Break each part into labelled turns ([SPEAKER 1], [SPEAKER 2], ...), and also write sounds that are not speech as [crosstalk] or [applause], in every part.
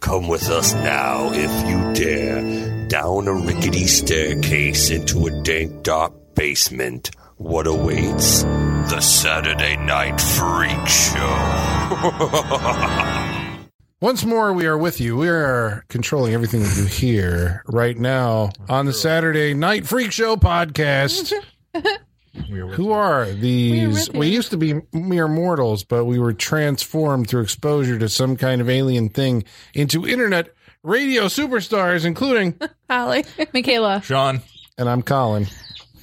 [SPEAKER 1] Come with us now, if you dare, down a rickety staircase into a dank, dark basement. What awaits? The Saturday Night Freak Show.
[SPEAKER 2] Once more, we are with you. We are controlling everything that you hear right now on the Saturday Night Freak Show [laughs] podcast. Who are these?
[SPEAKER 3] with
[SPEAKER 2] we
[SPEAKER 3] you.
[SPEAKER 2] used to be mere mortals, but we were transformed through exposure to some kind of alien thing into internet radio superstars, [laughs] including,
[SPEAKER 3] Holly. Michaela.
[SPEAKER 4] Sean,
[SPEAKER 2] and I'm Colin.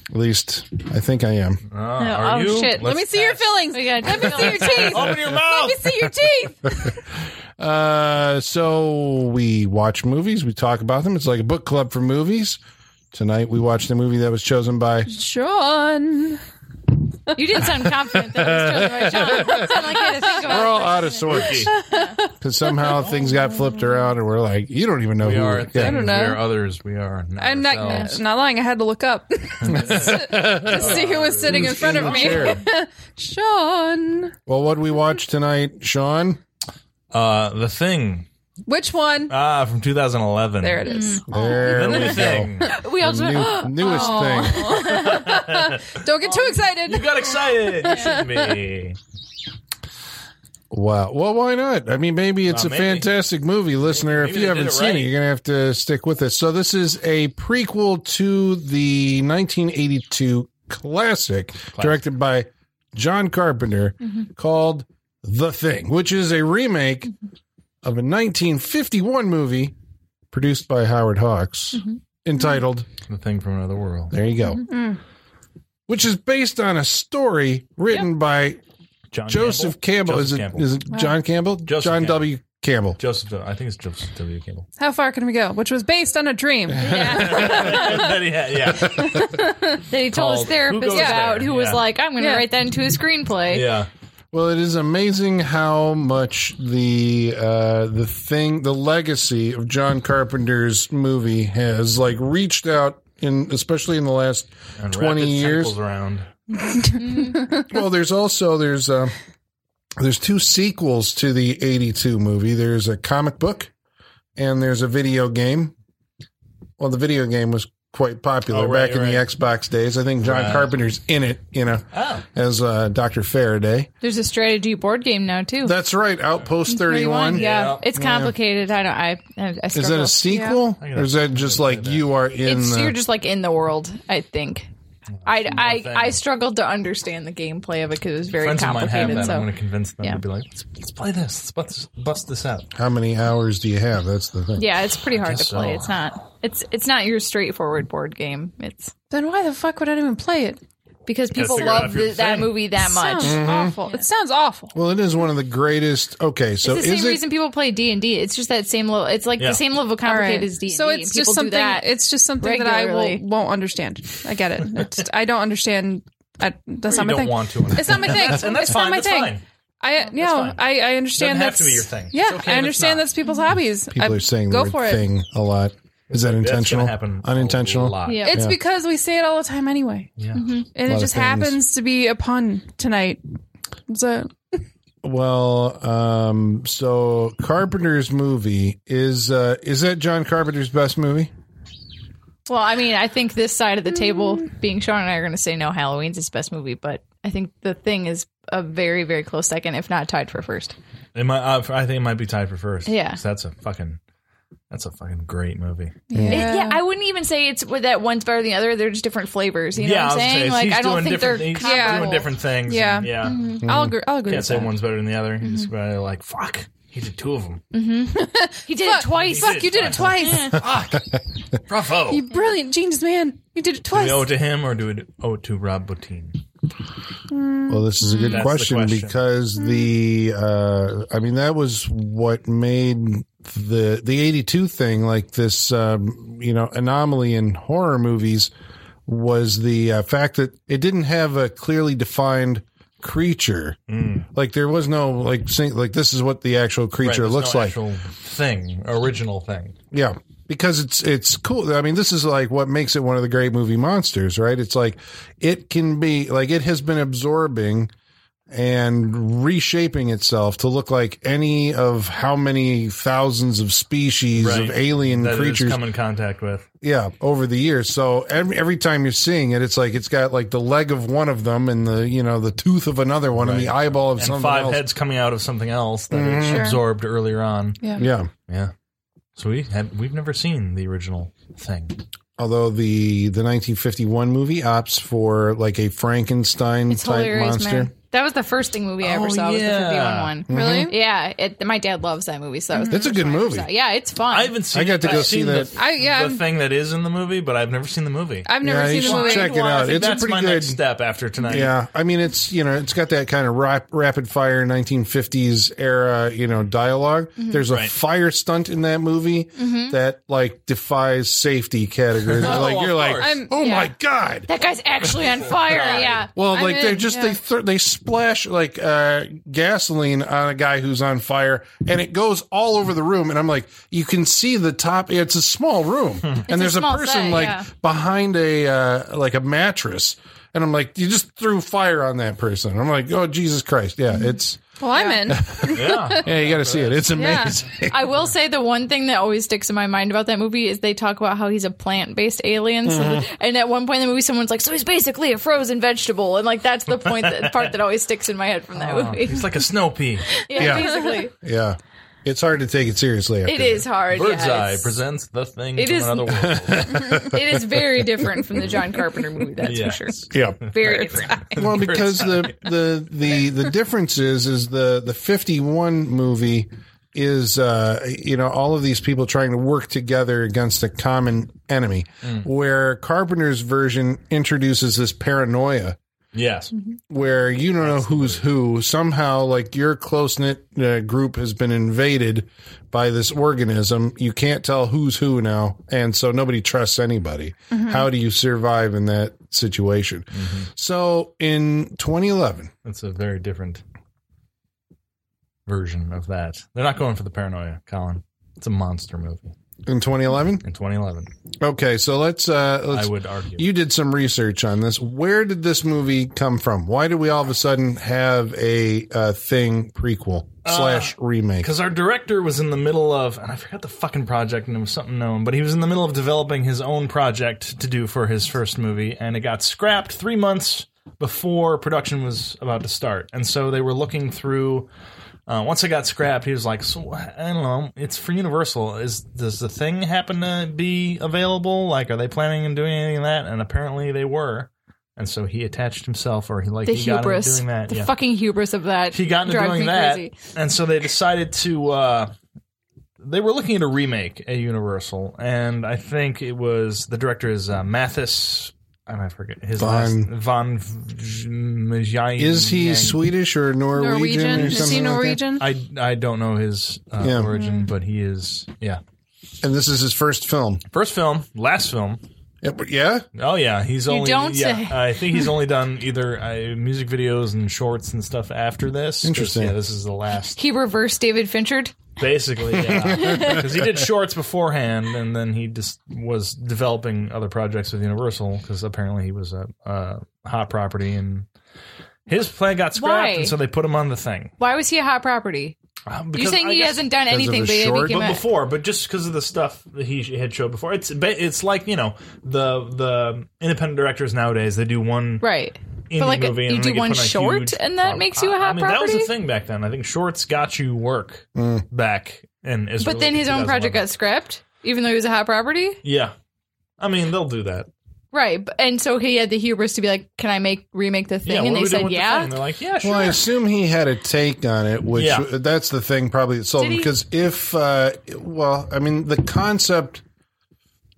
[SPEAKER 2] At least I think I am.
[SPEAKER 4] uh, are
[SPEAKER 3] oh,
[SPEAKER 4] you?
[SPEAKER 3] shit. Let
[SPEAKER 4] Let's
[SPEAKER 3] me see your
[SPEAKER 4] test. Oh,
[SPEAKER 3] fillings. Let me see your teeth.
[SPEAKER 4] Open your
[SPEAKER 3] Let
[SPEAKER 4] mouth.
[SPEAKER 3] me see your
[SPEAKER 4] [laughs]
[SPEAKER 3] teeth.
[SPEAKER 2] Uh, so we watch movies, we talk about them. It's like a book club for movies. Tonight we watched the movie that was chosen by
[SPEAKER 3] Sean.
[SPEAKER 5] You didn't sound confident that it was
[SPEAKER 3] [laughs]
[SPEAKER 5] chosen by Sean. It sounded like you had to think about
[SPEAKER 2] We're
[SPEAKER 5] it.
[SPEAKER 2] all out of
[SPEAKER 4] [laughs]
[SPEAKER 2] sorts because somehow things got flipped around, and we're like, you don't even know
[SPEAKER 4] We
[SPEAKER 2] who
[SPEAKER 4] are.
[SPEAKER 2] yeah.
[SPEAKER 4] things.
[SPEAKER 3] don't know.
[SPEAKER 4] We are others. We are. Not
[SPEAKER 3] I'm not
[SPEAKER 4] ourselves.
[SPEAKER 3] not lying. I had to look up [laughs] to see who was sitting in front of me.
[SPEAKER 2] Sure.
[SPEAKER 3] Sean.
[SPEAKER 2] Well, what we watch tonight, Sean?
[SPEAKER 4] Uh, the thing.
[SPEAKER 3] Which one?
[SPEAKER 4] Ah, from 2011.
[SPEAKER 3] There it is.
[SPEAKER 2] There
[SPEAKER 4] Oh,
[SPEAKER 2] we
[SPEAKER 4] The new
[SPEAKER 2] go.
[SPEAKER 3] [laughs]
[SPEAKER 4] thing.
[SPEAKER 5] Mm. We all just
[SPEAKER 4] [laughs]
[SPEAKER 5] went,
[SPEAKER 2] New, newest thing.
[SPEAKER 3] Don't get
[SPEAKER 5] Um,
[SPEAKER 3] too
[SPEAKER 4] you
[SPEAKER 3] excited.
[SPEAKER 4] got
[SPEAKER 3] [laughs]
[SPEAKER 4] excited. You shouldn't be.
[SPEAKER 2] Wow. Well, why not? I mean, maybe it's
[SPEAKER 4] Uh,
[SPEAKER 2] a
[SPEAKER 4] maybe.
[SPEAKER 2] fantastic movie, listener.
[SPEAKER 4] Maybe
[SPEAKER 2] if you
[SPEAKER 4] they did
[SPEAKER 2] haven't
[SPEAKER 4] it
[SPEAKER 2] seen
[SPEAKER 4] right.
[SPEAKER 2] it, you're gonna have to stick with us. So this is a prequel to the 1982 classic, directed by John Carpenter, called The Thing, which is a remake of a 1951 movie produced by Howard Hawks, entitled
[SPEAKER 4] The thing from another world.
[SPEAKER 2] There you go. Which is based on a story written by
[SPEAKER 4] John
[SPEAKER 2] Joseph Campbell.
[SPEAKER 4] Joseph
[SPEAKER 2] Is it,
[SPEAKER 4] Campbell.
[SPEAKER 2] is it John Campbell?
[SPEAKER 4] Joseph
[SPEAKER 2] John
[SPEAKER 4] Campbell.
[SPEAKER 2] W. Campbell.
[SPEAKER 4] Joseph. I think it's Joseph W.
[SPEAKER 3] [laughs]
[SPEAKER 4] Campbell.
[SPEAKER 3] How far can we go? Which was based on a dream. [laughs]
[SPEAKER 4] That he had- yeah.
[SPEAKER 5] that he told
[SPEAKER 4] Called
[SPEAKER 5] his
[SPEAKER 4] Who
[SPEAKER 5] therapist
[SPEAKER 4] Goes
[SPEAKER 5] about,
[SPEAKER 4] There?
[SPEAKER 5] who was
[SPEAKER 4] Yeah.
[SPEAKER 5] like, I'm going to
[SPEAKER 3] Yeah.
[SPEAKER 5] write that into a screenplay.
[SPEAKER 4] Yeah.
[SPEAKER 2] Well, it is amazing how much the uh, the thing, the legacy of John Carpenter's movie has like reached out in, especially in the last
[SPEAKER 4] And wrapped
[SPEAKER 2] twenty
[SPEAKER 4] his
[SPEAKER 2] years.
[SPEAKER 4] tentacles around.
[SPEAKER 2] well, there's also there's uh, there's two sequels to the '82 movie. There's a comic book, and there's a video game. Well, the video game was quite popular
[SPEAKER 4] Oh, right,
[SPEAKER 2] back in the
[SPEAKER 4] right.
[SPEAKER 2] Xbox days. I think John
[SPEAKER 4] Right.
[SPEAKER 2] Carpenter's in it, you know,
[SPEAKER 4] Oh.
[SPEAKER 2] as uh, Doctor Faraday.
[SPEAKER 5] There's a strategy board game now, too.
[SPEAKER 2] That's right, Outpost Thirty One.
[SPEAKER 5] Yeah.
[SPEAKER 4] Yeah.
[SPEAKER 5] It's complicated. I don't, I, I, I
[SPEAKER 2] Is that
[SPEAKER 5] struggle.
[SPEAKER 2] a sequel,
[SPEAKER 4] Yeah.
[SPEAKER 2] or is that just like you are in?
[SPEAKER 5] it's,
[SPEAKER 2] the,
[SPEAKER 5] you're just like in the world, I think. I, I,
[SPEAKER 4] thing.
[SPEAKER 5] I struggled to understand the gameplay of it because it was very
[SPEAKER 4] Friends of mine have
[SPEAKER 5] complicated.
[SPEAKER 4] that. I'm
[SPEAKER 5] So
[SPEAKER 4] going to convince them
[SPEAKER 5] Yeah.
[SPEAKER 4] to be like, let's, let's play this. Let's bust, bust this out.
[SPEAKER 2] how many hours do you have? That's the thing.
[SPEAKER 5] yeah, it's pretty hard to
[SPEAKER 4] guess
[SPEAKER 5] play.
[SPEAKER 4] so.
[SPEAKER 5] It's not it's it's not your straightforward board game. It's
[SPEAKER 3] Then why the fuck would I even play it?
[SPEAKER 5] because people
[SPEAKER 4] figure out
[SPEAKER 5] love
[SPEAKER 4] if you're
[SPEAKER 5] th- that
[SPEAKER 4] the same.
[SPEAKER 5] movie that much.
[SPEAKER 3] Sounds awful. It sounds awful.
[SPEAKER 2] Well, it is one of the greatest. Okay, so
[SPEAKER 5] it's the
[SPEAKER 2] is
[SPEAKER 5] same
[SPEAKER 2] it?
[SPEAKER 5] reason people play D and D. It's just that same level. It's like
[SPEAKER 4] Yeah.
[SPEAKER 5] the same level complicated as D and D.
[SPEAKER 3] So it's just something.
[SPEAKER 5] That.
[SPEAKER 3] It's just something that I
[SPEAKER 5] regularly.
[SPEAKER 3] will, won't understand. I get it. It's, I don't understand. I, that's
[SPEAKER 4] You
[SPEAKER 3] not my
[SPEAKER 4] don't
[SPEAKER 3] thing.
[SPEAKER 4] want to.
[SPEAKER 3] It's not my thing.
[SPEAKER 4] And [laughs] that's
[SPEAKER 3] it's
[SPEAKER 4] fine.
[SPEAKER 3] not my
[SPEAKER 4] that's
[SPEAKER 3] thing.
[SPEAKER 4] fine.
[SPEAKER 3] I no.
[SPEAKER 4] fine.
[SPEAKER 3] I, I
[SPEAKER 4] Doesn't
[SPEAKER 3] understand
[SPEAKER 4] have
[SPEAKER 3] that's
[SPEAKER 4] to be your thing.
[SPEAKER 3] Yeah,
[SPEAKER 4] It's okay
[SPEAKER 3] I
[SPEAKER 4] if
[SPEAKER 3] understand
[SPEAKER 4] it's
[SPEAKER 3] that's people's hobbies.
[SPEAKER 2] People
[SPEAKER 3] I-
[SPEAKER 2] are saying
[SPEAKER 3] go
[SPEAKER 2] the
[SPEAKER 3] for
[SPEAKER 2] word
[SPEAKER 3] it.
[SPEAKER 2] thing a lot. Is that
[SPEAKER 4] That's gonna
[SPEAKER 2] intentional?
[SPEAKER 4] happen a
[SPEAKER 2] Unintentional?
[SPEAKER 4] lot.
[SPEAKER 5] Yeah.
[SPEAKER 3] It's because we say it all the time anyway,
[SPEAKER 4] Yeah.
[SPEAKER 5] Mm-hmm.
[SPEAKER 2] lot
[SPEAKER 3] and it
[SPEAKER 2] of
[SPEAKER 3] just
[SPEAKER 2] things.
[SPEAKER 3] happens to be a pun tonight. So
[SPEAKER 2] Well, um, so Carpenter's movie is uh, is that John Carpenter's best movie?
[SPEAKER 5] well, I mean, I think this side of the table, being Sean and I, are going to say no. Halloween's its best movie, but I think the thing is a very very close second, if not tied for first.
[SPEAKER 4] It might, uh, I think it might be tied for first.
[SPEAKER 5] Yeah.
[SPEAKER 4] 'Cause that's a fucking, that's a fucking great movie.
[SPEAKER 5] It- Yeah, I wouldn't even say it's that one's better than the other. They're just different flavors. You know
[SPEAKER 4] yeah,
[SPEAKER 5] what I'm
[SPEAKER 4] was gonna
[SPEAKER 5] saying?
[SPEAKER 4] say,
[SPEAKER 5] like
[SPEAKER 4] he's
[SPEAKER 5] I don't
[SPEAKER 4] doing
[SPEAKER 5] think they're
[SPEAKER 4] different, he's
[SPEAKER 5] comparable. Mm-hmm.
[SPEAKER 4] doing different things.
[SPEAKER 3] Yeah.
[SPEAKER 4] and- yeah.
[SPEAKER 3] I'll agree. I'll agree.
[SPEAKER 4] Can't
[SPEAKER 3] with
[SPEAKER 4] say
[SPEAKER 3] that.
[SPEAKER 4] one's better than the other. He's probably like, fuck, he did two of them.
[SPEAKER 5] He did it twice.
[SPEAKER 4] He
[SPEAKER 3] Fuck, you did it twice.
[SPEAKER 5] Mm-hmm.
[SPEAKER 4] Bravo.
[SPEAKER 3] you brilliant genius man. You did it
[SPEAKER 4] do we
[SPEAKER 3] twice.
[SPEAKER 4] owe it to him or do we owe it to Rob Bottin?
[SPEAKER 2] Well, this is a good
[SPEAKER 4] That's the
[SPEAKER 2] question,
[SPEAKER 4] question.
[SPEAKER 2] because the uh, I mean that was what made the the eighty two thing like this um, you know anomaly in horror movies was the uh, fact that it didn't have a clearly defined creature
[SPEAKER 4] Mm.
[SPEAKER 2] like there was no like sing- like this is what the actual creature looks like
[SPEAKER 4] thing, original thing.
[SPEAKER 2] Yeah, because it's it's cool. I mean, this is like what makes it one of the great movie monsters, right? It's like it can be like it has been absorbing and reshaping itself to look like any of how many thousands of species
[SPEAKER 4] Right.
[SPEAKER 2] of alien
[SPEAKER 4] that
[SPEAKER 2] creatures
[SPEAKER 4] it's come in contact with.
[SPEAKER 2] yeah over the years so every, every time you're seeing it it's like it's got like the leg of one of them and the you know the tooth of another one and the eyeball of
[SPEAKER 4] And
[SPEAKER 2] something
[SPEAKER 4] five
[SPEAKER 2] else
[SPEAKER 4] heads coming out of something else that it
[SPEAKER 5] Sure.
[SPEAKER 4] absorbed earlier on.
[SPEAKER 2] yeah
[SPEAKER 4] Yeah. So we had, we've never seen the original thing.
[SPEAKER 2] although the the 1951 movie opts for like a frankenstein
[SPEAKER 5] It's
[SPEAKER 2] type
[SPEAKER 5] hilarious,
[SPEAKER 2] monster
[SPEAKER 5] man. That was the first thing movie I ever
[SPEAKER 4] Oh,
[SPEAKER 5] saw was the
[SPEAKER 4] yeah.
[SPEAKER 5] 51 one.
[SPEAKER 3] Really?
[SPEAKER 5] Yeah, it, my dad loves that movie, so that was the
[SPEAKER 2] It's a
[SPEAKER 5] first
[SPEAKER 2] good
[SPEAKER 5] one I ever
[SPEAKER 2] movie.
[SPEAKER 5] saw. Yeah, it's fun.
[SPEAKER 4] I haven't seen.
[SPEAKER 2] got to go
[SPEAKER 4] I've
[SPEAKER 2] see
[SPEAKER 4] seen
[SPEAKER 2] that.
[SPEAKER 4] The,
[SPEAKER 3] I- yeah,
[SPEAKER 4] the
[SPEAKER 3] I'm-
[SPEAKER 4] thing that is in the movie, but I've never seen the movie.
[SPEAKER 3] I've never
[SPEAKER 2] Yeah, you
[SPEAKER 3] seen
[SPEAKER 2] should
[SPEAKER 3] the movie.
[SPEAKER 2] check it
[SPEAKER 4] Well, I
[SPEAKER 2] out.
[SPEAKER 4] think
[SPEAKER 2] It's a
[SPEAKER 4] that's
[SPEAKER 2] pretty
[SPEAKER 4] my
[SPEAKER 2] good-
[SPEAKER 4] next step after tonight.
[SPEAKER 2] yeah i mean it's you know it's got that kind of rap, rapid fire 1950s era you know dialog
[SPEAKER 5] Mm-hmm.
[SPEAKER 2] there's a
[SPEAKER 4] Right.
[SPEAKER 2] fire stunt in that movie that like defies safety
[SPEAKER 5] [laughs]
[SPEAKER 2] categories
[SPEAKER 4] Oh,
[SPEAKER 2] like
[SPEAKER 4] of
[SPEAKER 2] you're like
[SPEAKER 4] course.
[SPEAKER 3] I'm-
[SPEAKER 2] oh
[SPEAKER 5] yeah.
[SPEAKER 2] my god
[SPEAKER 5] that guy's actually
[SPEAKER 4] [laughs]
[SPEAKER 5] on fire. Yeah.
[SPEAKER 2] Well,
[SPEAKER 3] I'm
[SPEAKER 2] like they're
[SPEAKER 3] in,
[SPEAKER 2] just
[SPEAKER 3] yeah.
[SPEAKER 2] they th- they splash like uh, gasoline on a guy who's on fire, and it goes all over the room. And I'm like, you can see the top. It's a small room, and there's a,
[SPEAKER 5] Hmm. small
[SPEAKER 2] person
[SPEAKER 5] set,
[SPEAKER 2] like
[SPEAKER 5] yeah.
[SPEAKER 2] behind a uh, like a mattress, and I'm like, you just threw fire on that person. I'm like, oh Jesus Christ, yeah, it's
[SPEAKER 3] Well, I'm
[SPEAKER 4] [laughs]
[SPEAKER 3] in.
[SPEAKER 4] yeah.
[SPEAKER 2] yeah, you got to see it. It's
[SPEAKER 3] Yeah.
[SPEAKER 2] amazing.
[SPEAKER 5] I will say the one thing that always sticks in my mind about that movie is they talk about how he's a plant based alien. So
[SPEAKER 4] Mm-hmm.
[SPEAKER 5] and at one point in the movie, someone's like, "So he's basically a frozen vegetable," and like that's the point that part that always sticks in my head from that movie. [laughs]
[SPEAKER 4] He's like a snow
[SPEAKER 3] [laughs]
[SPEAKER 4] pea.
[SPEAKER 5] yeah,
[SPEAKER 2] Yeah.
[SPEAKER 4] [laughs]
[SPEAKER 5] basically,
[SPEAKER 2] [laughs] Yeah, it's hard to take it seriously. After
[SPEAKER 5] it is hard. yeah,
[SPEAKER 4] Bird's Eye
[SPEAKER 5] it's-
[SPEAKER 4] presents the thing
[SPEAKER 5] It
[SPEAKER 4] from
[SPEAKER 5] is-
[SPEAKER 4] another
[SPEAKER 2] [laughs]
[SPEAKER 4] world.
[SPEAKER 5] it is very different from the John Carpenter movie. That's
[SPEAKER 4] Yes.
[SPEAKER 5] for sure.
[SPEAKER 2] that. Yeah.
[SPEAKER 5] Very different. [laughs]
[SPEAKER 2] well because the, the the the difference is is the the 51 movie is uh you know all of these people trying to work together against a common enemy where carpenter's version introduces this paranoia
[SPEAKER 4] Yes.
[SPEAKER 2] where you don't know who's who. Somehow, like your close knit uh, group has been invaded by this organism. You can't tell who's who now, and so nobody trusts anybody. How do you survive in that situation?
[SPEAKER 4] Mm-hmm.
[SPEAKER 2] So, in 2011,
[SPEAKER 4] That's a very different version of that. They're not going for the paranoia, Colin. It's a monster movie
[SPEAKER 2] in 2011,
[SPEAKER 4] in 2011.
[SPEAKER 2] okay. So let's uh,
[SPEAKER 4] I
[SPEAKER 2] let's.
[SPEAKER 4] would argue.
[SPEAKER 2] You did some research on this. Where did this movie come from? Why did we all of a sudden have a uh, thing prequel
[SPEAKER 4] Uh,
[SPEAKER 2] slash remake?
[SPEAKER 4] because our director was in the middle of, and I forgot the fucking project, and it was something known, but he was in the middle of developing his own project to do for his first movie, and it got scrapped three months before production was about to start. And so they were looking through. Uh, once it got scrapped, he was like, so, I don't know, it's for Universal. Is Does the thing happen to be available? Like, are they planning on doing anything of that? And apparently they were. And so he attached himself, or he like
[SPEAKER 5] The
[SPEAKER 4] he got into
[SPEAKER 5] hubris,
[SPEAKER 4] doing that.
[SPEAKER 5] the
[SPEAKER 4] yeah
[SPEAKER 5] fucking hubris of that.
[SPEAKER 4] he got into
[SPEAKER 5] drives
[SPEAKER 4] doing
[SPEAKER 5] me
[SPEAKER 4] that,
[SPEAKER 5] crazy.
[SPEAKER 4] and so they decided to. Uh, they were looking at a remake at Universal, and I think it was the director is uh, Mathis. And I forget his
[SPEAKER 2] Von-
[SPEAKER 4] last von V- Mjolnir.
[SPEAKER 2] Is he Swedish or Norwegian?
[SPEAKER 3] Norwegian.
[SPEAKER 2] Or
[SPEAKER 3] Is he
[SPEAKER 2] something like that?
[SPEAKER 3] Norwegian?
[SPEAKER 4] I I don't know his uh,
[SPEAKER 2] Yeah.
[SPEAKER 4] origin, but he is yeah.
[SPEAKER 2] and this is his first film.
[SPEAKER 4] First film, last film.
[SPEAKER 2] Yeah, but- Yeah,
[SPEAKER 4] Oh yeah, he's only
[SPEAKER 5] don't
[SPEAKER 4] yeah.
[SPEAKER 5] say.
[SPEAKER 4] I
[SPEAKER 5] [laughs]
[SPEAKER 4] think he's only done either uh, music videos and shorts and stuff after this.
[SPEAKER 2] Interesting.
[SPEAKER 4] Yeah, this is the last.
[SPEAKER 5] He reversed David Finchard.
[SPEAKER 4] Basically, yeah. Because he did shorts beforehand, and then he just was developing other projects with Universal because apparently he was a, a hot property, and his plan got scrapped,
[SPEAKER 5] Why?
[SPEAKER 4] and so they put him on the thing.
[SPEAKER 5] Why was he a hot property?
[SPEAKER 4] Uh,
[SPEAKER 5] You're
[SPEAKER 4] because
[SPEAKER 5] saying
[SPEAKER 4] I
[SPEAKER 5] he
[SPEAKER 4] guess-
[SPEAKER 5] hasn't done
[SPEAKER 2] of
[SPEAKER 5] anything,
[SPEAKER 2] his
[SPEAKER 5] but yet
[SPEAKER 2] short-
[SPEAKER 5] became
[SPEAKER 4] but
[SPEAKER 5] a-
[SPEAKER 4] before, but just because of the stuff that he had showed before, it's it's like you know the the independent directors nowadays they do one
[SPEAKER 5] right.
[SPEAKER 4] indie
[SPEAKER 5] But like
[SPEAKER 4] movie, and
[SPEAKER 5] you
[SPEAKER 4] then they
[SPEAKER 5] do
[SPEAKER 4] get
[SPEAKER 5] one
[SPEAKER 4] put on a
[SPEAKER 5] short,
[SPEAKER 4] huge
[SPEAKER 5] and that
[SPEAKER 4] pop-
[SPEAKER 5] makes you a
[SPEAKER 4] I-
[SPEAKER 5] hot
[SPEAKER 4] I mean, that was
[SPEAKER 5] property?
[SPEAKER 4] the thing back then. I think shorts got you work
[SPEAKER 2] Hmm.
[SPEAKER 4] back, and
[SPEAKER 5] But then his own project got scrapped, even though he was a hot property.
[SPEAKER 4] Yeah. I mean, they'll do that.
[SPEAKER 5] Right. b- And so he had the hubris to be like, can I make remake the thing?
[SPEAKER 4] Yeah,
[SPEAKER 5] and they
[SPEAKER 4] what do we do
[SPEAKER 5] said,
[SPEAKER 4] with the
[SPEAKER 5] yeah.
[SPEAKER 4] thing? They're like, yeah, sure.
[SPEAKER 2] Well, I assume he had a take on it, which
[SPEAKER 4] Yeah.
[SPEAKER 2] that's the thing probably that sold him.
[SPEAKER 5] Did he-
[SPEAKER 2] Because if, uh, well, I mean, the concept.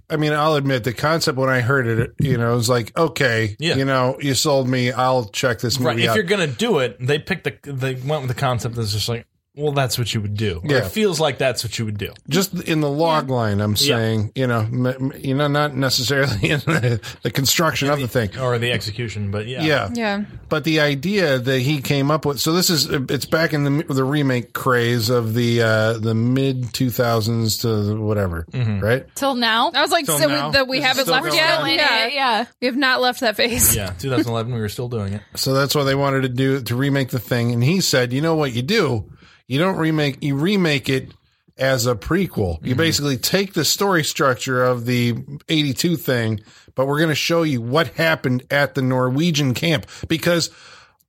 [SPEAKER 2] I mean, I'll admit the concept when I heard it, you know, it was like, okay,
[SPEAKER 4] Yeah.
[SPEAKER 2] you know, you sold me. I'll check this
[SPEAKER 4] right.
[SPEAKER 2] movie
[SPEAKER 4] If
[SPEAKER 2] out.
[SPEAKER 4] you're gonna do it, they picked the. They went with the concept that's just like, Well, that's what you would do. Or
[SPEAKER 2] Yeah.
[SPEAKER 4] It feels like that's what you would do.
[SPEAKER 2] Just in the log line, I'm saying, you know, m- m- you know, not necessarily [laughs] in the, the construction of the thing.
[SPEAKER 4] Or the execution, but yeah.
[SPEAKER 2] Yeah.
[SPEAKER 3] Yeah.
[SPEAKER 2] But the idea that he came up with, so this is it's back in the the remake craze of the uh, the mid two thousands to whatever, right?
[SPEAKER 5] Till now,
[SPEAKER 3] I was like,
[SPEAKER 2] Till
[SPEAKER 3] so
[SPEAKER 2] now,
[SPEAKER 3] we, that we
[SPEAKER 2] this is
[SPEAKER 3] haven't
[SPEAKER 2] still
[SPEAKER 3] left
[SPEAKER 2] going
[SPEAKER 3] yet.
[SPEAKER 2] on.
[SPEAKER 5] yeah,
[SPEAKER 3] Yeah.
[SPEAKER 5] yeah.
[SPEAKER 3] we have not left that phase.
[SPEAKER 4] Yeah, 2011, we were still doing it.
[SPEAKER 2] So that's what they wanted to do to remake the thing. And he said, you know what you do? You don't remake. You remake it as a prequel. You basically take the story structure of the eighty two thing, but we're going to show you what happened at the Norwegian camp because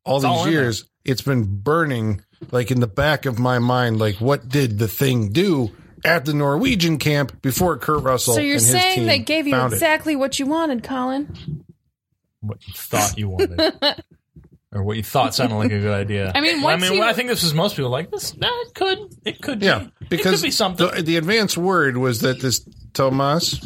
[SPEAKER 2] all these
[SPEAKER 4] all in there.
[SPEAKER 2] years it's been burning like in the back of my mind. Like what did the thing do? At the Norwegian camp before Kurt Russell.
[SPEAKER 3] So you're
[SPEAKER 2] and his team
[SPEAKER 3] saying they gave you
[SPEAKER 2] found it.
[SPEAKER 3] exactly what you wanted, Colin?
[SPEAKER 4] What you thought you wanted. Or what you thought sounded like a good idea.
[SPEAKER 5] I mean,
[SPEAKER 4] I
[SPEAKER 5] once
[SPEAKER 4] mean,
[SPEAKER 5] you-
[SPEAKER 4] I think this is most people like this. That could, it could, be-
[SPEAKER 2] Yeah, because
[SPEAKER 4] it could be something.
[SPEAKER 2] The, the advance word was that this Tomas,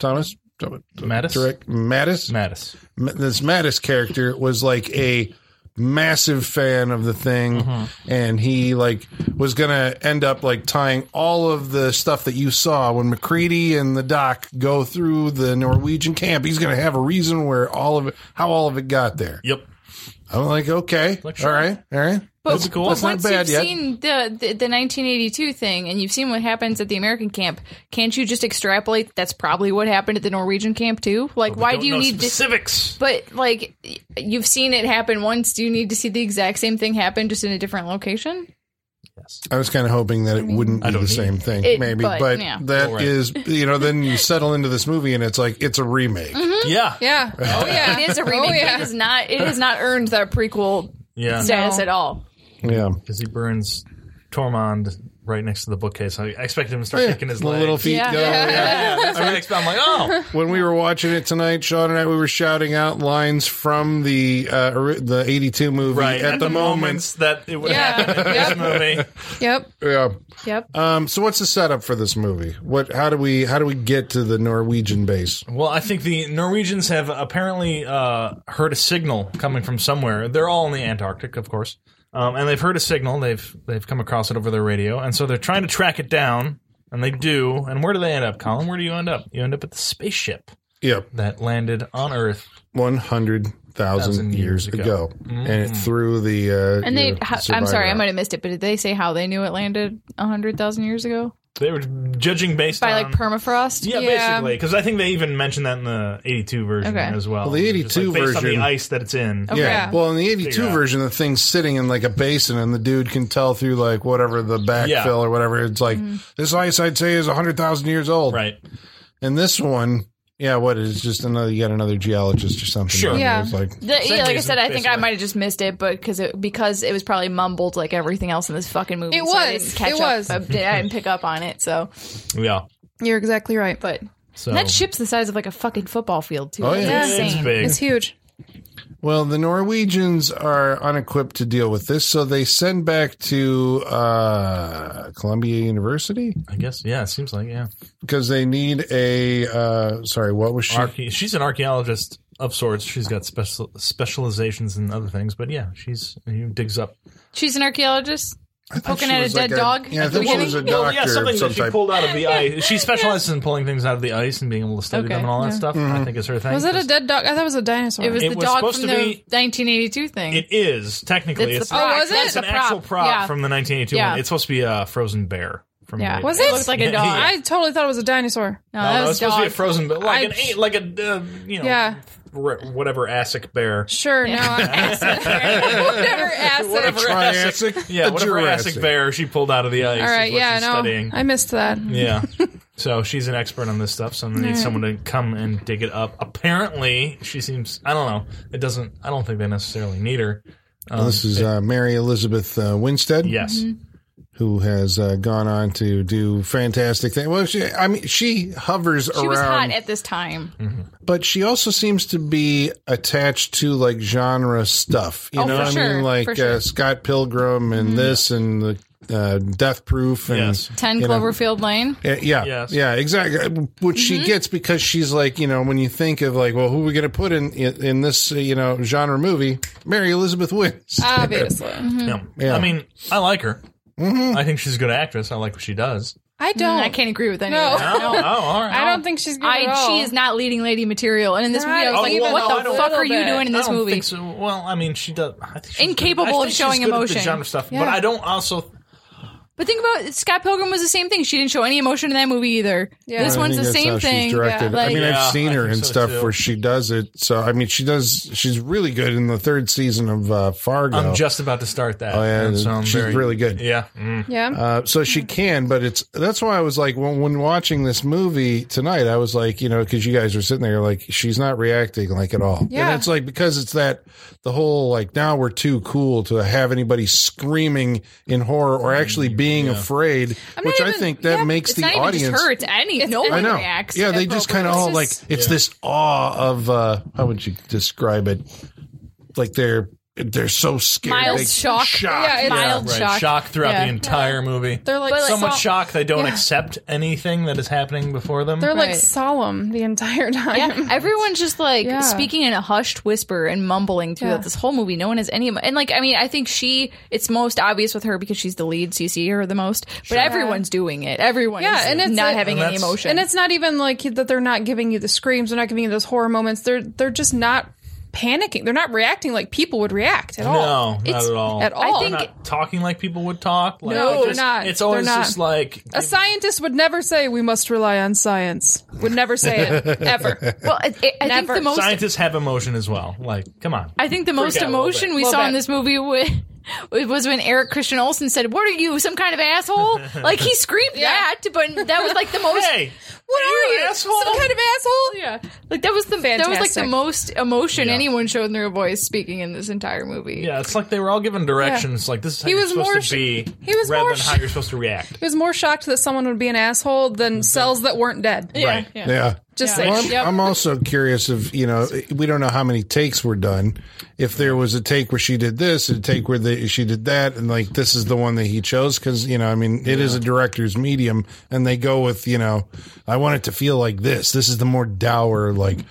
[SPEAKER 2] Thomas, Thomas
[SPEAKER 4] Mattis?
[SPEAKER 2] Direct, Mattis,
[SPEAKER 4] Mattis.
[SPEAKER 2] Ma- this Mattis character was like a massive fan of the thing,
[SPEAKER 4] Mm-hmm.
[SPEAKER 2] and he like was gonna end up like tying all of the stuff that you saw when McCready and the Doc go through the Norwegian camp. He's gonna have a reason where all of it, how all of it got there.
[SPEAKER 4] Yep.
[SPEAKER 2] I'm like, okay,
[SPEAKER 4] Like,
[SPEAKER 2] all
[SPEAKER 4] sure.
[SPEAKER 2] right, all right.
[SPEAKER 5] But,
[SPEAKER 4] That's cool.
[SPEAKER 5] but
[SPEAKER 4] That's
[SPEAKER 2] not
[SPEAKER 5] once
[SPEAKER 2] bad
[SPEAKER 5] you've
[SPEAKER 2] yet.
[SPEAKER 5] seen the, the the 1982 thing and you've seen what happens at the American camp, can't you just extrapolate that's probably what happened at the Norwegian camp too? Like, why
[SPEAKER 4] Don't
[SPEAKER 5] do you
[SPEAKER 4] know
[SPEAKER 5] need to?
[SPEAKER 4] specifics?
[SPEAKER 5] But like, y- you've seen it happen once. Do you need to see the exact same thing happen just in a different location?
[SPEAKER 2] I was kind of hoping that it wouldn't be
[SPEAKER 4] don't
[SPEAKER 2] the
[SPEAKER 4] need
[SPEAKER 2] same thing,
[SPEAKER 5] It-
[SPEAKER 2] maybe. But,
[SPEAKER 5] but, yeah.
[SPEAKER 2] that
[SPEAKER 4] All right.
[SPEAKER 2] is, you know, then you settle into this movie and it's like it's a remake.
[SPEAKER 5] Mm-hmm.
[SPEAKER 4] Yeah.
[SPEAKER 3] Yeah. Oh yeah.
[SPEAKER 5] It is a remake.
[SPEAKER 3] Oh
[SPEAKER 5] It
[SPEAKER 3] yeah.
[SPEAKER 5] is not. It has not earned that prequel
[SPEAKER 4] Yeah.
[SPEAKER 5] status
[SPEAKER 3] No.
[SPEAKER 5] at all.
[SPEAKER 2] Yeah,
[SPEAKER 4] Because he burns Tormund right next to the bookcase. I expect him to start
[SPEAKER 2] [laughs]
[SPEAKER 4] kicking his
[SPEAKER 2] Oh, the
[SPEAKER 4] legs.
[SPEAKER 2] little feet
[SPEAKER 5] Yeah.
[SPEAKER 2] go.
[SPEAKER 5] Yeah.
[SPEAKER 2] yeah.
[SPEAKER 4] That's what I expect. I'm like, oh,
[SPEAKER 2] When we were watching it tonight, Sean and I, we were shouting out lines from the uh, ori- the '82 movie
[SPEAKER 4] right.
[SPEAKER 2] at, the, moment.
[SPEAKER 4] moments that it would
[SPEAKER 3] Yeah.
[SPEAKER 4] happen in this
[SPEAKER 3] Yep.
[SPEAKER 4] movie.
[SPEAKER 3] Yep.
[SPEAKER 2] Yeah.
[SPEAKER 5] Yep.
[SPEAKER 2] Um, so, what's the setup for this movie? What? How do we? How do we get to the Norwegian base?
[SPEAKER 4] Well, I think the Norwegians have apparently uh, heard a signal coming from somewhere. They're all in the Antarctic, of course, um, and they've heard a signal. They've they've come across it over their radio, and so they're trying to track it down. And they do. And where do they end up, Colin? Where do you end up? You end up at the spaceship
[SPEAKER 2] Yep,
[SPEAKER 4] that landed on Earth.
[SPEAKER 2] one hundred thousand
[SPEAKER 4] Thousand
[SPEAKER 2] years
[SPEAKER 4] years Mm.
[SPEAKER 2] ago, and it threw the. Uh,
[SPEAKER 5] And they,
[SPEAKER 2] you know,
[SPEAKER 5] how, I'm
[SPEAKER 2] survivor
[SPEAKER 5] sorry, I
[SPEAKER 2] out.
[SPEAKER 5] might have missed it, but did they say how they knew it landed hundred thousand years ago
[SPEAKER 4] They were judging based
[SPEAKER 5] by
[SPEAKER 4] on
[SPEAKER 5] like permafrost?
[SPEAKER 4] Um, Yeah,
[SPEAKER 3] Yeah.
[SPEAKER 4] basically, because I think they even mentioned that in the '82 version
[SPEAKER 5] Okay.
[SPEAKER 4] as well.
[SPEAKER 2] Well, the
[SPEAKER 4] Just, like,
[SPEAKER 2] 82
[SPEAKER 4] based on
[SPEAKER 2] version-
[SPEAKER 4] the ice that it's in.
[SPEAKER 5] Okay.
[SPEAKER 2] Yeah.
[SPEAKER 3] Yeah.
[SPEAKER 2] Well, in the 82
[SPEAKER 4] Figure out.
[SPEAKER 2] version, the thing's sitting in like a basin, and the dude can tell through like whatever the backfill
[SPEAKER 4] Yeah.
[SPEAKER 2] or whatever. It's like,
[SPEAKER 5] Mm-hmm.
[SPEAKER 2] this ice, I'd say, is 100,000 years old.
[SPEAKER 4] Right.
[SPEAKER 2] And this one, yeah, what is just another, you got another geologist or something.
[SPEAKER 4] Sure.
[SPEAKER 2] on there.
[SPEAKER 3] Yeah.
[SPEAKER 2] It's like,
[SPEAKER 5] The- yeah, like I
[SPEAKER 4] reason,
[SPEAKER 5] said, I think I
[SPEAKER 4] basically.
[SPEAKER 5] might have just missed it, but because it because it was probably mumbled like everything else in this fucking movie.
[SPEAKER 3] It
[SPEAKER 5] so I
[SPEAKER 3] was.
[SPEAKER 5] didn't catch
[SPEAKER 3] It
[SPEAKER 5] up.
[SPEAKER 3] was.
[SPEAKER 5] I didn't, I didn't pick up on it. So,
[SPEAKER 4] Yeah.
[SPEAKER 3] You're exactly right.
[SPEAKER 5] but
[SPEAKER 4] So
[SPEAKER 5] that ship's the size of like a fucking football field too.
[SPEAKER 2] Oh,
[SPEAKER 5] That's
[SPEAKER 2] yeah.
[SPEAKER 3] Yeah.
[SPEAKER 5] insane.
[SPEAKER 4] it's big.
[SPEAKER 3] It's huge.
[SPEAKER 2] well, the Norwegians are unequipped to deal with this, so they send back to uh, Columbia University
[SPEAKER 4] I guess. Yeah. It seems like yeah.
[SPEAKER 2] because they need a, uh, sorry, what was she?
[SPEAKER 4] Arche- she's an archaeologist of sorts. She's got special specializations in other things, but yeah, she's she digs up.
[SPEAKER 5] She's an archaeologist poking
[SPEAKER 2] she
[SPEAKER 5] at a
[SPEAKER 2] was
[SPEAKER 5] dead
[SPEAKER 2] like a-
[SPEAKER 5] dog.
[SPEAKER 2] yeah, I
[SPEAKER 5] at the
[SPEAKER 2] think she was
[SPEAKER 5] beginning.
[SPEAKER 2] a doctor
[SPEAKER 4] yeah, something
[SPEAKER 2] of some
[SPEAKER 4] that she
[SPEAKER 2] type.
[SPEAKER 4] pulled out of the ice. She specializes in pulling things out of the ice and being able to study
[SPEAKER 5] Okay,
[SPEAKER 4] them and all that
[SPEAKER 5] yeah.
[SPEAKER 4] stuff.
[SPEAKER 2] Mm-hmm.
[SPEAKER 4] I think is her thing.
[SPEAKER 3] Was it a
[SPEAKER 4] 'cause
[SPEAKER 3] dead dog? I thought it was a dinosaur.
[SPEAKER 5] It was
[SPEAKER 4] It
[SPEAKER 5] the
[SPEAKER 4] was
[SPEAKER 5] dog
[SPEAKER 4] supposed
[SPEAKER 5] from the
[SPEAKER 4] to be-
[SPEAKER 5] 1982 thing.
[SPEAKER 4] It is technically.
[SPEAKER 5] It's
[SPEAKER 4] It's,
[SPEAKER 5] the prop.
[SPEAKER 3] Oh, was it?
[SPEAKER 5] That's
[SPEAKER 4] it's
[SPEAKER 5] the
[SPEAKER 4] an actual prop
[SPEAKER 5] Yeah.
[SPEAKER 4] from the 1982
[SPEAKER 5] Yeah.
[SPEAKER 4] one. It's supposed to be a frozen bear. From
[SPEAKER 5] yeah.
[SPEAKER 4] the-
[SPEAKER 3] Was it?
[SPEAKER 5] It looked like a dog.
[SPEAKER 4] [laughs] Yeah.
[SPEAKER 3] I totally thought it was a dinosaur.
[SPEAKER 5] No,
[SPEAKER 4] No,
[SPEAKER 5] that
[SPEAKER 4] no,
[SPEAKER 5] was
[SPEAKER 4] it's supposed to be
[SPEAKER 5] dog.
[SPEAKER 4] a frozen, but like
[SPEAKER 3] I-
[SPEAKER 4] an eight, like a uh, you know,
[SPEAKER 3] Yeah.
[SPEAKER 4] r- whatever Asic bear.
[SPEAKER 3] Sure.
[SPEAKER 2] [laughs]
[SPEAKER 3] No. I,
[SPEAKER 5] Whatever acid.
[SPEAKER 4] Whatever
[SPEAKER 2] Triassic?
[SPEAKER 4] Asic- [laughs] yeah,
[SPEAKER 2] A
[SPEAKER 4] whatever
[SPEAKER 2] Jurassic.
[SPEAKER 4] Asic bear she pulled out of the ice.
[SPEAKER 3] all right.
[SPEAKER 4] is what
[SPEAKER 3] Yeah.
[SPEAKER 4] she's
[SPEAKER 3] No.
[SPEAKER 4] studying.
[SPEAKER 3] I [laughs] missed that.
[SPEAKER 4] yeah. So she's an expert on this stuff. So I'm gonna need someone to come and dig it up. Apparently, she seems. I don't know. It doesn't. I don't think they necessarily need her. Um,
[SPEAKER 2] This is uh, Mary Elizabeth uh, Winstead.
[SPEAKER 4] yes.
[SPEAKER 3] Mm-hmm.
[SPEAKER 2] who has uh, gone on to do fantastic things. Well, she, I mean, she hovers
[SPEAKER 5] She
[SPEAKER 2] around,
[SPEAKER 5] was hot at this time.
[SPEAKER 2] Mm. but she also seems to be attached to like genre stuff. You
[SPEAKER 5] Oh,
[SPEAKER 2] know,
[SPEAKER 5] for
[SPEAKER 2] what I
[SPEAKER 5] sure,
[SPEAKER 2] mean, like
[SPEAKER 5] for sure. Mm-hmm.
[SPEAKER 2] uh, Scott Pilgrim and this and the uh, Death Proof and.
[SPEAKER 4] Yes.
[SPEAKER 5] Ten Cloverfield Lane.
[SPEAKER 2] Uh, Yeah,
[SPEAKER 4] Yes.
[SPEAKER 2] yeah, exactly. Which
[SPEAKER 5] Mm-hmm.
[SPEAKER 2] she gets because she's like, you know, when you think of like, well, who are we going to put in, in in this, uh, you know, genre movie? Mary Elizabeth wins.
[SPEAKER 4] [laughs]
[SPEAKER 3] Obviously.
[SPEAKER 4] Yeah.
[SPEAKER 2] Yeah. Mm-hmm.
[SPEAKER 4] I mean, I like her. I think she's a good actress. I like what she does.
[SPEAKER 3] I
[SPEAKER 2] Oh.
[SPEAKER 3] don't.
[SPEAKER 5] Mm, I can't agree with any
[SPEAKER 3] No.
[SPEAKER 5] of
[SPEAKER 4] [laughs]
[SPEAKER 5] that.
[SPEAKER 4] Oh, all right.
[SPEAKER 3] [laughs] I don't think she's good at
[SPEAKER 5] I,
[SPEAKER 3] all.
[SPEAKER 5] she is not leading lady material, and in this movie, I was
[SPEAKER 3] Right,
[SPEAKER 5] like,
[SPEAKER 3] even
[SPEAKER 5] "What
[SPEAKER 3] though I
[SPEAKER 5] the
[SPEAKER 3] don't-
[SPEAKER 5] fuck are you
[SPEAKER 3] little bit.
[SPEAKER 5] doing in this
[SPEAKER 4] I don't
[SPEAKER 5] movie?"
[SPEAKER 4] Think so. Well, I mean, she does. I think she's good-
[SPEAKER 5] Incapable
[SPEAKER 4] I
[SPEAKER 5] of
[SPEAKER 4] think she's
[SPEAKER 5] showing
[SPEAKER 4] good at the
[SPEAKER 5] emotion.
[SPEAKER 4] genre stuff, but I
[SPEAKER 3] Yeah.
[SPEAKER 4] don't also.
[SPEAKER 5] But think about Scott Pilgrim was the same thing. She didn't show any emotion in that movie either.
[SPEAKER 3] Yeah.
[SPEAKER 5] This
[SPEAKER 3] I
[SPEAKER 5] one's the same thing.
[SPEAKER 2] directed.
[SPEAKER 5] Like-
[SPEAKER 2] I mean,
[SPEAKER 4] Yeah,
[SPEAKER 2] I've seen
[SPEAKER 4] I
[SPEAKER 2] her
[SPEAKER 4] think
[SPEAKER 2] in
[SPEAKER 4] so,
[SPEAKER 2] stuff
[SPEAKER 4] too.
[SPEAKER 2] where she does it. So I mean, she does. She's really good in the third season of uh, Fargo.
[SPEAKER 4] I'm just about to start that.
[SPEAKER 2] Oh, yeah,
[SPEAKER 4] and so I'm
[SPEAKER 2] she's
[SPEAKER 4] very-
[SPEAKER 2] really good.
[SPEAKER 4] Yeah. Mm.
[SPEAKER 3] Yeah.
[SPEAKER 2] Uh, so
[SPEAKER 5] Hmm.
[SPEAKER 2] she can, but it's that's why I was like, when, when watching this movie tonight, I was like, you know, because you guys were sitting there, like, she's not reacting like at all.
[SPEAKER 3] Yeah.
[SPEAKER 2] And it's like, because it's that the whole like, now we're too cool to have anybody screaming in horror or
[SPEAKER 4] Mm,
[SPEAKER 2] actually being afraid,
[SPEAKER 5] I'm not
[SPEAKER 2] which I
[SPEAKER 5] even-
[SPEAKER 2] think that
[SPEAKER 5] yeah,
[SPEAKER 2] makes
[SPEAKER 5] it's
[SPEAKER 2] the
[SPEAKER 5] not even
[SPEAKER 2] audience.
[SPEAKER 5] just her, it's any. No
[SPEAKER 2] I
[SPEAKER 5] one
[SPEAKER 2] know.
[SPEAKER 5] reacts.
[SPEAKER 2] yeah, they just kind of all like
[SPEAKER 3] just-
[SPEAKER 2] it's this awe of uh how would you describe it? Like they're they're so scared.
[SPEAKER 5] Mild
[SPEAKER 2] They-
[SPEAKER 5] shock.
[SPEAKER 3] Yeah, it's-
[SPEAKER 5] Mild
[SPEAKER 4] Right.
[SPEAKER 5] shock.
[SPEAKER 4] Shock, throughout
[SPEAKER 5] Yeah.
[SPEAKER 4] the entire movie.
[SPEAKER 3] They're like,
[SPEAKER 5] But, like,
[SPEAKER 4] so much
[SPEAKER 3] sol-
[SPEAKER 4] shock they don't
[SPEAKER 3] Yeah.
[SPEAKER 4] accept anything that is happening before them.
[SPEAKER 3] They're like
[SPEAKER 5] Right.
[SPEAKER 3] solemn the entire [laughs] time.
[SPEAKER 5] Yeah, everyone's just like
[SPEAKER 3] Yeah.
[SPEAKER 5] speaking in a hushed whisper and mumbling throughout
[SPEAKER 3] Yeah.
[SPEAKER 5] this whole movie. No one has any, and like I mean, I think she it's most obvious with her because she's the lead, so you see her the most. But everyone's doing it. Everyone,
[SPEAKER 3] Yeah,
[SPEAKER 5] is
[SPEAKER 3] and it's
[SPEAKER 5] not
[SPEAKER 3] a-
[SPEAKER 5] having
[SPEAKER 4] And
[SPEAKER 5] any
[SPEAKER 4] that's-
[SPEAKER 5] emotion.
[SPEAKER 3] And it's not even like that they're not giving you the screams, they're not giving you those horror moments. They're they're just not panicking. They're not reacting like people would react at all.
[SPEAKER 4] no, not at all.
[SPEAKER 3] oh, At all.
[SPEAKER 5] I
[SPEAKER 4] They're
[SPEAKER 5] think
[SPEAKER 4] not talking like people would talk. Like,
[SPEAKER 3] No,
[SPEAKER 4] it's
[SPEAKER 3] they're not.
[SPEAKER 4] It's always
[SPEAKER 3] They're not.
[SPEAKER 4] just like
[SPEAKER 3] a scientist would never say we must rely on science. Would never
[SPEAKER 4] [laughs]
[SPEAKER 3] say it ever.
[SPEAKER 5] well, I, I- I think
[SPEAKER 3] Never.
[SPEAKER 5] the most
[SPEAKER 4] scientists have emotion as well. Like, come on.
[SPEAKER 5] I think the most
[SPEAKER 4] out a little
[SPEAKER 5] emotion
[SPEAKER 4] bit.
[SPEAKER 5] we
[SPEAKER 3] Little
[SPEAKER 5] saw in
[SPEAKER 3] bit.
[SPEAKER 5] this movie [laughs] was, was when Eric Christian Olsen said, "What are you, some kind of
[SPEAKER 4] [laughs]
[SPEAKER 5] asshole?" like he screamed that, but that was like the most.
[SPEAKER 4] hey,
[SPEAKER 5] what are you,
[SPEAKER 4] asshole?
[SPEAKER 5] Some kind of asshole? Yeah, like that was the that was like
[SPEAKER 3] Fantastic.
[SPEAKER 5] the most emotion
[SPEAKER 4] Yeah.
[SPEAKER 5] anyone showed in their voice speaking in this entire movie.
[SPEAKER 4] Yeah, it's like they were all given directions. Like this is how
[SPEAKER 3] He
[SPEAKER 4] you're
[SPEAKER 3] was
[SPEAKER 4] supposed
[SPEAKER 3] more
[SPEAKER 4] to
[SPEAKER 3] sh-
[SPEAKER 4] be.
[SPEAKER 3] he was
[SPEAKER 4] rather
[SPEAKER 3] more
[SPEAKER 4] than
[SPEAKER 3] sh-
[SPEAKER 4] how you're supposed to react.
[SPEAKER 3] He was more shocked that someone would be an asshole than cells that weren't dead.
[SPEAKER 4] Right.
[SPEAKER 2] Yeah.
[SPEAKER 3] Just
[SPEAKER 5] Yeah.
[SPEAKER 3] saying.
[SPEAKER 2] Well, I'm,
[SPEAKER 5] Yep.
[SPEAKER 2] I'm also curious if you know we don't know how many takes were done. If there was a take where she did this, a take where the, she did that, and like this is the one that he chose because you know I mean it is a director's medium, and they go with you know I want it to feel like this. This is the more dour like. [clears throat]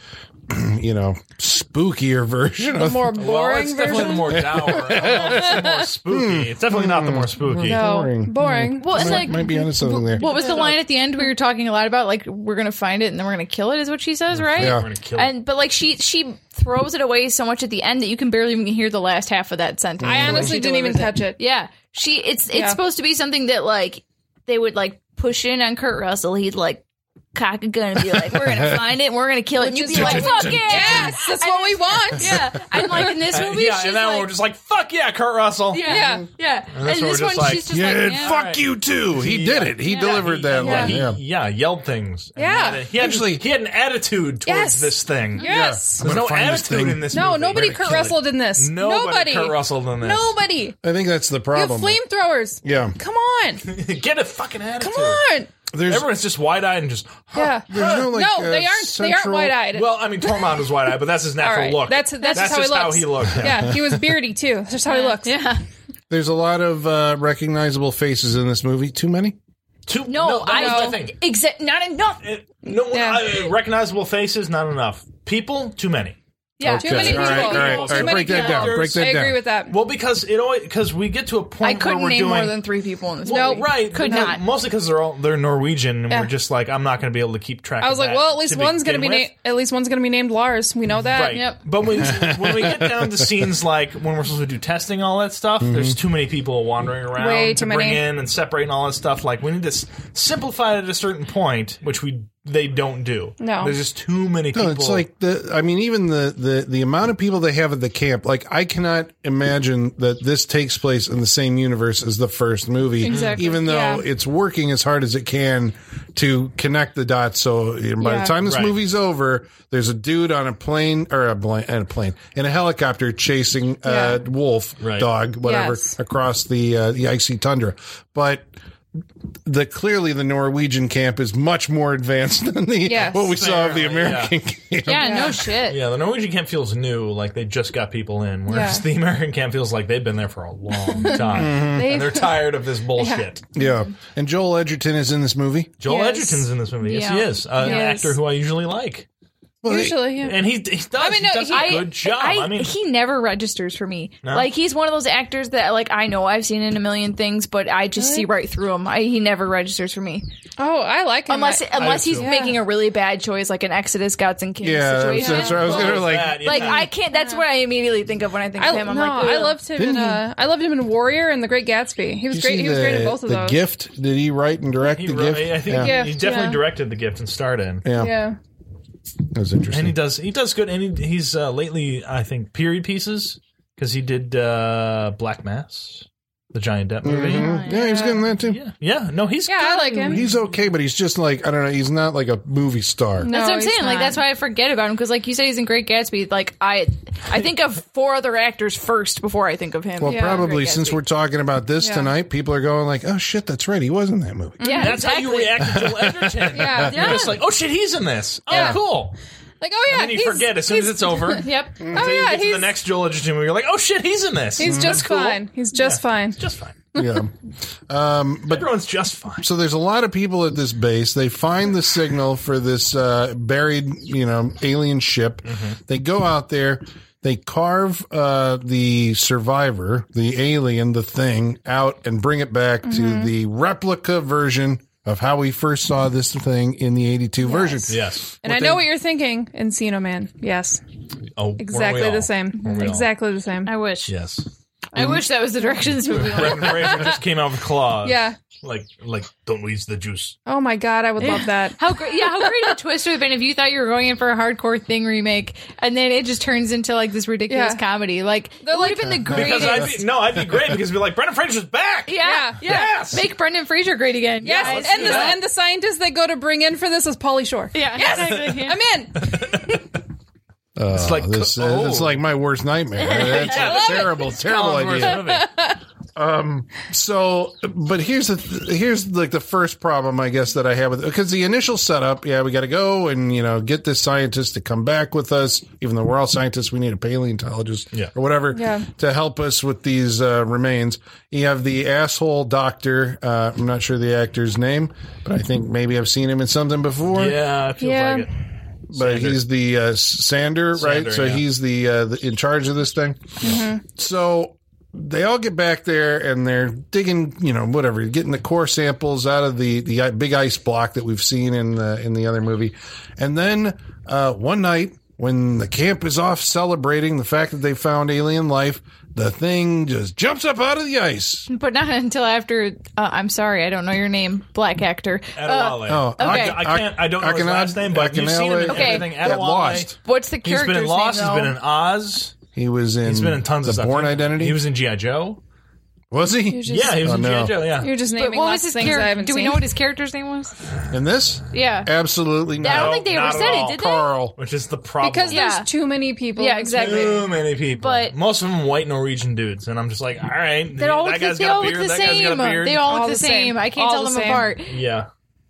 [SPEAKER 2] You know, spookier [laughs] version
[SPEAKER 3] The
[SPEAKER 2] of
[SPEAKER 3] more
[SPEAKER 4] Well,
[SPEAKER 3] boring
[SPEAKER 4] it's definitely
[SPEAKER 3] version. Hmm.
[SPEAKER 4] the
[SPEAKER 3] [laughs]
[SPEAKER 4] more dour. it's the more spooky. It's definitely not the more spooky.
[SPEAKER 3] no,
[SPEAKER 2] boring.
[SPEAKER 3] boring.
[SPEAKER 4] Mm.
[SPEAKER 5] Well, and
[SPEAKER 2] might,
[SPEAKER 5] like,
[SPEAKER 2] might be onto something there.
[SPEAKER 5] what was the line at the end we were talking a lot about? Like, we're gonna find it and then we're gonna kill it, is what she says, right?
[SPEAKER 2] Yeah.
[SPEAKER 4] We're gonna kill it.
[SPEAKER 5] And but like she she throws it away so much at the end that you can barely even hear the last half of that
[SPEAKER 4] Mm-hmm.
[SPEAKER 5] sentence.
[SPEAKER 3] I
[SPEAKER 5] when
[SPEAKER 3] honestly
[SPEAKER 5] she
[SPEAKER 3] didn't even
[SPEAKER 5] delivers
[SPEAKER 3] catch it.
[SPEAKER 5] Yeah, she. It's it's
[SPEAKER 3] Yeah.
[SPEAKER 5] supposed to be something that like they would like push in on Kurt Russell. He'd like cock a gun and be like, "We're gonna
[SPEAKER 4] [laughs]
[SPEAKER 5] find it. and We're gonna kill it." And you'd be like, "Fuck it,
[SPEAKER 3] Yes, that's what we want.
[SPEAKER 5] yeah." And like in this
[SPEAKER 4] Uh,
[SPEAKER 5] movie,
[SPEAKER 4] [laughs] yeah,
[SPEAKER 5] she's
[SPEAKER 4] and that one
[SPEAKER 5] like,
[SPEAKER 4] we're just like, fuck yeah, Kurt Russell.
[SPEAKER 5] yeah, yeah,
[SPEAKER 3] Yeah.
[SPEAKER 5] And,
[SPEAKER 4] that's where
[SPEAKER 5] this
[SPEAKER 4] we're
[SPEAKER 5] one,
[SPEAKER 4] just like,
[SPEAKER 5] she's just
[SPEAKER 2] yeah,
[SPEAKER 5] like,
[SPEAKER 2] and
[SPEAKER 5] yeah.
[SPEAKER 2] fuck you too. He did it. He delivered that
[SPEAKER 4] yeah,
[SPEAKER 2] line.
[SPEAKER 4] He,
[SPEAKER 2] Yeah.
[SPEAKER 4] yeah, yelled things. And
[SPEAKER 3] Yeah.
[SPEAKER 4] he had a- he actually he had an attitude towards
[SPEAKER 3] Yes.
[SPEAKER 4] this thing.
[SPEAKER 3] Yes.
[SPEAKER 4] There's
[SPEAKER 2] I'm
[SPEAKER 4] no
[SPEAKER 2] gonna find this
[SPEAKER 4] attitude
[SPEAKER 2] thing.
[SPEAKER 4] in this.
[SPEAKER 3] No,
[SPEAKER 4] movie.
[SPEAKER 3] nobody
[SPEAKER 4] We're
[SPEAKER 3] Kurt
[SPEAKER 4] gonna kill
[SPEAKER 3] Russell
[SPEAKER 4] it.
[SPEAKER 3] did this.
[SPEAKER 4] Nobody
[SPEAKER 3] Nobody.
[SPEAKER 4] Kurt Russell than this.
[SPEAKER 3] Nobody.
[SPEAKER 2] I think that's the
[SPEAKER 3] You have
[SPEAKER 2] problem.
[SPEAKER 3] flamethrowers.
[SPEAKER 2] Yeah.
[SPEAKER 3] Come
[SPEAKER 4] [laughs]
[SPEAKER 3] on.
[SPEAKER 4] Get a fucking attitude.
[SPEAKER 3] Come on.
[SPEAKER 2] There's,
[SPEAKER 4] Everyone's just wide eyed and just.
[SPEAKER 3] Yeah.
[SPEAKER 2] there's no like
[SPEAKER 3] no,
[SPEAKER 2] uh,
[SPEAKER 3] they aren't. They aren't
[SPEAKER 2] central-
[SPEAKER 4] [laughs]
[SPEAKER 3] wide-eyed.
[SPEAKER 4] Well, I mean, Tormund was wide eyed, but that's his
[SPEAKER 3] All
[SPEAKER 4] natural
[SPEAKER 3] right.
[SPEAKER 4] look.
[SPEAKER 3] That's that's, just how he
[SPEAKER 4] just
[SPEAKER 3] looks.
[SPEAKER 4] how he looked.
[SPEAKER 3] Yeah. he was beardy too. That's just how he looks.
[SPEAKER 5] Yeah.
[SPEAKER 2] There's a lot of uh, recognizable faces in this movie. Too many?
[SPEAKER 4] Two,
[SPEAKER 5] No, I
[SPEAKER 4] that's my
[SPEAKER 5] don't.
[SPEAKER 4] thing.
[SPEAKER 5] Exa- not enough.
[SPEAKER 4] It- no
[SPEAKER 3] Yeah.
[SPEAKER 4] uh, recognizable faces, not enough. People, too many.
[SPEAKER 5] Yeah.
[SPEAKER 3] Too many
[SPEAKER 2] All
[SPEAKER 3] people.
[SPEAKER 2] right, all right,
[SPEAKER 3] Too
[SPEAKER 2] all right.
[SPEAKER 3] many
[SPEAKER 2] Break that down.
[SPEAKER 3] people.
[SPEAKER 2] Break that
[SPEAKER 3] I
[SPEAKER 2] down.
[SPEAKER 3] agree with that.
[SPEAKER 4] Well, because it always because we get to a point
[SPEAKER 5] I couldn't
[SPEAKER 4] where we're
[SPEAKER 5] name
[SPEAKER 4] doing
[SPEAKER 5] more than three people in this
[SPEAKER 4] well,
[SPEAKER 5] movie.
[SPEAKER 4] right,
[SPEAKER 5] Could
[SPEAKER 4] because-
[SPEAKER 5] not.
[SPEAKER 4] mostly because they're all they're Norwegian, and
[SPEAKER 3] Yeah.
[SPEAKER 4] we're just like I'm not going to be able to keep track.
[SPEAKER 3] I was
[SPEAKER 4] of
[SPEAKER 3] like,
[SPEAKER 4] that
[SPEAKER 3] well, at least
[SPEAKER 4] to
[SPEAKER 3] one's going to be uh,
[SPEAKER 4] begin with.
[SPEAKER 3] named. At least one's going to be named Lars. We know that.
[SPEAKER 4] Right.
[SPEAKER 5] Yep.
[SPEAKER 4] But
[SPEAKER 3] [laughs]
[SPEAKER 4] when, when we get down to scenes like when we're supposed to do testing, all that stuff, there's
[SPEAKER 2] Mm-hmm.
[SPEAKER 4] too many people wandering around
[SPEAKER 3] Way
[SPEAKER 4] to
[SPEAKER 3] too
[SPEAKER 4] bring
[SPEAKER 3] many.
[SPEAKER 4] in and separate and all that stuff. Like we need to s- simplify it at a certain point, which we they don't do.
[SPEAKER 3] No.
[SPEAKER 4] there's just too many people.
[SPEAKER 2] No, it's like the. I mean, even the the the amount of people they have at the camp. Like, I cannot imagine that this takes place in the same universe as the first movie.
[SPEAKER 3] Exactly.
[SPEAKER 2] Even though
[SPEAKER 3] Yeah.
[SPEAKER 2] it's working as hard as it can to connect the dots. So you know, by
[SPEAKER 3] Yeah.
[SPEAKER 2] the time this
[SPEAKER 4] Right.
[SPEAKER 2] movie's over, there's a dude on a plane or a, bla- and a plane in a helicopter chasing a uh,
[SPEAKER 3] Yeah.
[SPEAKER 2] wolf,
[SPEAKER 4] Right.
[SPEAKER 2] dog, whatever,
[SPEAKER 3] Yes.
[SPEAKER 2] across the uh, the icy tundra. But the clearly the Norwegian camp is much more advanced [laughs] than the
[SPEAKER 3] Yes.
[SPEAKER 2] what we saw of the
[SPEAKER 4] Fairly, yeah.
[SPEAKER 2] American
[SPEAKER 4] [laughs]
[SPEAKER 2] camp.
[SPEAKER 5] yeah, no shit.
[SPEAKER 4] yeah, the Norwegian camp feels new, like they just got people in, whereas
[SPEAKER 3] Yeah.
[SPEAKER 4] the American camp feels like they've been there for
[SPEAKER 2] [laughs]
[SPEAKER 4] a long
[SPEAKER 2] Mm-hmm.
[SPEAKER 4] time and
[SPEAKER 3] [laughs]
[SPEAKER 4] they're tired of this bullshit.
[SPEAKER 2] Yeah. And Joel Edgerton is in this movie.
[SPEAKER 4] Joel
[SPEAKER 3] Yes.
[SPEAKER 4] Edgerton's in this movie. Yes,
[SPEAKER 5] Yeah.
[SPEAKER 4] he is. Uh, An
[SPEAKER 3] Yes.
[SPEAKER 4] actor who I usually like.
[SPEAKER 2] Well,
[SPEAKER 3] Usually, yeah.
[SPEAKER 4] And he, he does.
[SPEAKER 3] I mean,
[SPEAKER 4] he
[SPEAKER 3] no,
[SPEAKER 4] does
[SPEAKER 3] he-
[SPEAKER 4] a good job. I, mean, [laughs]
[SPEAKER 5] he never registers for me.
[SPEAKER 4] No?
[SPEAKER 5] Like he's one of those actors that like I know I've seen in a million things, but I just see right through him. I, he never registers for me
[SPEAKER 3] Oh, I like him.
[SPEAKER 5] unless
[SPEAKER 3] I,
[SPEAKER 5] unless
[SPEAKER 4] do
[SPEAKER 5] he's
[SPEAKER 4] too.
[SPEAKER 5] making a really bad choice, like an Exodus Gods and Kings
[SPEAKER 2] yeah, that was-
[SPEAKER 5] situation.
[SPEAKER 2] that's what I was gonna like.
[SPEAKER 4] that, you
[SPEAKER 5] Like
[SPEAKER 4] know.
[SPEAKER 5] I can't. That's what I immediately think of when I think
[SPEAKER 3] I,
[SPEAKER 5] of him. I'm
[SPEAKER 3] no,
[SPEAKER 5] like,
[SPEAKER 3] I
[SPEAKER 5] ugh.
[SPEAKER 3] loved him.
[SPEAKER 2] Didn't
[SPEAKER 3] In,
[SPEAKER 2] he-
[SPEAKER 3] uh, I loved him in Warrior and The Great Gatsby. He was
[SPEAKER 2] Did you
[SPEAKER 3] great.
[SPEAKER 2] see
[SPEAKER 3] He was great in both of
[SPEAKER 2] the
[SPEAKER 3] those.
[SPEAKER 2] gift. Did he write and direct
[SPEAKER 4] He
[SPEAKER 2] the
[SPEAKER 4] wrote-
[SPEAKER 2] gift?
[SPEAKER 4] I think
[SPEAKER 2] yeah.
[SPEAKER 3] Yeah.
[SPEAKER 4] he definitely
[SPEAKER 3] yeah.
[SPEAKER 4] directed the gift and starred in.
[SPEAKER 2] yeah,
[SPEAKER 3] Yeah.
[SPEAKER 2] that was
[SPEAKER 4] And he
[SPEAKER 2] interesting.
[SPEAKER 4] does he does good. And he, he's uh, lately, I think, period pieces because he did uh, Black Mass, the Giant Depp movie.
[SPEAKER 3] Oh,
[SPEAKER 2] Mhm. Yeah, he was getting that too.
[SPEAKER 4] Yeah, yeah. No, he's
[SPEAKER 3] Yeah, I
[SPEAKER 4] good.
[SPEAKER 3] like him.
[SPEAKER 2] He's okay, but he's just like I don't know. He's not like a movie star.
[SPEAKER 3] No,
[SPEAKER 5] That's what I'm
[SPEAKER 3] he's
[SPEAKER 5] saying. Like
[SPEAKER 3] not.
[SPEAKER 5] that's why I forget about him because, like you said, he's in Great Gatsby. Like I, I think of four other actors first before I think of him.
[SPEAKER 2] Well,
[SPEAKER 5] Yeah,
[SPEAKER 2] probably
[SPEAKER 5] Great
[SPEAKER 2] since
[SPEAKER 5] Gatsby.
[SPEAKER 2] we're talking about this
[SPEAKER 3] Yeah.
[SPEAKER 2] tonight, people are going like, "Oh shit, that's right. He was in that movie."
[SPEAKER 3] [laughs]
[SPEAKER 5] yeah,
[SPEAKER 4] That's how you
[SPEAKER 5] exactly.
[SPEAKER 4] react to Joel Edgerton.
[SPEAKER 3] Yeah.
[SPEAKER 4] You're just like, oh shit, he's in this. Oh, cool.
[SPEAKER 3] Like, oh yeah.
[SPEAKER 4] And you
[SPEAKER 3] he's-
[SPEAKER 4] forget as soon as
[SPEAKER 3] he's-
[SPEAKER 4] it's over.
[SPEAKER 5] Yep.
[SPEAKER 3] Oh
[SPEAKER 4] So you
[SPEAKER 3] [laughs] yeah,
[SPEAKER 4] get to
[SPEAKER 3] he's
[SPEAKER 4] the next Joel Edgerton movie, you're like, oh shit, he's in this.
[SPEAKER 2] Mm-hmm.
[SPEAKER 3] he's
[SPEAKER 4] That's
[SPEAKER 3] just
[SPEAKER 4] cool.
[SPEAKER 3] fine. He's just fine.
[SPEAKER 4] Just fine.
[SPEAKER 2] Yeah. um, but
[SPEAKER 4] Everyone's just fine.
[SPEAKER 2] so there's a lot of people at this base. They find the signal for this uh, buried, you know, alien ship. They go out there. They carve uh, the survivor, the alien, the thing out and bring it back to the replica version of how we first saw this thing in the 82 version.
[SPEAKER 4] Yes.
[SPEAKER 3] And I know what you're thinking, Encino Man. Yes,
[SPEAKER 4] Oh, weren't we
[SPEAKER 3] exactly
[SPEAKER 4] all?
[SPEAKER 3] the same.
[SPEAKER 4] Weren't we all?
[SPEAKER 3] Exactly the same.
[SPEAKER 5] I wish.
[SPEAKER 4] [laughs] Yes.
[SPEAKER 5] I wish that was the direction this movie
[SPEAKER 4] [laughs]
[SPEAKER 5] went.
[SPEAKER 4] Brendan Fraser just came out with claws.
[SPEAKER 3] Yeah.
[SPEAKER 4] Like, like, don't lose the juice.
[SPEAKER 3] Oh my god, I would love that.
[SPEAKER 5] How great! Yeah, how great a twist would have been if you thought you were going in for a hardcore thing remake, and then it just turns into like this ridiculous
[SPEAKER 3] Yeah.
[SPEAKER 5] comedy. Like
[SPEAKER 3] They're
[SPEAKER 5] it would have been
[SPEAKER 3] like-
[SPEAKER 5] the
[SPEAKER 4] Because I'd
[SPEAKER 5] greatest.
[SPEAKER 4] be, no, I'd be great because I'd be like, Brendan Fraser's back.
[SPEAKER 5] yeah, yeah.
[SPEAKER 4] Yes.
[SPEAKER 5] Make Brendan Fraser great again.
[SPEAKER 3] Yes,
[SPEAKER 5] guys.
[SPEAKER 3] and the and the scientist they go to bring in for this is Polly Shore.
[SPEAKER 5] yeah, exactly. Yeah.
[SPEAKER 3] [laughs] I'm in.
[SPEAKER 4] It's like,
[SPEAKER 2] This, uh,
[SPEAKER 4] oh.
[SPEAKER 2] It's like my worst nightmare. That's a terrible, terrible
[SPEAKER 4] Colin's worst
[SPEAKER 2] idea.
[SPEAKER 3] [laughs]
[SPEAKER 4] movie.
[SPEAKER 2] So, but here's the th- here's like the first problem I guess that I have with because the initial setup, yeah, we got to go and you know get this scientist to come back with us. Even though we're all scientists, we need a paleontologist
[SPEAKER 4] Yeah.
[SPEAKER 2] or whatever
[SPEAKER 3] Yeah.
[SPEAKER 2] to help us with these uh, remains. You have the asshole doctor. Uh, I'm not sure the actor's name, but I think maybe I've seen him in something before.
[SPEAKER 4] Yeah, it feels
[SPEAKER 3] Yeah.
[SPEAKER 4] like it.
[SPEAKER 2] but he's the uh, Sander,
[SPEAKER 4] Sander,
[SPEAKER 2] right? So
[SPEAKER 4] yeah.
[SPEAKER 2] he's the, uh, the in charge of this thing. So they all get back there and they're digging, you know, whatever, getting the core samples out of the the i- big ice block that we've seen in the in the other movie, and then uh, one night. When the camp is off celebrating the fact that they found alien life, the thing just jumps up out of the ice.
[SPEAKER 5] [laughs] But not until after. Uh, I'm sorry, I don't know your name. Black actor. Uh,
[SPEAKER 4] Adewale.
[SPEAKER 2] Oh,
[SPEAKER 5] Okay.
[SPEAKER 4] I, I can't. I don't know his
[SPEAKER 2] Akinade-
[SPEAKER 4] last name, but you've seen him in
[SPEAKER 2] Akinale-
[SPEAKER 5] Okay.
[SPEAKER 4] everything. eh?
[SPEAKER 2] Yeah,
[SPEAKER 4] Adewale.
[SPEAKER 2] Lost.
[SPEAKER 5] what's the
[SPEAKER 4] He's
[SPEAKER 5] character's
[SPEAKER 4] been in Lost.
[SPEAKER 5] name?
[SPEAKER 4] He's
[SPEAKER 5] though?
[SPEAKER 4] been in Oz.
[SPEAKER 2] He was in.
[SPEAKER 4] He's been in tons
[SPEAKER 2] the
[SPEAKER 4] of stuff.
[SPEAKER 2] Born
[SPEAKER 4] He-
[SPEAKER 2] Identity.
[SPEAKER 4] He was in GI Joe.
[SPEAKER 2] was he?
[SPEAKER 4] Yeah, he was
[SPEAKER 2] Oh,
[SPEAKER 4] in
[SPEAKER 2] no.
[SPEAKER 4] GI Joe. Yeah.
[SPEAKER 3] You're just naming
[SPEAKER 5] But what was
[SPEAKER 3] lots of
[SPEAKER 5] his
[SPEAKER 3] things I
[SPEAKER 5] character?
[SPEAKER 3] haven't
[SPEAKER 5] Do we
[SPEAKER 3] seen.
[SPEAKER 5] know what his character's name was?
[SPEAKER 2] in this?
[SPEAKER 5] Yeah.
[SPEAKER 2] Absolutely not.
[SPEAKER 5] I don't think they
[SPEAKER 4] Uh, not
[SPEAKER 5] ever
[SPEAKER 4] at
[SPEAKER 5] said
[SPEAKER 4] all.
[SPEAKER 5] it, did they?
[SPEAKER 2] Carl.
[SPEAKER 4] Which is the problem.
[SPEAKER 3] because
[SPEAKER 5] Yeah.
[SPEAKER 3] there's too many people.
[SPEAKER 5] Yeah, exactly.
[SPEAKER 4] too many people.
[SPEAKER 5] But-
[SPEAKER 4] most of them white Norwegian dudes, and I'm just like, all right,
[SPEAKER 5] They all
[SPEAKER 4] that
[SPEAKER 5] look, the,
[SPEAKER 4] guy's
[SPEAKER 5] they
[SPEAKER 4] got
[SPEAKER 5] all
[SPEAKER 4] a
[SPEAKER 5] look
[SPEAKER 4] beard.
[SPEAKER 5] the
[SPEAKER 4] That guy's got
[SPEAKER 5] same.
[SPEAKER 4] a beard.
[SPEAKER 5] They all
[SPEAKER 3] All
[SPEAKER 5] look
[SPEAKER 3] the
[SPEAKER 5] the
[SPEAKER 3] same.
[SPEAKER 5] same. I can't
[SPEAKER 3] All
[SPEAKER 5] tell
[SPEAKER 3] the
[SPEAKER 5] them
[SPEAKER 3] same.
[SPEAKER 5] apart.
[SPEAKER 4] yeah,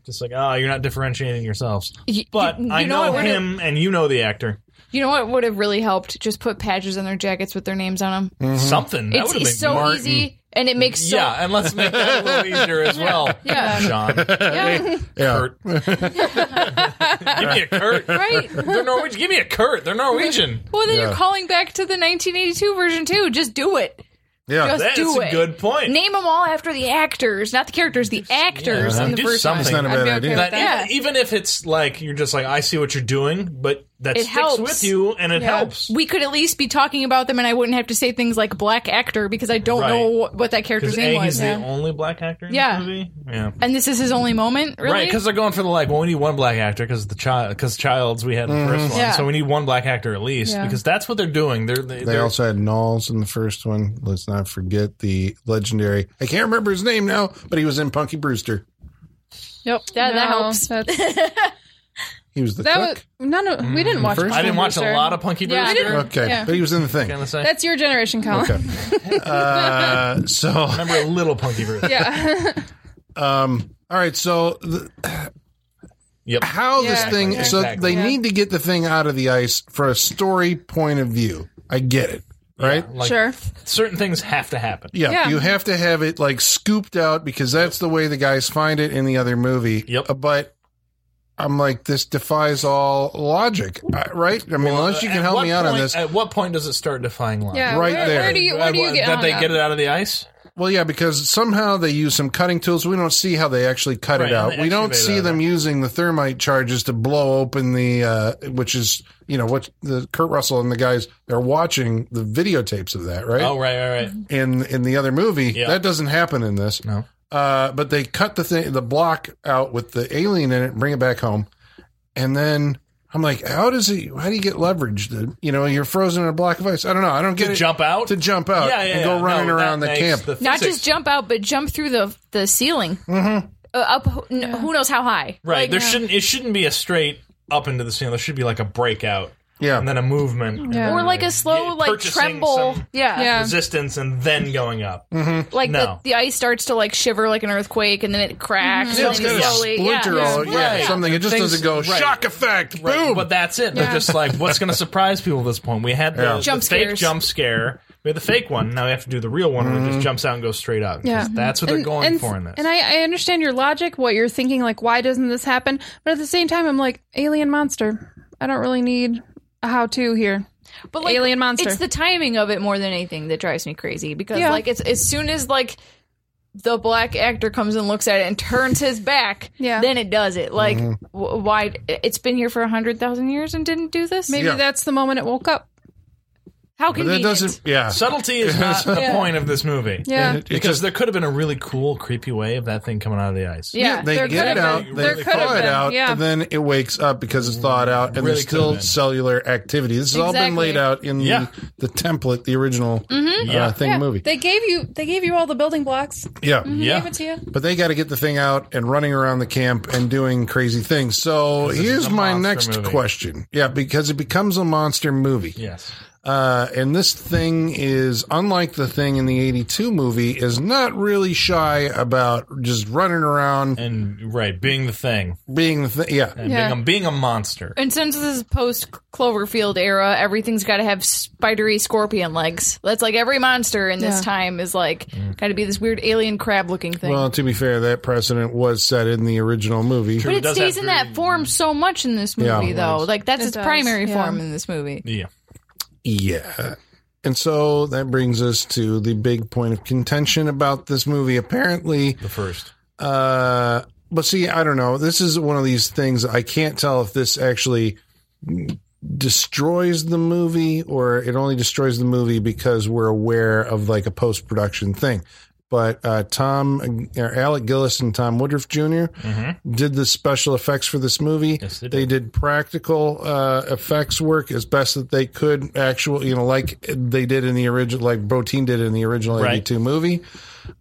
[SPEAKER 4] just like oh, you're not differentiating yourselves.
[SPEAKER 5] [laughs] You-
[SPEAKER 4] But
[SPEAKER 5] you
[SPEAKER 4] I
[SPEAKER 5] know
[SPEAKER 4] know
[SPEAKER 5] what would've-
[SPEAKER 4] him, and you know the actor.
[SPEAKER 5] You know what would have really helped? Just put patches on their jackets with their names on them.
[SPEAKER 4] Something Hmm. that
[SPEAKER 5] It's,
[SPEAKER 4] would have been
[SPEAKER 5] it's so
[SPEAKER 4] Martin.
[SPEAKER 5] easy, and it makes so
[SPEAKER 4] Yeah, and let's make that
[SPEAKER 5] [laughs]
[SPEAKER 4] a little easier as well.
[SPEAKER 5] Yeah.
[SPEAKER 4] Sean, give
[SPEAKER 5] [laughs] yeah,
[SPEAKER 2] Yeah.
[SPEAKER 4] me a Kurt.
[SPEAKER 5] right.
[SPEAKER 4] They're Norwegian. Give me a Kurt. They're Norwegian.
[SPEAKER 5] Well, then
[SPEAKER 2] Yeah.
[SPEAKER 5] you're calling back to the 1982 version too. Just do it.
[SPEAKER 2] Yeah.
[SPEAKER 5] Just
[SPEAKER 4] That's
[SPEAKER 5] do
[SPEAKER 4] a
[SPEAKER 5] it.
[SPEAKER 4] good point.
[SPEAKER 5] Name them all after the actors, not the characters. The actors
[SPEAKER 4] Yeah.
[SPEAKER 5] in the
[SPEAKER 4] Do
[SPEAKER 5] first
[SPEAKER 4] something.
[SPEAKER 2] It's
[SPEAKER 5] one.
[SPEAKER 2] not a
[SPEAKER 3] I'd
[SPEAKER 2] bad
[SPEAKER 3] be okay
[SPEAKER 2] idea.
[SPEAKER 3] with
[SPEAKER 4] That
[SPEAKER 5] Yeah.
[SPEAKER 4] even, even if it's like you're just like I see what you're doing, but that
[SPEAKER 5] It
[SPEAKER 4] sticks
[SPEAKER 5] helps.
[SPEAKER 4] with you and it
[SPEAKER 3] Yeah.
[SPEAKER 4] helps.
[SPEAKER 5] we could at least be talking about them, and I wouldn't have to say things like black actor because I don't
[SPEAKER 4] Right.
[SPEAKER 5] know what, what that character's
[SPEAKER 4] Because
[SPEAKER 5] name
[SPEAKER 4] A,
[SPEAKER 5] was.
[SPEAKER 4] he's the only black actor in
[SPEAKER 5] Yeah.
[SPEAKER 4] the movie. Yeah.
[SPEAKER 5] And this is his only moment, really.
[SPEAKER 4] Right, because they're going for the like. Well, we need one black actor because the child, because Childs we had in the first one,
[SPEAKER 5] Yeah.
[SPEAKER 4] so we need one black actor at least
[SPEAKER 3] Mm-hmm. Yeah.
[SPEAKER 4] because that's what they're doing. They're they,
[SPEAKER 2] They
[SPEAKER 4] are
[SPEAKER 2] also had Knowles in the first one. Let's not forget the legendary. I can't remember his name now, but he was in Punky Brewster.
[SPEAKER 5] Nope. That, that
[SPEAKER 3] No,
[SPEAKER 5] helps.
[SPEAKER 3] that's-
[SPEAKER 2] He was the
[SPEAKER 3] [laughs] That was
[SPEAKER 2] cook.
[SPEAKER 3] none of we didn't watch.
[SPEAKER 2] Mm-hmm. first-
[SPEAKER 4] I didn't watch a
[SPEAKER 3] Brewster.
[SPEAKER 4] lot of Punky
[SPEAKER 5] Yeah. I
[SPEAKER 4] Brewster.
[SPEAKER 5] didn't-
[SPEAKER 2] Okay,
[SPEAKER 5] yeah.
[SPEAKER 2] but he was in the thing.
[SPEAKER 4] Can I say?
[SPEAKER 3] That's your generation, Colin.
[SPEAKER 2] Okay. Uh, so,
[SPEAKER 4] I remember a little Punky
[SPEAKER 3] [laughs]
[SPEAKER 4] Brewster.
[SPEAKER 3] [laughs] Yeah,
[SPEAKER 2] um, all right. So, the,
[SPEAKER 4] Yep.
[SPEAKER 2] how this
[SPEAKER 3] Yeah.
[SPEAKER 2] thing? So
[SPEAKER 4] Exactly.
[SPEAKER 2] they
[SPEAKER 3] Yeah.
[SPEAKER 2] need to get the thing out of the ice for a story point of view. I get it, right?
[SPEAKER 4] Like,
[SPEAKER 3] sure.
[SPEAKER 4] Certain things have to happen.
[SPEAKER 2] Yeah,
[SPEAKER 3] Yeah.
[SPEAKER 2] you have to have it like scooped out because that's the way the guys find it in the other movie.
[SPEAKER 4] Yep.
[SPEAKER 2] Uh, But I'm like, this defies all logic, uh, right? I mean, unless you can
[SPEAKER 4] At
[SPEAKER 2] help
[SPEAKER 4] what
[SPEAKER 2] me out on
[SPEAKER 4] point-
[SPEAKER 2] this.
[SPEAKER 4] At what point does it start defying logic?
[SPEAKER 3] Yeah,
[SPEAKER 2] Right
[SPEAKER 3] where,
[SPEAKER 2] there.
[SPEAKER 3] Where do you where
[SPEAKER 4] At
[SPEAKER 3] do you
[SPEAKER 4] what-
[SPEAKER 3] get
[SPEAKER 4] that
[SPEAKER 3] hung
[SPEAKER 4] they
[SPEAKER 3] up?
[SPEAKER 4] get it out of the ice?
[SPEAKER 2] Well, yeah, because somehow they use some cutting tools. We don't see how they actually cut
[SPEAKER 4] Right,
[SPEAKER 2] it
[SPEAKER 4] how
[SPEAKER 2] out.
[SPEAKER 4] they
[SPEAKER 2] We don't
[SPEAKER 4] excavate
[SPEAKER 2] see
[SPEAKER 4] out
[SPEAKER 2] them using the thermite charges to blow open the, uh, which is, you know, what the Kurt Russell and the guys they're watching the videotapes of that, right?
[SPEAKER 4] Oh, right, right, right.
[SPEAKER 2] In in the other movie,
[SPEAKER 4] Yeah.
[SPEAKER 2] that doesn't happen in this.
[SPEAKER 4] No.
[SPEAKER 2] Uh, but they cut the thing, the block out with the alien in it, bring it back home, and then I'm like, how does he? How do you get leverage? To, you know, you're frozen in a block of ice. I don't know. I don't get
[SPEAKER 4] To
[SPEAKER 2] it.
[SPEAKER 4] jump out?
[SPEAKER 2] to jump out
[SPEAKER 4] yeah, yeah,
[SPEAKER 2] and go
[SPEAKER 4] yeah.
[SPEAKER 2] running
[SPEAKER 4] No, that
[SPEAKER 2] around the
[SPEAKER 4] makes
[SPEAKER 2] camp.
[SPEAKER 4] the
[SPEAKER 5] Not
[SPEAKER 4] physics- Mm-hmm.
[SPEAKER 5] just jump out, but jump through the the ceiling uh, up. N- Who knows how high?
[SPEAKER 4] Right.
[SPEAKER 5] Like,
[SPEAKER 4] there shouldn't it shouldn't be a straight up into the ceiling. There should be like a breakout
[SPEAKER 2] yeah,
[SPEAKER 4] and then a movement.
[SPEAKER 3] Yeah.
[SPEAKER 5] or like a slow
[SPEAKER 4] Yeah,
[SPEAKER 5] like
[SPEAKER 4] purchasing
[SPEAKER 5] tremble.
[SPEAKER 4] some-
[SPEAKER 5] yeah.
[SPEAKER 3] Yeah.
[SPEAKER 4] Resistance and then going up.
[SPEAKER 2] Mm-hmm.
[SPEAKER 5] Like
[SPEAKER 4] No. Mm-hmm.
[SPEAKER 5] the, the ice starts to like shiver like an earthquake, and then it cracks.
[SPEAKER 2] Yeah,
[SPEAKER 5] and
[SPEAKER 2] it's
[SPEAKER 5] then
[SPEAKER 2] got a
[SPEAKER 5] slowly,
[SPEAKER 2] splinter
[SPEAKER 5] yeah.
[SPEAKER 2] all, yeah,
[SPEAKER 4] Right.
[SPEAKER 2] something. It just
[SPEAKER 4] Things-
[SPEAKER 2] doesn't go
[SPEAKER 4] right.
[SPEAKER 2] shock effect,
[SPEAKER 4] Right,
[SPEAKER 2] boom.
[SPEAKER 4] But that's it. They're
[SPEAKER 3] Yeah.
[SPEAKER 4] just like, what's going to surprise people at this point? We had the,
[SPEAKER 2] Yeah.
[SPEAKER 4] the
[SPEAKER 5] Jump
[SPEAKER 4] fake
[SPEAKER 5] scares.
[SPEAKER 4] jump scare. We had the fake one. Now we have to do the real one where it
[SPEAKER 2] Mm-hmm.
[SPEAKER 4] just jumps out and goes straight up. 'Cause
[SPEAKER 3] Yeah.
[SPEAKER 4] That's what they're going for in this.
[SPEAKER 3] And I, I understand your logic, what you're thinking, like why doesn't this happen? But at the same time, I'm like alien monster. I don't really need a how to here.
[SPEAKER 5] But
[SPEAKER 3] Alien monster.
[SPEAKER 5] It's the timing of it more than anything that drives me crazy because
[SPEAKER 3] Yeah.
[SPEAKER 5] like it's as soon as like the black actor comes and looks at it and turns his back,
[SPEAKER 3] Yeah.
[SPEAKER 5] then it does it. Like
[SPEAKER 4] Mm-hmm.
[SPEAKER 5] wh- why it's been here for a hundred thousand years and didn't do this?
[SPEAKER 3] Maybe
[SPEAKER 2] Yeah.
[SPEAKER 3] that's the moment it woke up.
[SPEAKER 2] But
[SPEAKER 5] How
[SPEAKER 2] that
[SPEAKER 5] convenient.
[SPEAKER 2] doesn't. Yeah,
[SPEAKER 4] Subtlety
[SPEAKER 2] [laughs]
[SPEAKER 4] is not the
[SPEAKER 5] Yeah.
[SPEAKER 4] point of this movie.
[SPEAKER 3] Yeah.
[SPEAKER 2] It- it
[SPEAKER 4] Because
[SPEAKER 2] just-
[SPEAKER 4] there could have been a really cool, creepy way of that thing coming out of the ice.
[SPEAKER 5] yeah,
[SPEAKER 2] they
[SPEAKER 3] there
[SPEAKER 2] get it
[SPEAKER 3] could've
[SPEAKER 2] out,
[SPEAKER 3] been-
[SPEAKER 2] they
[SPEAKER 3] there could've
[SPEAKER 2] thaw it
[SPEAKER 3] been,
[SPEAKER 2] out,
[SPEAKER 3] yeah.
[SPEAKER 2] and then it wakes up because it's thawed out, and
[SPEAKER 4] Really
[SPEAKER 2] there's still
[SPEAKER 4] could've been.
[SPEAKER 2] cellular activity. This has all been
[SPEAKER 5] Exactly.
[SPEAKER 2] laid out in
[SPEAKER 4] Yeah.
[SPEAKER 2] the, the template, the original uh,
[SPEAKER 4] Yeah.
[SPEAKER 2] thing movie.
[SPEAKER 3] Mm-hmm. They Mm-hmm. gave you they gave you all the building blocks.
[SPEAKER 2] yeah,
[SPEAKER 4] Yeah.
[SPEAKER 3] Gave it to you.
[SPEAKER 2] but they got to get the thing out and running around the camp and doing crazy things. So
[SPEAKER 4] is
[SPEAKER 2] here's
[SPEAKER 4] a
[SPEAKER 2] my
[SPEAKER 4] monster
[SPEAKER 2] next
[SPEAKER 4] movie.
[SPEAKER 2] question. Yeah, because it becomes a monster movie.
[SPEAKER 4] Yes.
[SPEAKER 2] Uh, and this thing is unlike the thing in the 82 movie is not really shy about just running around
[SPEAKER 4] And right, being the thing.
[SPEAKER 2] being the thing. Yeah.
[SPEAKER 4] And
[SPEAKER 3] Yeah.
[SPEAKER 4] being, a, being a monster.
[SPEAKER 5] and since this is post Cloverfield era, everything's got to have spidery scorpion legs. That's like every monster in this
[SPEAKER 3] Yeah.
[SPEAKER 5] time is like
[SPEAKER 4] Mm.
[SPEAKER 5] got to be this weird alien crab looking thing.
[SPEAKER 2] Well, to be fair, that precedent was set in the original movie.
[SPEAKER 5] but
[SPEAKER 4] It
[SPEAKER 5] it,
[SPEAKER 4] does
[SPEAKER 5] stays
[SPEAKER 4] have
[SPEAKER 5] in that form so much in this movie,
[SPEAKER 2] it
[SPEAKER 5] though. Like that's
[SPEAKER 3] It
[SPEAKER 5] its
[SPEAKER 3] does,
[SPEAKER 5] primary
[SPEAKER 3] yeah.
[SPEAKER 5] form in this movie.
[SPEAKER 4] Yeah.
[SPEAKER 2] Yeah. And so that brings us to the big point of contention about this movie. Apparently,
[SPEAKER 4] The first.
[SPEAKER 2] Uh, but see, I don't know. This is one of these things I can't tell if this actually destroys the movie or it only destroys the movie because we're aware of like a post production thing. But uh, Tom, or Alec Gillis, and Tom Woodruff junior did the special effects for this movie.
[SPEAKER 4] Mm-hmm. Yes, they
[SPEAKER 2] they did practical uh, effects work as best that they could. Actual, you know, like they did in the original, like Botine did in the original
[SPEAKER 4] Right.
[SPEAKER 2] '82 movie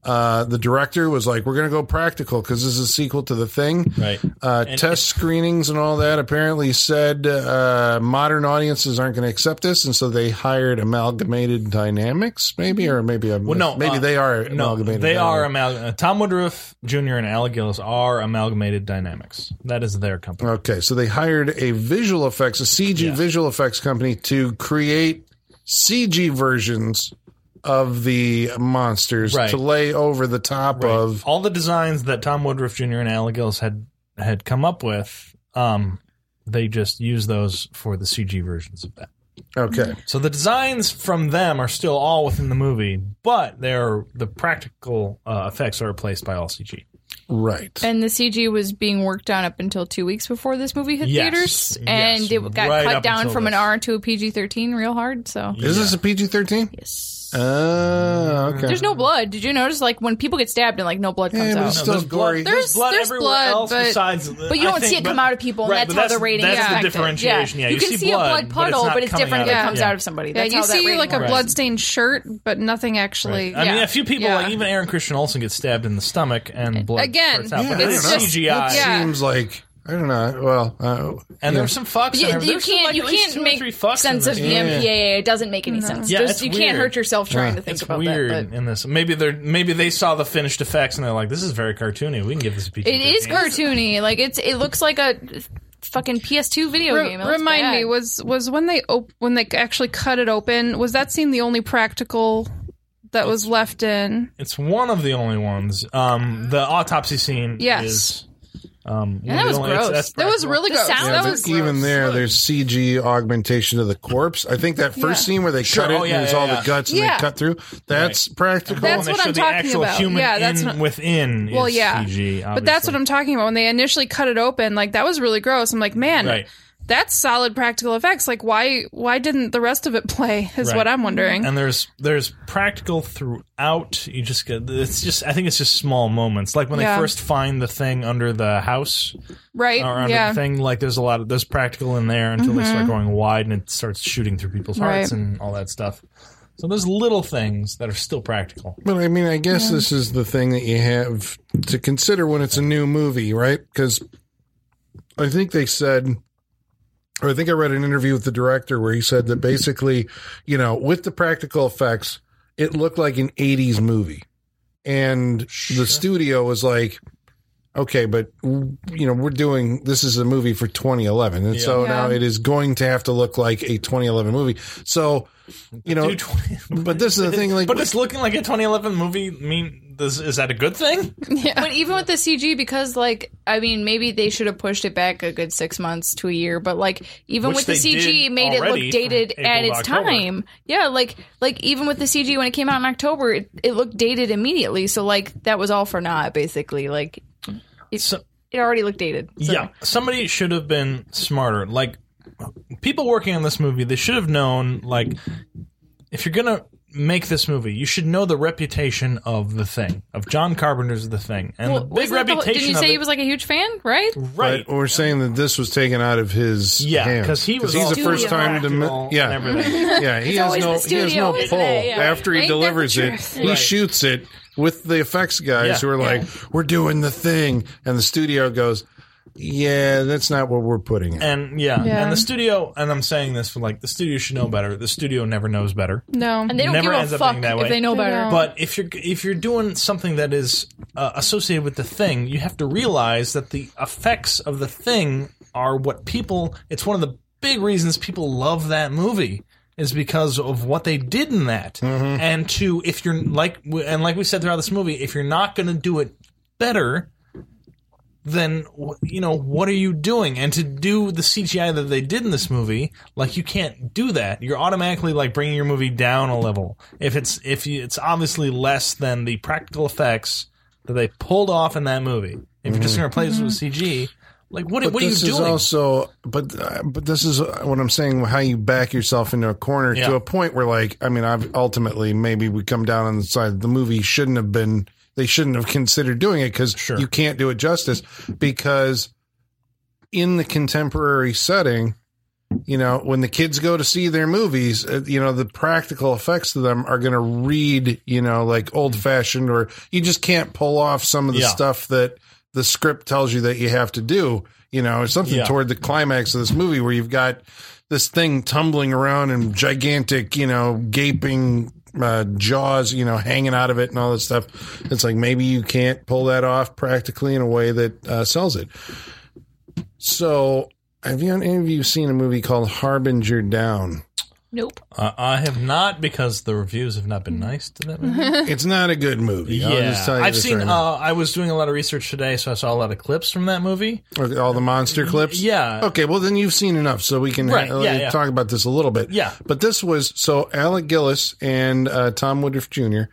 [SPEAKER 2] uh, the director was like, "We're going to go practical because this is a sequel to the thing."
[SPEAKER 4] Right.
[SPEAKER 2] Uh,
[SPEAKER 4] And-
[SPEAKER 2] test screenings and all that apparently said uh, modern audiences aren't going to accept this, and so they hired Amalgamated Dynamics, maybe, or maybe i
[SPEAKER 4] Well, no,
[SPEAKER 2] maybe
[SPEAKER 4] uh,
[SPEAKER 2] they are
[SPEAKER 4] No,
[SPEAKER 2] Amalgamated.
[SPEAKER 4] they are
[SPEAKER 2] Dynamics.
[SPEAKER 4] amalgam. Tom Woodruff Jr. and Alec Gillis are Amalgamated Dynamics. That is their company.
[SPEAKER 2] okay. So they hired a visual effects, a CG
[SPEAKER 4] Yeah.
[SPEAKER 2] visual effects company to create CG versions of the monsters
[SPEAKER 4] Right.
[SPEAKER 2] to lay over the top of
[SPEAKER 4] All the designs that Tom Woodruff Jr. and Alec Gillis had had come up with, um, they just used those for the CG versions of that.
[SPEAKER 2] okay.
[SPEAKER 4] So the designs from them are still all within the movie, but they're the practical uh, effects are replaced by all CG.
[SPEAKER 2] Right.
[SPEAKER 5] And the CG was being worked on up until two weeks before this movie hit
[SPEAKER 4] Yes.
[SPEAKER 5] theaters,
[SPEAKER 4] Yes.
[SPEAKER 5] and it got
[SPEAKER 4] Right
[SPEAKER 5] cut
[SPEAKER 4] up
[SPEAKER 5] down
[SPEAKER 4] until
[SPEAKER 5] from an
[SPEAKER 4] this.
[SPEAKER 5] R to a PG thirteen real hard. So
[SPEAKER 2] Is this a PG thirteen?
[SPEAKER 5] yes.
[SPEAKER 2] Oh, okay.
[SPEAKER 5] there's no blood. Did you notice? Like when people get stabbed and like no blood
[SPEAKER 2] Yeah,
[SPEAKER 5] comes
[SPEAKER 2] but
[SPEAKER 5] out.
[SPEAKER 2] it's
[SPEAKER 4] No,
[SPEAKER 2] still gory.
[SPEAKER 4] Blood, there's
[SPEAKER 3] There's-
[SPEAKER 4] blood
[SPEAKER 3] there's
[SPEAKER 4] everywhere
[SPEAKER 3] blood,
[SPEAKER 4] else
[SPEAKER 3] but-
[SPEAKER 4] besides.
[SPEAKER 5] But you don't see it come out of people, and
[SPEAKER 4] right,
[SPEAKER 5] that's,
[SPEAKER 4] but
[SPEAKER 5] how
[SPEAKER 4] that's-
[SPEAKER 5] the rating
[SPEAKER 4] that's
[SPEAKER 5] is
[SPEAKER 4] the
[SPEAKER 5] affected.
[SPEAKER 4] differentiation. Yeah,
[SPEAKER 5] you,
[SPEAKER 4] you
[SPEAKER 5] can
[SPEAKER 4] see
[SPEAKER 5] see
[SPEAKER 4] blood,
[SPEAKER 5] a blood
[SPEAKER 4] but it's
[SPEAKER 5] puddle,
[SPEAKER 4] not
[SPEAKER 5] but it's
[SPEAKER 4] coming
[SPEAKER 5] different
[SPEAKER 4] out
[SPEAKER 5] if it
[SPEAKER 4] of-
[SPEAKER 5] comes
[SPEAKER 4] yeah.
[SPEAKER 5] out of somebody. That's
[SPEAKER 3] yeah, you
[SPEAKER 5] how that
[SPEAKER 3] see
[SPEAKER 5] rating
[SPEAKER 3] like a
[SPEAKER 5] works.
[SPEAKER 3] bloodstained shirt, but nothing actually.
[SPEAKER 4] I mean,
[SPEAKER 3] yeah.
[SPEAKER 4] a few people,
[SPEAKER 3] Yeah.
[SPEAKER 4] like even Aaron Christian Olsen, gets stabbed in the stomach and blood
[SPEAKER 3] Again,
[SPEAKER 4] spurts out, but
[SPEAKER 2] yeah,
[SPEAKER 4] it's
[SPEAKER 2] I don't know.
[SPEAKER 4] CGI.
[SPEAKER 3] Yeah.
[SPEAKER 2] seems like I don't know. Well, uh,
[SPEAKER 4] And there's some fucks. in
[SPEAKER 5] You,
[SPEAKER 4] there.
[SPEAKER 5] you
[SPEAKER 4] There's some,
[SPEAKER 5] can't.
[SPEAKER 4] like,
[SPEAKER 5] you
[SPEAKER 4] at least two
[SPEAKER 5] can't
[SPEAKER 4] or three
[SPEAKER 5] make
[SPEAKER 4] fucks in
[SPEAKER 5] sense of
[SPEAKER 4] this.
[SPEAKER 5] the
[SPEAKER 2] Yeah.
[SPEAKER 5] MPAA. It doesn't make any sense.
[SPEAKER 4] Yeah,
[SPEAKER 5] Just-
[SPEAKER 4] it's
[SPEAKER 5] you
[SPEAKER 4] weird.
[SPEAKER 5] can't hurt yourself trying to think
[SPEAKER 4] It's
[SPEAKER 5] about
[SPEAKER 4] weird
[SPEAKER 5] that. but-
[SPEAKER 4] in this. Maybe they're maybe they saw the finished effects and they're like, "This is very cartoony. We can give this a PG."
[SPEAKER 5] It is cartoony. Like it's it looks like a fucking PS2 video
[SPEAKER 3] Re-
[SPEAKER 5] game. It looks
[SPEAKER 3] remind
[SPEAKER 5] bad.
[SPEAKER 3] me was was when they op- when they actually cut it open was that scene the only practical that was left in
[SPEAKER 4] It's one of the only ones. Um, the autopsy scene
[SPEAKER 3] Yes.
[SPEAKER 4] is Um,
[SPEAKER 5] And that was
[SPEAKER 4] it's-
[SPEAKER 5] gross.
[SPEAKER 4] that's
[SPEAKER 3] That was
[SPEAKER 4] practical.
[SPEAKER 3] really gross.
[SPEAKER 5] sound
[SPEAKER 3] that
[SPEAKER 5] of
[SPEAKER 3] was
[SPEAKER 5] it-
[SPEAKER 2] Even
[SPEAKER 5] gross.
[SPEAKER 2] there, there's CG augmentation of the corpse. I think that first
[SPEAKER 3] Yeah.
[SPEAKER 2] scene where they
[SPEAKER 4] Sure.
[SPEAKER 2] cut it
[SPEAKER 4] Oh, yeah,
[SPEAKER 2] and there's
[SPEAKER 4] yeah,
[SPEAKER 2] all
[SPEAKER 4] yeah.
[SPEAKER 2] the guts and
[SPEAKER 3] Yeah.
[SPEAKER 2] they cut through. That's practical.
[SPEAKER 4] Well,
[SPEAKER 3] That's
[SPEAKER 4] they
[SPEAKER 3] what
[SPEAKER 4] show
[SPEAKER 3] I'm
[SPEAKER 4] the
[SPEAKER 3] talking
[SPEAKER 4] actual
[SPEAKER 3] about.
[SPEAKER 4] Human
[SPEAKER 3] Yeah, that's
[SPEAKER 4] in,
[SPEAKER 3] what-
[SPEAKER 4] within.
[SPEAKER 3] well,
[SPEAKER 4] is
[SPEAKER 3] yeah,
[SPEAKER 4] CG,
[SPEAKER 3] but that's
[SPEAKER 4] obviously.
[SPEAKER 3] what I'm talking about. When they initially cut it open, like that was really gross. I'm like, man,
[SPEAKER 4] Right.
[SPEAKER 3] that's solid practical effects. Like, why why didn't the rest of it play? Is
[SPEAKER 4] Right.
[SPEAKER 3] what I'm wondering.
[SPEAKER 4] and there's there's practical throughout. You just get it's just I think it's just small moments like when
[SPEAKER 3] Yeah.
[SPEAKER 4] they first find the thing under the house
[SPEAKER 3] right?
[SPEAKER 4] or under
[SPEAKER 3] Yeah. Mm-hmm.
[SPEAKER 4] the thing. Like there's a lot of there's practical in there until they start going wide and it starts shooting through people's hearts
[SPEAKER 3] Right.
[SPEAKER 4] and all that stuff. So there's little things that are still practical.
[SPEAKER 2] But I mean, I guess this is the thing that you have to consider when it's a new movie, right? Because I think they said, or I think I read an interview with the director where he said that basically, you know, with the practical effects, it looked like an 80s movie. And the studio was like, okay, but, you know, we're doing this is a movie for 2011. And so
[SPEAKER 3] Yeah.
[SPEAKER 2] now
[SPEAKER 3] Yeah.
[SPEAKER 2] it is going to have to look like a 2011 movie. So, you know,
[SPEAKER 4] Dude, 20
[SPEAKER 2] but this is the thing, like,
[SPEAKER 4] [laughs] but it's looking like a 2011 movie. Mean does, is that a good thing?
[SPEAKER 5] But even with the CG, because like I mean, maybe they should have pushed it back a good six months to a year. But like even with
[SPEAKER 4] Which
[SPEAKER 5] the
[SPEAKER 4] they
[SPEAKER 5] CG,
[SPEAKER 4] did
[SPEAKER 5] made it
[SPEAKER 4] already
[SPEAKER 5] look dated
[SPEAKER 4] from
[SPEAKER 5] at
[SPEAKER 4] April
[SPEAKER 5] its
[SPEAKER 4] to October.
[SPEAKER 5] time. Yeah, like like even with the CG when it came out in October, it, it looked dated immediately. So like that was all for naught basically. Like
[SPEAKER 4] So,
[SPEAKER 5] it already looked dated. So-
[SPEAKER 4] Yeah, somebody should have been smarter. Like people working on this movie, they should have known. Like, if you're gonna make this movie, you should know the reputation of the thing, of John Carpenter's The Thing, and
[SPEAKER 5] Well,
[SPEAKER 4] the big
[SPEAKER 5] wasn't that the whole-
[SPEAKER 4] reputation.
[SPEAKER 5] didn't you
[SPEAKER 4] of
[SPEAKER 5] say
[SPEAKER 4] it,
[SPEAKER 5] he was like a huge fan? Right?
[SPEAKER 4] right?
[SPEAKER 2] But we're saying that this was taken out of his
[SPEAKER 4] yeah,
[SPEAKER 2] hands.
[SPEAKER 4] because he was
[SPEAKER 2] he's
[SPEAKER 4] all
[SPEAKER 2] the first
[SPEAKER 4] practical
[SPEAKER 2] time to mi-
[SPEAKER 4] and
[SPEAKER 2] yeah [laughs]
[SPEAKER 4] everything.
[SPEAKER 2] yeah he has
[SPEAKER 5] always
[SPEAKER 2] no
[SPEAKER 5] the
[SPEAKER 2] he has no
[SPEAKER 5] studio, isn't
[SPEAKER 2] pull
[SPEAKER 5] it? Yeah.
[SPEAKER 2] after he
[SPEAKER 5] Ain't that the
[SPEAKER 2] delivers it
[SPEAKER 5] truth?
[SPEAKER 2] he
[SPEAKER 4] Right.
[SPEAKER 2] shoots it with the effects guys
[SPEAKER 4] Yeah.
[SPEAKER 2] who are like we're doing the thing and the studio goes yeah that's not what we're putting in
[SPEAKER 4] And yeah,
[SPEAKER 3] Yeah.
[SPEAKER 4] and the studio, and I'm saying this for like the studio should know better. The studio never knows better.
[SPEAKER 3] no,
[SPEAKER 5] And they don't
[SPEAKER 4] Never
[SPEAKER 5] give
[SPEAKER 4] ends
[SPEAKER 5] a
[SPEAKER 4] up
[SPEAKER 5] fuck
[SPEAKER 4] being that way.
[SPEAKER 5] if they know
[SPEAKER 3] They
[SPEAKER 5] better.
[SPEAKER 3] don't.
[SPEAKER 4] But if you're if you're doing something that is uh, associated with the thing, you have to realize that the effects of the thing are what people. It's one of the big reasons people love that movie is because of what they did in that. And to if you're like and like we said throughout this movie, if you're not going to do it better, then wh- you know what are you doing? And to do the CGI that they did in this movie, like you can't do that. You're automatically like bringing your movie down a level if it's if you, it's obviously less than the practical effects that they pulled off in that movie. If you're just going to replace it with CG, like what
[SPEAKER 2] Mm-hmm. but
[SPEAKER 4] what are you
[SPEAKER 2] this is
[SPEAKER 4] doing?
[SPEAKER 2] also but uh, but this is uh, what i'm saying how you back yourself into a corner
[SPEAKER 4] Yeah.
[SPEAKER 2] to a point where like i mean I've, ultimately maybe we come down on the side the movie shouldn't have been they shouldn't have considered doing it because
[SPEAKER 4] Sure.
[SPEAKER 2] you can't do it justice because in the contemporary setting you know when the kids go to see their movies uh, you know the practical effects of them are going to read you know like old fashioned or you just can't pull off some of the
[SPEAKER 4] Yeah.
[SPEAKER 2] stuff that the script tells you that you have to do you know or something
[SPEAKER 4] Yeah.
[SPEAKER 2] toward the climax of this movie where you've got this thing tumbling around and gigantic you know gaping uh, jaws you know hanging out of it and all this stuff it's like maybe you can't pull that off practically in a way that uh, sells it so, have you any of you seen a movie called Harbinger
[SPEAKER 4] [laughs]
[SPEAKER 2] Down?
[SPEAKER 5] nope.
[SPEAKER 4] Uh, I have not because the reviews have not
[SPEAKER 2] Mm-hmm.
[SPEAKER 4] been nice to that movie.
[SPEAKER 2] [laughs] It's not a good movie. I'll just tell you
[SPEAKER 4] I've
[SPEAKER 2] this
[SPEAKER 4] seen.
[SPEAKER 2] right now.
[SPEAKER 4] uh, I was doing a lot of research today, so I saw a lot of clips from that movie.
[SPEAKER 2] Okay, all the monster clips.
[SPEAKER 4] Yeah,
[SPEAKER 2] Okay, well then you've seen enough, so we can
[SPEAKER 4] Uh, Right,
[SPEAKER 2] uh,
[SPEAKER 4] yeah, yeah.
[SPEAKER 2] talk about this a little bit.
[SPEAKER 4] Yeah.
[SPEAKER 2] but this was so Alec Gillis and uh, Tom Woodruff Jr.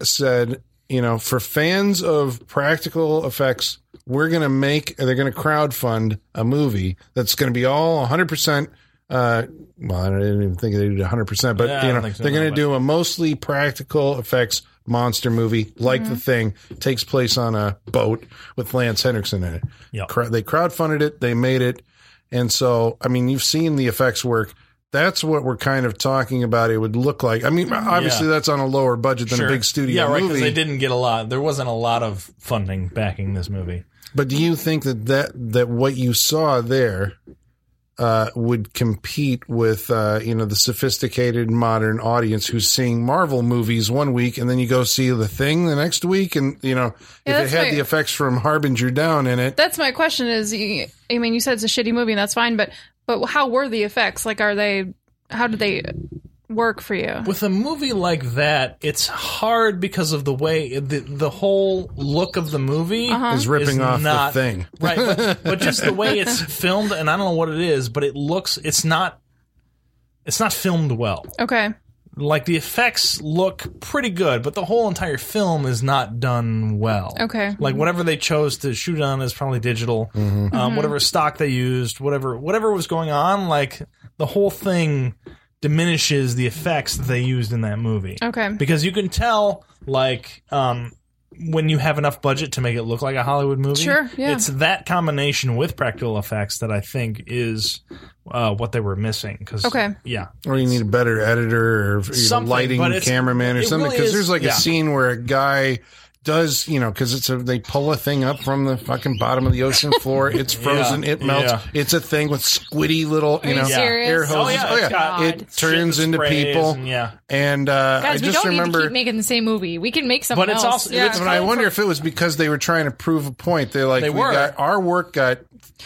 [SPEAKER 2] said, you know, for fans of practical effects, we're going to make, they're going to crowdfund a movie that's going to be all 100%. Uh, well, I didn't even think they did 100%, but
[SPEAKER 4] Yeah, I
[SPEAKER 2] you
[SPEAKER 4] don't
[SPEAKER 2] know,
[SPEAKER 4] think so,
[SPEAKER 2] they're going
[SPEAKER 4] no,
[SPEAKER 2] to
[SPEAKER 4] but-
[SPEAKER 2] do a mostly practical effects monster movie like the thing takes place on a boat with Lance Henriksen in it.
[SPEAKER 4] Yeah.
[SPEAKER 2] Cra- They crowdfunded it, they made it. And so, I mean, you've seen the effects work. That's what we're kind of talking about. It would look like. I mean, obviously,
[SPEAKER 4] Yeah.
[SPEAKER 2] that's on a lower budget than
[SPEAKER 4] Sure.
[SPEAKER 2] a big studio
[SPEAKER 4] Yeah, right.
[SPEAKER 2] movie.
[SPEAKER 4] Because they didn't get a lot. There wasn't a lot of funding backing this movie.
[SPEAKER 2] But do you think that that, that what you saw there uh, would compete with uh, you know the sophisticated modern audience who's seeing Marvel movies one week and then you go see the thing the next week and you know
[SPEAKER 3] Yeah,
[SPEAKER 2] if it
[SPEAKER 3] that's
[SPEAKER 2] had
[SPEAKER 3] my-
[SPEAKER 2] the effects from Harbinger down in it.
[SPEAKER 3] that's my question. Is y- I mean, you said it's a shitty movie, and that's fine, but but how were the effects? Like, are they? How did they? work for you.
[SPEAKER 4] with a movie like that, it's hard because of the way the the whole look of the movie
[SPEAKER 2] Is ripping off
[SPEAKER 4] not-
[SPEAKER 2] the thing. [laughs]
[SPEAKER 4] right? But, but just the way it's filmed, and I don't know what it is, but it looks it's not it's not filmed well.
[SPEAKER 3] Okay.
[SPEAKER 4] Like the effects look pretty good, but the whole entire film is not done well.
[SPEAKER 3] Okay.
[SPEAKER 4] like whatever they chose to shoot on is probably digital. Um,
[SPEAKER 3] Mm-hmm.
[SPEAKER 4] Whatever stock they used, whatever whatever was going on, like the whole thing diminishes the effects that they used in that movie
[SPEAKER 3] Okay.
[SPEAKER 4] because you can tell like um when you have enough budget to make it look like a Hollywood movie,
[SPEAKER 3] Sure, yeah.
[SPEAKER 4] it's that combination with practical effects that I think is uh, what they were missing. 'cause-
[SPEAKER 3] Okay.
[SPEAKER 4] yeah,
[SPEAKER 2] Or you need a better editor or you know,
[SPEAKER 4] Something,
[SPEAKER 2] lighting
[SPEAKER 4] but it's-
[SPEAKER 2] cameraman or
[SPEAKER 4] it
[SPEAKER 2] something.
[SPEAKER 4] really
[SPEAKER 2] Because
[SPEAKER 4] is-
[SPEAKER 2] there's like
[SPEAKER 4] yeah.
[SPEAKER 2] a scene where a guy does, you know, because it's a, they pull a thing up from the fucking bottom of the
[SPEAKER 4] [laughs]
[SPEAKER 2] ocean floor. It's frozen. It melts.
[SPEAKER 4] yeah.
[SPEAKER 2] It's a thing with squiddy little, you
[SPEAKER 5] you
[SPEAKER 2] know,
[SPEAKER 5] serious?
[SPEAKER 2] air
[SPEAKER 5] Oh,
[SPEAKER 2] hoses.
[SPEAKER 4] yeah,
[SPEAKER 2] Oh,
[SPEAKER 4] it's
[SPEAKER 2] yeah.
[SPEAKER 4] got
[SPEAKER 2] It
[SPEAKER 4] shit
[SPEAKER 2] turns
[SPEAKER 4] that
[SPEAKER 2] into
[SPEAKER 4] sprays
[SPEAKER 2] people.
[SPEAKER 4] and- yeah,
[SPEAKER 2] And uh,
[SPEAKER 5] Guys,
[SPEAKER 2] I
[SPEAKER 5] we
[SPEAKER 2] just
[SPEAKER 5] don't need to
[SPEAKER 2] remember.
[SPEAKER 5] keep making the same movie. We can make something
[SPEAKER 4] but it's
[SPEAKER 5] else.
[SPEAKER 4] also
[SPEAKER 3] Yeah.
[SPEAKER 4] it's
[SPEAKER 2] but I wonder if it was because they were trying to prove a point. They're like,
[SPEAKER 4] They
[SPEAKER 2] we
[SPEAKER 4] were.
[SPEAKER 2] got our work got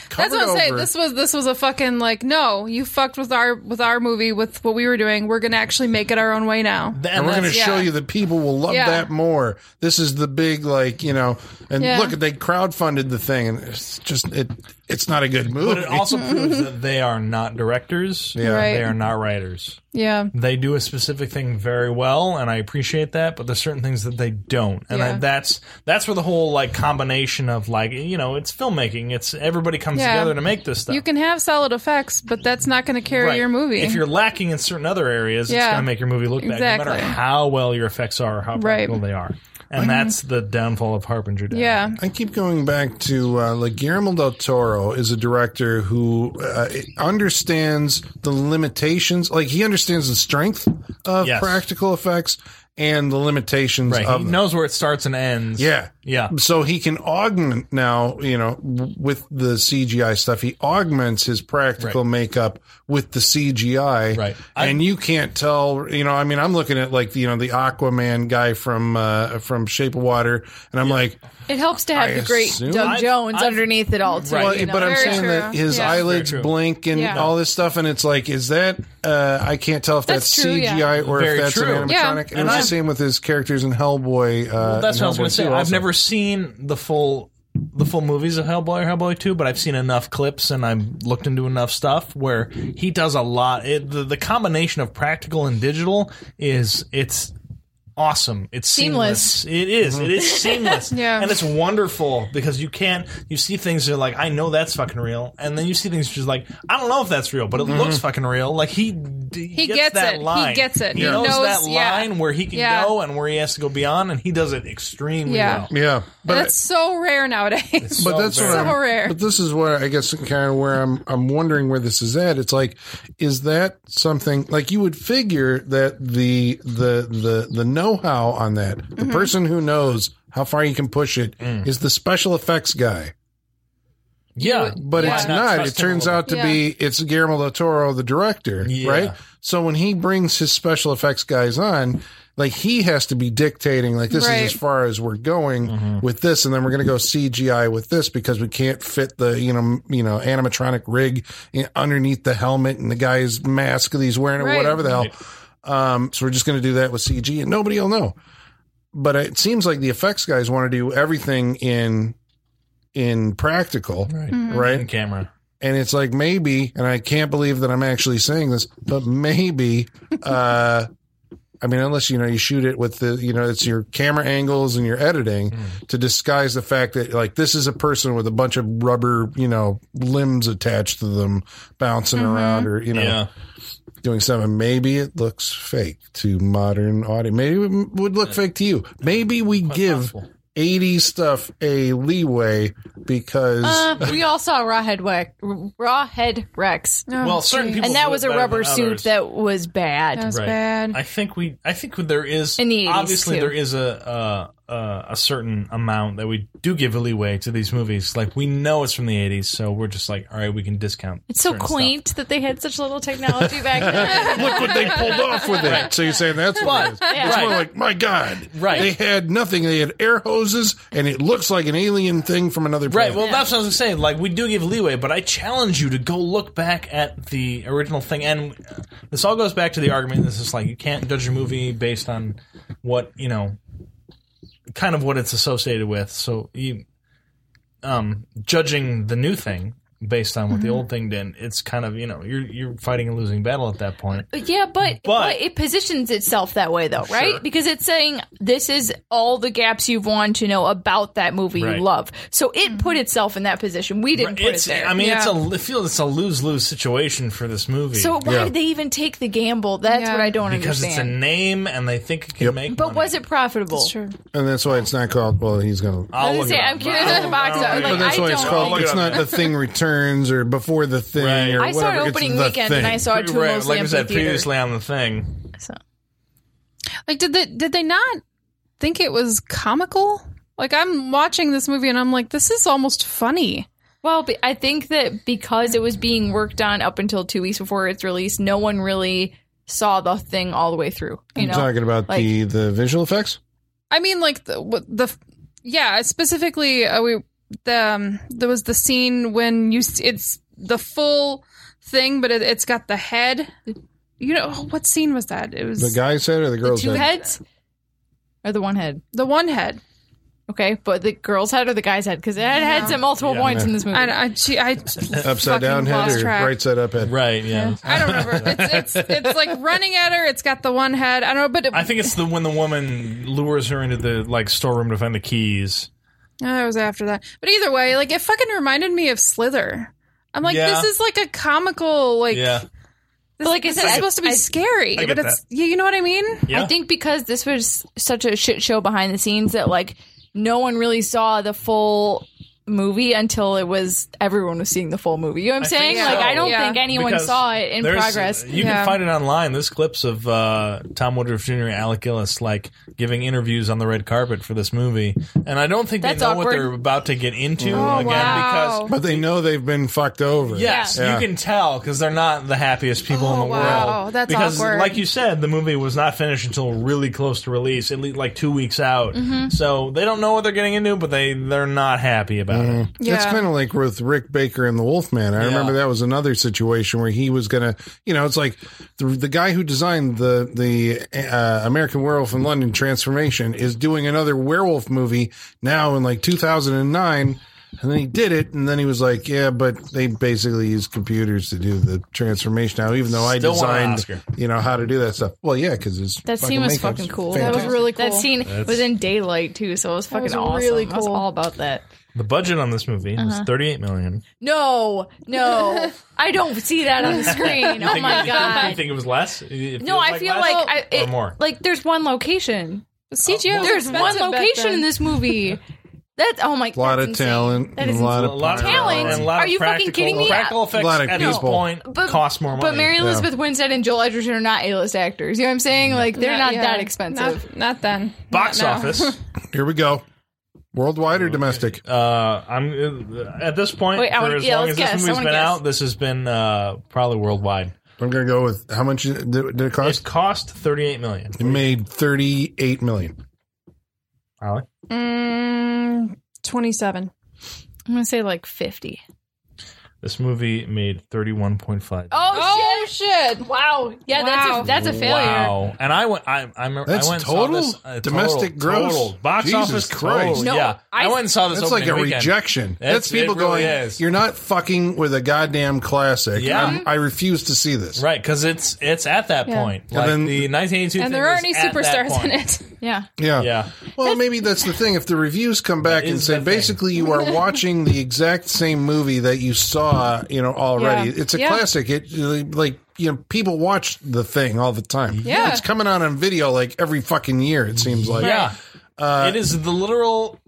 [SPEAKER 2] covered
[SPEAKER 3] That's what I'm saying.
[SPEAKER 2] over.
[SPEAKER 3] This was this was a fucking like no, you fucked with our with our movie with what we were doing. We're gonna actually make it our own way now.
[SPEAKER 4] and
[SPEAKER 2] and we're going to
[SPEAKER 4] that's-
[SPEAKER 2] show
[SPEAKER 3] yeah.
[SPEAKER 2] you that people will love
[SPEAKER 3] Yeah.
[SPEAKER 2] that more. This is the big like you know, and
[SPEAKER 3] Yeah.
[SPEAKER 2] look, they crowdfunded the thing, and it's just it. It's not a good
[SPEAKER 4] but
[SPEAKER 2] movie.
[SPEAKER 4] it
[SPEAKER 3] [laughs]
[SPEAKER 4] also proves that they are not directors. Yeah,
[SPEAKER 3] Right.
[SPEAKER 4] they are not writers.
[SPEAKER 3] Yeah.
[SPEAKER 4] they do a specific thing very well and i appreciate that but there's certain things that they don't and I,
[SPEAKER 3] Yeah.
[SPEAKER 4] that's that's where the whole like combination of like you know it's filmmaking it's everybody comes
[SPEAKER 3] Yeah.
[SPEAKER 4] together to make this stuff
[SPEAKER 3] You can have solid effects, but that's not gonna carry
[SPEAKER 4] Right.
[SPEAKER 3] your movie.
[SPEAKER 4] if you're lacking in certain other areas it's
[SPEAKER 3] Yeah.
[SPEAKER 4] going to make your movie look bad no
[SPEAKER 3] Exactly.
[SPEAKER 4] matter how well your effects are or how
[SPEAKER 3] Right. Mm-hmm.
[SPEAKER 4] practical they are and that's the downfall of harbinger Day.
[SPEAKER 3] yeah.
[SPEAKER 2] I keep going back to uh, like Guillermo del Toro is a director who uh, understands the limitations. Like he understands the strength of
[SPEAKER 4] Yes.
[SPEAKER 2] practical effects and the limitations
[SPEAKER 4] right
[SPEAKER 2] of
[SPEAKER 4] he
[SPEAKER 2] them.
[SPEAKER 4] knows where it starts and ends
[SPEAKER 2] Yeah.
[SPEAKER 4] yeah
[SPEAKER 2] so he can augment now, you know, w- with the CGI stuff. He augments his practical
[SPEAKER 4] Right.
[SPEAKER 2] makeup with the CGI.
[SPEAKER 4] Right.
[SPEAKER 2] and you can't tell, you know, I mean, I'm looking at like, you know, the Aquaman guy from, uh, from Shape of Water. And I'm like,
[SPEAKER 5] It helps to have
[SPEAKER 2] I
[SPEAKER 5] the great
[SPEAKER 2] assume-
[SPEAKER 5] Doug
[SPEAKER 4] I've-
[SPEAKER 5] Jones
[SPEAKER 4] I've-
[SPEAKER 5] underneath it all, too.
[SPEAKER 4] Right.
[SPEAKER 2] well,
[SPEAKER 5] you know?
[SPEAKER 2] but I'm
[SPEAKER 3] Very
[SPEAKER 2] saying
[SPEAKER 3] true.
[SPEAKER 2] that his
[SPEAKER 3] Yeah.
[SPEAKER 2] eyelids
[SPEAKER 4] Very true.
[SPEAKER 2] blink and
[SPEAKER 3] Yeah.
[SPEAKER 2] all this stuff. And it's like, is that, uh, I can't tell if that's,
[SPEAKER 5] That's true, yeah.
[SPEAKER 2] CGI or
[SPEAKER 4] Very
[SPEAKER 2] if that's
[SPEAKER 4] true.
[SPEAKER 2] an animatronic.
[SPEAKER 3] Yeah.
[SPEAKER 2] And, it
[SPEAKER 4] And
[SPEAKER 2] was the
[SPEAKER 4] I've-
[SPEAKER 2] same with his characters in Hellboy. Uh, and
[SPEAKER 4] that's what I was
[SPEAKER 2] Hellboy
[SPEAKER 4] going to say.
[SPEAKER 2] 2
[SPEAKER 4] I've
[SPEAKER 2] also.
[SPEAKER 4] never seen the full the full movies of Hellboy or Hellboy 2, but I've seen enough clips and I've looked into enough stuff where he does a lot. It, the, the combination of practical and digital is it's awesome. It's
[SPEAKER 5] Seamless.
[SPEAKER 4] seamless. It is. It is seamless.
[SPEAKER 3] Mm-hmm. [laughs] Yeah.
[SPEAKER 4] And it's wonderful because you can't you see things that are like, I know that's fucking real. And then you see things just like, I don't know if that's real, but it looks
[SPEAKER 2] Mm-hmm.
[SPEAKER 4] fucking real. Like he d-
[SPEAKER 3] He
[SPEAKER 4] gets,
[SPEAKER 3] gets
[SPEAKER 4] that
[SPEAKER 3] it. He
[SPEAKER 4] line.
[SPEAKER 3] gets it.
[SPEAKER 4] He
[SPEAKER 3] He
[SPEAKER 4] knows,
[SPEAKER 3] knows-
[SPEAKER 4] that
[SPEAKER 3] yeah.
[SPEAKER 4] line where he can
[SPEAKER 3] Yeah.
[SPEAKER 4] go and where he has to go beyond and he does it extremely
[SPEAKER 3] Yeah.
[SPEAKER 4] well.
[SPEAKER 2] Yeah. But
[SPEAKER 3] that's so rare nowadays.
[SPEAKER 2] but that's
[SPEAKER 4] very-
[SPEAKER 2] what I'm-
[SPEAKER 3] So rare.
[SPEAKER 2] But this is where I guess kind of where I'm I'm wondering where this is at. It's like, is that something like you would figure that the the the the know how on that
[SPEAKER 3] Mm-hmm.
[SPEAKER 2] the person who knows how far you can push it is the special effects guy.
[SPEAKER 4] Yeah,
[SPEAKER 2] But it's
[SPEAKER 4] Why not
[SPEAKER 2] not.
[SPEAKER 4] trust
[SPEAKER 2] It
[SPEAKER 4] him a
[SPEAKER 2] turns
[SPEAKER 4] little
[SPEAKER 2] out to
[SPEAKER 3] bit?
[SPEAKER 2] be it's Guillermo del Toro, the director,
[SPEAKER 4] Yeah.
[SPEAKER 2] right? So when he brings his special effects guys on, like he has to be dictating, like this
[SPEAKER 3] Right.
[SPEAKER 2] is as far as we're going with this, and then we're going to go CGI with this because we can't fit the you know m- you know animatronic rig in, underneath the helmet and the guy's mask that he's wearing or
[SPEAKER 3] Right.
[SPEAKER 2] whatever the hell. Um, so we're just going to do that with CG, and nobody will know. But it seems like the effects guys want to do everything in in practical,
[SPEAKER 4] Right.
[SPEAKER 2] right?
[SPEAKER 4] In camera.
[SPEAKER 2] and it's like maybe and i can't believe that i'm actually saying this but maybe uh i mean unless you know you shoot it with the you know it's your camera angles and your editing
[SPEAKER 4] Hmm.
[SPEAKER 2] to disguise the fact that like this is a person with a bunch of rubber you know limbs attached to them bouncing around or you know
[SPEAKER 4] Yeah.
[SPEAKER 2] doing something maybe it looks fake to modern audience maybe it would look fake to you maybe we give
[SPEAKER 4] possible.
[SPEAKER 2] 80s stuff a leeway because
[SPEAKER 5] Uh, we all saw Rawhead, Weck, Rawhead Rex.
[SPEAKER 4] Well,
[SPEAKER 3] [laughs] Oh,
[SPEAKER 4] certain people.
[SPEAKER 5] And that
[SPEAKER 4] do
[SPEAKER 5] was
[SPEAKER 4] it
[SPEAKER 5] a
[SPEAKER 4] better
[SPEAKER 5] rubber
[SPEAKER 4] than
[SPEAKER 5] suit
[SPEAKER 4] others.
[SPEAKER 5] that was bad.
[SPEAKER 3] That was
[SPEAKER 4] Right.
[SPEAKER 3] bad.
[SPEAKER 4] I think we. I think there is
[SPEAKER 5] In the 80s
[SPEAKER 4] obviously
[SPEAKER 5] too.
[SPEAKER 4] there is a, uh, a certain amount that we do give a leeway to these movies. Like we know it's from the '80s, so we're just like, all right, we can discount.
[SPEAKER 5] It's so
[SPEAKER 4] certain stuff.
[SPEAKER 5] quaint that they had such little technology back then.
[SPEAKER 4] [laughs]
[SPEAKER 2] Look what they pulled off with it. So you're saying that's what it is. It's more like, my God.
[SPEAKER 4] Right.
[SPEAKER 2] They had nothing. They had air hoses, and it looks like an alien thing from another planet.
[SPEAKER 4] Right. Well, that's what I was saying. Like, we do give leeway, but I challenge you to go look back at the original thing. And this all goes back to the argument. This is like you can't judge a movie based on what you know, kind of what it's associated with. So, you, um, judging the new thing based on what the old thing did, it's kind of you know you're you're fighting a losing battle at that point.
[SPEAKER 5] yeah, but, but it positions itself that way though, right? Because it's saying this is all the gaps you've wanted to know about that movie
[SPEAKER 4] Right.
[SPEAKER 5] you love. So it put itself in that position. We didn't put
[SPEAKER 4] It's
[SPEAKER 5] it there.
[SPEAKER 4] I mean, it's
[SPEAKER 3] Yeah.
[SPEAKER 4] a it feels it's a lose lose situation for this movie.
[SPEAKER 5] so why
[SPEAKER 2] Yeah.
[SPEAKER 5] did they even take the gamble? That's
[SPEAKER 3] Yeah.
[SPEAKER 5] what I don't
[SPEAKER 4] because it's a
[SPEAKER 5] understand.
[SPEAKER 4] name, and they think it can make.
[SPEAKER 5] but
[SPEAKER 4] money.
[SPEAKER 5] was it profitable?
[SPEAKER 3] Sure.
[SPEAKER 2] and that's why it's not called. Well, he's going to.
[SPEAKER 4] I'll
[SPEAKER 5] I
[SPEAKER 4] look
[SPEAKER 5] was gonna
[SPEAKER 4] it
[SPEAKER 5] say,
[SPEAKER 4] up.
[SPEAKER 5] I'm curious at the box office.
[SPEAKER 4] But
[SPEAKER 5] Uh, Like,
[SPEAKER 2] That's
[SPEAKER 5] I
[SPEAKER 2] why
[SPEAKER 5] don't
[SPEAKER 2] it's called.
[SPEAKER 5] think-
[SPEAKER 2] It's not the thing returns or before the thing
[SPEAKER 4] Right.
[SPEAKER 2] or
[SPEAKER 5] I saw
[SPEAKER 2] whatever.
[SPEAKER 5] it
[SPEAKER 2] It's
[SPEAKER 5] opening
[SPEAKER 2] the
[SPEAKER 5] weekend and I
[SPEAKER 2] thing.
[SPEAKER 5] saw it too
[SPEAKER 4] Right,
[SPEAKER 5] mostly
[SPEAKER 4] like we said
[SPEAKER 5] amphitheater.
[SPEAKER 4] previously on the thing.
[SPEAKER 5] So-
[SPEAKER 3] Like, did they did they not think it was comical? Like, I'm watching this movie and I'm like, this is almost funny.
[SPEAKER 5] Well, be- I think that because it was being worked on up until two weeks before its release, no one really saw the thing all the way through. You
[SPEAKER 2] I'm
[SPEAKER 5] know,
[SPEAKER 2] talking about
[SPEAKER 5] like-
[SPEAKER 2] the the visual effects.
[SPEAKER 3] I mean, like the what- the yeah, specifically uh, we the um, there was the scene when you s- it's the full thing, but it, it's got the head. You know oh, what scene was that? It was
[SPEAKER 2] The guy's head or the
[SPEAKER 5] the
[SPEAKER 2] girl's
[SPEAKER 5] two
[SPEAKER 2] head?
[SPEAKER 5] heads or the one head.
[SPEAKER 3] the one head.
[SPEAKER 5] Okay, but the girl's head or the guy's head because it had heads at multiple points in this movie.
[SPEAKER 3] I, I, she, I
[SPEAKER 2] Upside down head or right side up head.
[SPEAKER 4] Right, yeah.
[SPEAKER 3] I don't remember. It's, it's it's like running at her. It's got the one head. I don't know, but it,
[SPEAKER 4] I think it's the when the woman lures her into the like storeroom to find the keys.
[SPEAKER 3] Uh, it was after that. But either way, like it fucking reminded me of Slither. I'm like,
[SPEAKER 4] Yeah.
[SPEAKER 3] this is like a comical, like,
[SPEAKER 4] Yeah.
[SPEAKER 3] this,
[SPEAKER 5] Like I
[SPEAKER 3] this
[SPEAKER 5] said,
[SPEAKER 3] is
[SPEAKER 5] I-
[SPEAKER 3] supposed to be
[SPEAKER 5] I-
[SPEAKER 3] scary,
[SPEAKER 4] I
[SPEAKER 3] but
[SPEAKER 4] get
[SPEAKER 3] it's yeah, you know what I mean.
[SPEAKER 4] Yeah.
[SPEAKER 5] I think because this was such a shit show behind the scenes that like no one really saw the full movie until it was everyone was seeing the full movie. You know what I'm
[SPEAKER 4] I think
[SPEAKER 5] saying?
[SPEAKER 3] so.
[SPEAKER 5] Like I don't
[SPEAKER 3] Yeah.
[SPEAKER 5] think anyone
[SPEAKER 4] Because
[SPEAKER 5] saw it in
[SPEAKER 4] there's- uh,
[SPEAKER 5] progress.
[SPEAKER 4] You
[SPEAKER 3] Yeah.
[SPEAKER 4] can find it online. There's clips of uh, Tom Woodruff Jr. and Alec Gillis like giving interviews on the red carpet for this movie. And I don't think
[SPEAKER 5] That's
[SPEAKER 4] they know what
[SPEAKER 5] awkward.
[SPEAKER 4] they're about to get into
[SPEAKER 3] Oh,
[SPEAKER 4] again
[SPEAKER 3] wow.
[SPEAKER 4] because
[SPEAKER 2] But they know they've been fucked over.
[SPEAKER 4] Yes,
[SPEAKER 2] Yeah.
[SPEAKER 4] you can tell because they're not the happiest people in
[SPEAKER 3] Oh,
[SPEAKER 4] the
[SPEAKER 3] wow.
[SPEAKER 4] world.
[SPEAKER 3] That's
[SPEAKER 4] because,
[SPEAKER 3] awkward.
[SPEAKER 4] like you said, the movie was not finished until really close to release, at least like two weeks out.
[SPEAKER 5] Mm-hmm.
[SPEAKER 4] So they don't know what they're getting into, but they they're not happy about it.
[SPEAKER 3] Yeah.
[SPEAKER 2] It's kind of like with Rick Baker and the Wolfman. I remember that was another situation where he was going to, you know, it's like the, the guy who designed the the uh, American Werewolf in London transformation is doing another werewolf movie now in like 2009. And then he did it, and then he was like, "Yeah, but they basically use computers to do the transformation now, even though I
[SPEAKER 4] Still want an
[SPEAKER 2] designed,
[SPEAKER 4] Oscar.
[SPEAKER 2] you know, how to do that stuff." Well, yeah, because it's
[SPEAKER 5] That scene was
[SPEAKER 2] makeup's
[SPEAKER 5] fucking cool.
[SPEAKER 2] fantastic.
[SPEAKER 3] That was really cool.
[SPEAKER 5] That scene was in daylight too, so it was fucking
[SPEAKER 3] was
[SPEAKER 5] awesome.
[SPEAKER 3] really
[SPEAKER 5] I was
[SPEAKER 3] cool.
[SPEAKER 5] all about that.
[SPEAKER 4] The budget on this movie was
[SPEAKER 5] Uh-huh.
[SPEAKER 4] thirty eight million.
[SPEAKER 5] No,
[SPEAKER 3] [laughs]
[SPEAKER 5] no, I don't see that on the screen. Oh my
[SPEAKER 4] you
[SPEAKER 5] god.
[SPEAKER 4] think it was less? It
[SPEAKER 5] No,
[SPEAKER 4] feels
[SPEAKER 5] I feel
[SPEAKER 4] less?
[SPEAKER 5] like I,
[SPEAKER 4] or
[SPEAKER 5] it,
[SPEAKER 4] more.
[SPEAKER 5] like there's one location.
[SPEAKER 3] CGI. was
[SPEAKER 5] There's one
[SPEAKER 3] expensive back
[SPEAKER 5] location
[SPEAKER 3] then.
[SPEAKER 5] in this [laughs] movie. That's oh my god.
[SPEAKER 2] a lot of talent,
[SPEAKER 5] That
[SPEAKER 2] and
[SPEAKER 5] is
[SPEAKER 2] a lot
[SPEAKER 4] a
[SPEAKER 2] of
[SPEAKER 4] lot of
[SPEAKER 5] Talent?
[SPEAKER 4] and a lot
[SPEAKER 5] Are
[SPEAKER 4] of
[SPEAKER 5] you fucking
[SPEAKER 4] practical-
[SPEAKER 5] kidding me?
[SPEAKER 4] Practical effects
[SPEAKER 2] lot of
[SPEAKER 4] at this
[SPEAKER 2] people.
[SPEAKER 4] point cost more money.
[SPEAKER 5] But Mary Elizabeth Winstead and Joel Edgerton are not A-list actors. You know what I'm saying? Like they're not
[SPEAKER 3] yeah.
[SPEAKER 5] that expensive.
[SPEAKER 3] Not, not then.
[SPEAKER 4] Box
[SPEAKER 3] Not now.
[SPEAKER 5] [laughs]
[SPEAKER 4] office.
[SPEAKER 2] Here we go, worldwide or domestic?
[SPEAKER 4] Uh, I'm uh, at this point
[SPEAKER 5] Wait, I
[SPEAKER 4] for
[SPEAKER 5] wanna-
[SPEAKER 4] as
[SPEAKER 5] yeah,
[SPEAKER 4] long
[SPEAKER 5] let's
[SPEAKER 4] as
[SPEAKER 5] guess, I
[SPEAKER 4] this movie's
[SPEAKER 5] wanna
[SPEAKER 4] been
[SPEAKER 5] guess.
[SPEAKER 4] out, this has been uh, probably worldwide.
[SPEAKER 2] I'm gonna go with how much did did it
[SPEAKER 4] It
[SPEAKER 2] cost?
[SPEAKER 4] cost thirty-eight million.
[SPEAKER 2] It made thirty eight million.
[SPEAKER 4] Ollie,
[SPEAKER 3] Mm, Twenty-seven.
[SPEAKER 5] I'm gonna say like 50.
[SPEAKER 4] this movie made thirty-one point five.
[SPEAKER 5] Oh,
[SPEAKER 3] Oh shit!
[SPEAKER 5] Wow. Yeah,
[SPEAKER 3] Wow.
[SPEAKER 5] that's a that's a failure.
[SPEAKER 4] Wow! And I went. I, I remember.
[SPEAKER 2] That's
[SPEAKER 4] I went and
[SPEAKER 2] total?
[SPEAKER 4] saw this, uh,
[SPEAKER 2] Domestic
[SPEAKER 4] total,
[SPEAKER 2] gross?
[SPEAKER 4] total. box
[SPEAKER 2] Jesus
[SPEAKER 4] office
[SPEAKER 2] Christ.
[SPEAKER 4] total.
[SPEAKER 5] No,
[SPEAKER 4] yeah, I,
[SPEAKER 5] I-
[SPEAKER 4] went and saw this.
[SPEAKER 2] That's like a
[SPEAKER 4] opening weekend.
[SPEAKER 2] rejection. That's,
[SPEAKER 4] It's-
[SPEAKER 2] people
[SPEAKER 4] it really
[SPEAKER 2] going,
[SPEAKER 4] is.
[SPEAKER 2] "You're not fucking with a goddamn classic."
[SPEAKER 4] Yeah.
[SPEAKER 2] I'm- i refuse to see this.
[SPEAKER 4] Right, because it's it's at that point. Like
[SPEAKER 2] then-
[SPEAKER 4] the 1982,
[SPEAKER 3] And
[SPEAKER 4] thing
[SPEAKER 3] there aren't any
[SPEAKER 4] was at that
[SPEAKER 3] superstars in
[SPEAKER 4] point.
[SPEAKER 3] it. [laughs]
[SPEAKER 5] Yeah.
[SPEAKER 2] Yeah.
[SPEAKER 4] [laughs] Yeah,
[SPEAKER 2] Well, maybe that's the thing. If the reviews come back
[SPEAKER 4] That
[SPEAKER 2] and
[SPEAKER 4] is
[SPEAKER 2] say
[SPEAKER 4] the thing.
[SPEAKER 2] basically you
[SPEAKER 3] [laughs]
[SPEAKER 2] are watching the exact same movie that you saw, you know, already.
[SPEAKER 3] Yeah.
[SPEAKER 2] It's a
[SPEAKER 3] Yeah.
[SPEAKER 2] classic. It like you know people watch the thing all the time.
[SPEAKER 3] Yeah.
[SPEAKER 2] It's coming out on video like every fucking year. It seems like.
[SPEAKER 4] yeah. it is the literal.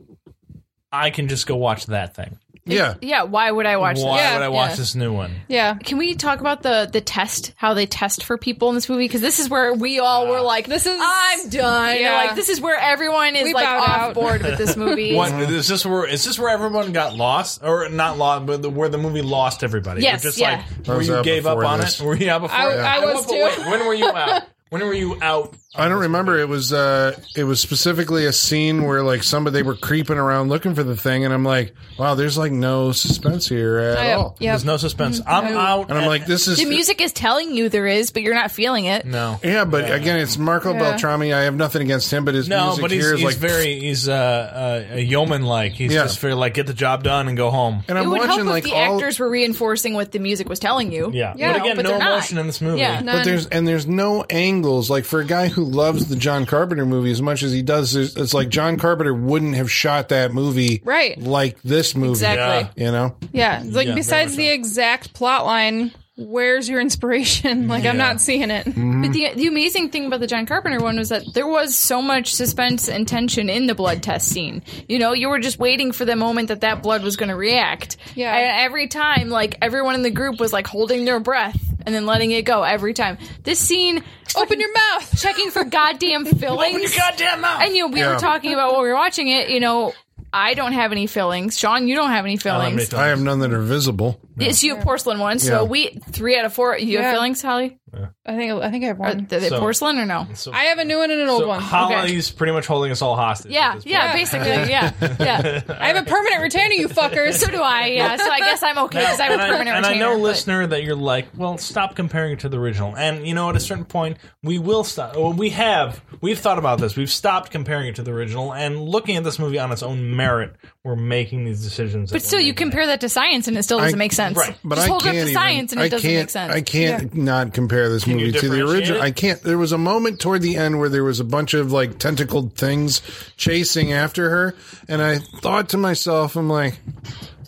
[SPEAKER 4] I can just go watch that thing.
[SPEAKER 2] yeah.
[SPEAKER 5] Yeah, why would I watch
[SPEAKER 4] Why
[SPEAKER 5] that?
[SPEAKER 3] Yeah,
[SPEAKER 4] would I watch
[SPEAKER 5] yeah.
[SPEAKER 4] this new one?
[SPEAKER 3] Yeah.
[SPEAKER 5] Can we talk about the the test? How they test for people in this movie? Because this is where we all were like,
[SPEAKER 3] This is-
[SPEAKER 5] I'm done."
[SPEAKER 3] Yeah.
[SPEAKER 5] Like this is where everyone is
[SPEAKER 3] We
[SPEAKER 5] like
[SPEAKER 3] bowed
[SPEAKER 5] off
[SPEAKER 3] out.
[SPEAKER 5] board
[SPEAKER 2] [laughs]
[SPEAKER 5] with this movie.
[SPEAKER 4] What is this where is this where everyone got lost or not lost, but the, where the movie lost everybody?
[SPEAKER 5] Yes,
[SPEAKER 4] just
[SPEAKER 5] yeah.
[SPEAKER 4] like
[SPEAKER 2] I
[SPEAKER 4] where
[SPEAKER 2] was
[SPEAKER 4] you
[SPEAKER 2] out
[SPEAKER 4] gave up
[SPEAKER 2] before
[SPEAKER 4] on
[SPEAKER 2] this.
[SPEAKER 4] it. Were you out before?
[SPEAKER 3] I-
[SPEAKER 4] it?
[SPEAKER 3] I was
[SPEAKER 4] What-
[SPEAKER 3] too.
[SPEAKER 4] what- When were you out? When were you out?
[SPEAKER 2] I don't remember. It was uh, it was specifically a scene where like somebody they were creeping around looking for the thing, and I'm like, wow, there's like no suspense here at
[SPEAKER 3] I-
[SPEAKER 2] all.
[SPEAKER 3] yep.
[SPEAKER 4] There's no suspense. I'm out.
[SPEAKER 2] And I'm like, this is
[SPEAKER 5] the music is telling you there is, but you're not feeling it.
[SPEAKER 4] no,
[SPEAKER 2] Yeah, but again, it's Marco
[SPEAKER 3] Yeah.
[SPEAKER 2] Beltrami. I have nothing against him, but his
[SPEAKER 4] no,
[SPEAKER 2] music
[SPEAKER 4] but he's,
[SPEAKER 2] here is
[SPEAKER 4] he's
[SPEAKER 2] like
[SPEAKER 4] very he's uh, uh, a yeoman like. He's
[SPEAKER 2] Yeah.
[SPEAKER 4] just very like get the job done and go home.
[SPEAKER 2] And
[SPEAKER 5] It
[SPEAKER 2] I'm
[SPEAKER 5] would help
[SPEAKER 2] watching
[SPEAKER 5] if
[SPEAKER 2] like
[SPEAKER 5] the
[SPEAKER 2] all,
[SPEAKER 5] actors were reinforcing what the music was telling you.
[SPEAKER 4] Yeah,
[SPEAKER 3] Yeah,
[SPEAKER 4] but again,
[SPEAKER 5] but
[SPEAKER 4] no
[SPEAKER 5] they're not.
[SPEAKER 4] emotion in this movie.
[SPEAKER 5] Yeah.
[SPEAKER 2] but there's and there's no angles like for a guy who loves the John Carpenter movie as much as he does. there's- It's like John Carpenter wouldn't have shot that movie
[SPEAKER 3] Right.
[SPEAKER 2] like this movie.
[SPEAKER 5] Exactly.
[SPEAKER 2] You know,
[SPEAKER 3] Yeah. It's Like
[SPEAKER 4] Yeah,
[SPEAKER 3] besides the
[SPEAKER 4] very
[SPEAKER 3] exact plot line, where's your inspiration? [laughs] Like I'm not seeing it.
[SPEAKER 4] Mm.
[SPEAKER 5] But the the amazing thing about the John Carpenter one was that there was so much suspense and tension in the blood test scene. You know, you were just waiting for the moment that that blood was going to react.
[SPEAKER 3] Yeah.
[SPEAKER 5] And every time, like everyone in the group was like holding their breath and then letting it go every time. This scene, oh,
[SPEAKER 3] Open your mouth.
[SPEAKER 5] checking for goddamn fillings.
[SPEAKER 4] Open your goddamn mouth.
[SPEAKER 5] and you know, we
[SPEAKER 2] Yeah.
[SPEAKER 5] were talking about while we were watching it. You know, I don't have any fillings. Sean, you don't have any
[SPEAKER 4] Let me
[SPEAKER 5] fillings.
[SPEAKER 4] tell
[SPEAKER 2] I
[SPEAKER 4] you.
[SPEAKER 2] have none that are visible.
[SPEAKER 5] It's you have porcelain ones.
[SPEAKER 2] Yeah.
[SPEAKER 5] So we three out of four. You
[SPEAKER 3] Yeah.
[SPEAKER 5] have fillings, Holly?
[SPEAKER 3] I think I think I have
[SPEAKER 5] Are
[SPEAKER 3] one.
[SPEAKER 5] they
[SPEAKER 4] So-
[SPEAKER 5] porcelain or no?
[SPEAKER 3] I have a new one and an old
[SPEAKER 4] So
[SPEAKER 3] one.
[SPEAKER 4] Holly's pretty much holding us all hostage. at
[SPEAKER 5] Yeah,
[SPEAKER 4] this point.
[SPEAKER 5] yeah, basically, yeah, yeah.
[SPEAKER 3] I have a permanent retainer, you fuckers.
[SPEAKER 5] [laughs] So do I. Yeah. So I guess
[SPEAKER 4] [laughs]
[SPEAKER 5] I'm okay because I have a
[SPEAKER 4] and, I,
[SPEAKER 5] permanent
[SPEAKER 4] and I
[SPEAKER 5] retainer.
[SPEAKER 4] know,
[SPEAKER 5] but-
[SPEAKER 4] listener, that you're like, well, stop comparing it to the original. And you know, at a certain point, we will stop. Well, we have, we've thought about this. We've stopped comparing it to the original and looking at this movie on its own merit. We're making these decisions.
[SPEAKER 5] But still, you compare that to science, and it still
[SPEAKER 2] I-
[SPEAKER 5] doesn't make sense.
[SPEAKER 4] right.
[SPEAKER 2] But
[SPEAKER 5] Just
[SPEAKER 2] I
[SPEAKER 5] hold it up
[SPEAKER 2] can't
[SPEAKER 5] to
[SPEAKER 2] even-
[SPEAKER 5] science, and it
[SPEAKER 2] I
[SPEAKER 5] doesn't
[SPEAKER 2] can't,
[SPEAKER 5] make sense.
[SPEAKER 2] I can't not compare this
[SPEAKER 4] you
[SPEAKER 2] movie to the
[SPEAKER 4] differentiate
[SPEAKER 2] original.
[SPEAKER 4] it?
[SPEAKER 2] I can't. There was a moment toward the end where there was a bunch of like tentacled things chasing after her, and I thought to myself, I'm like.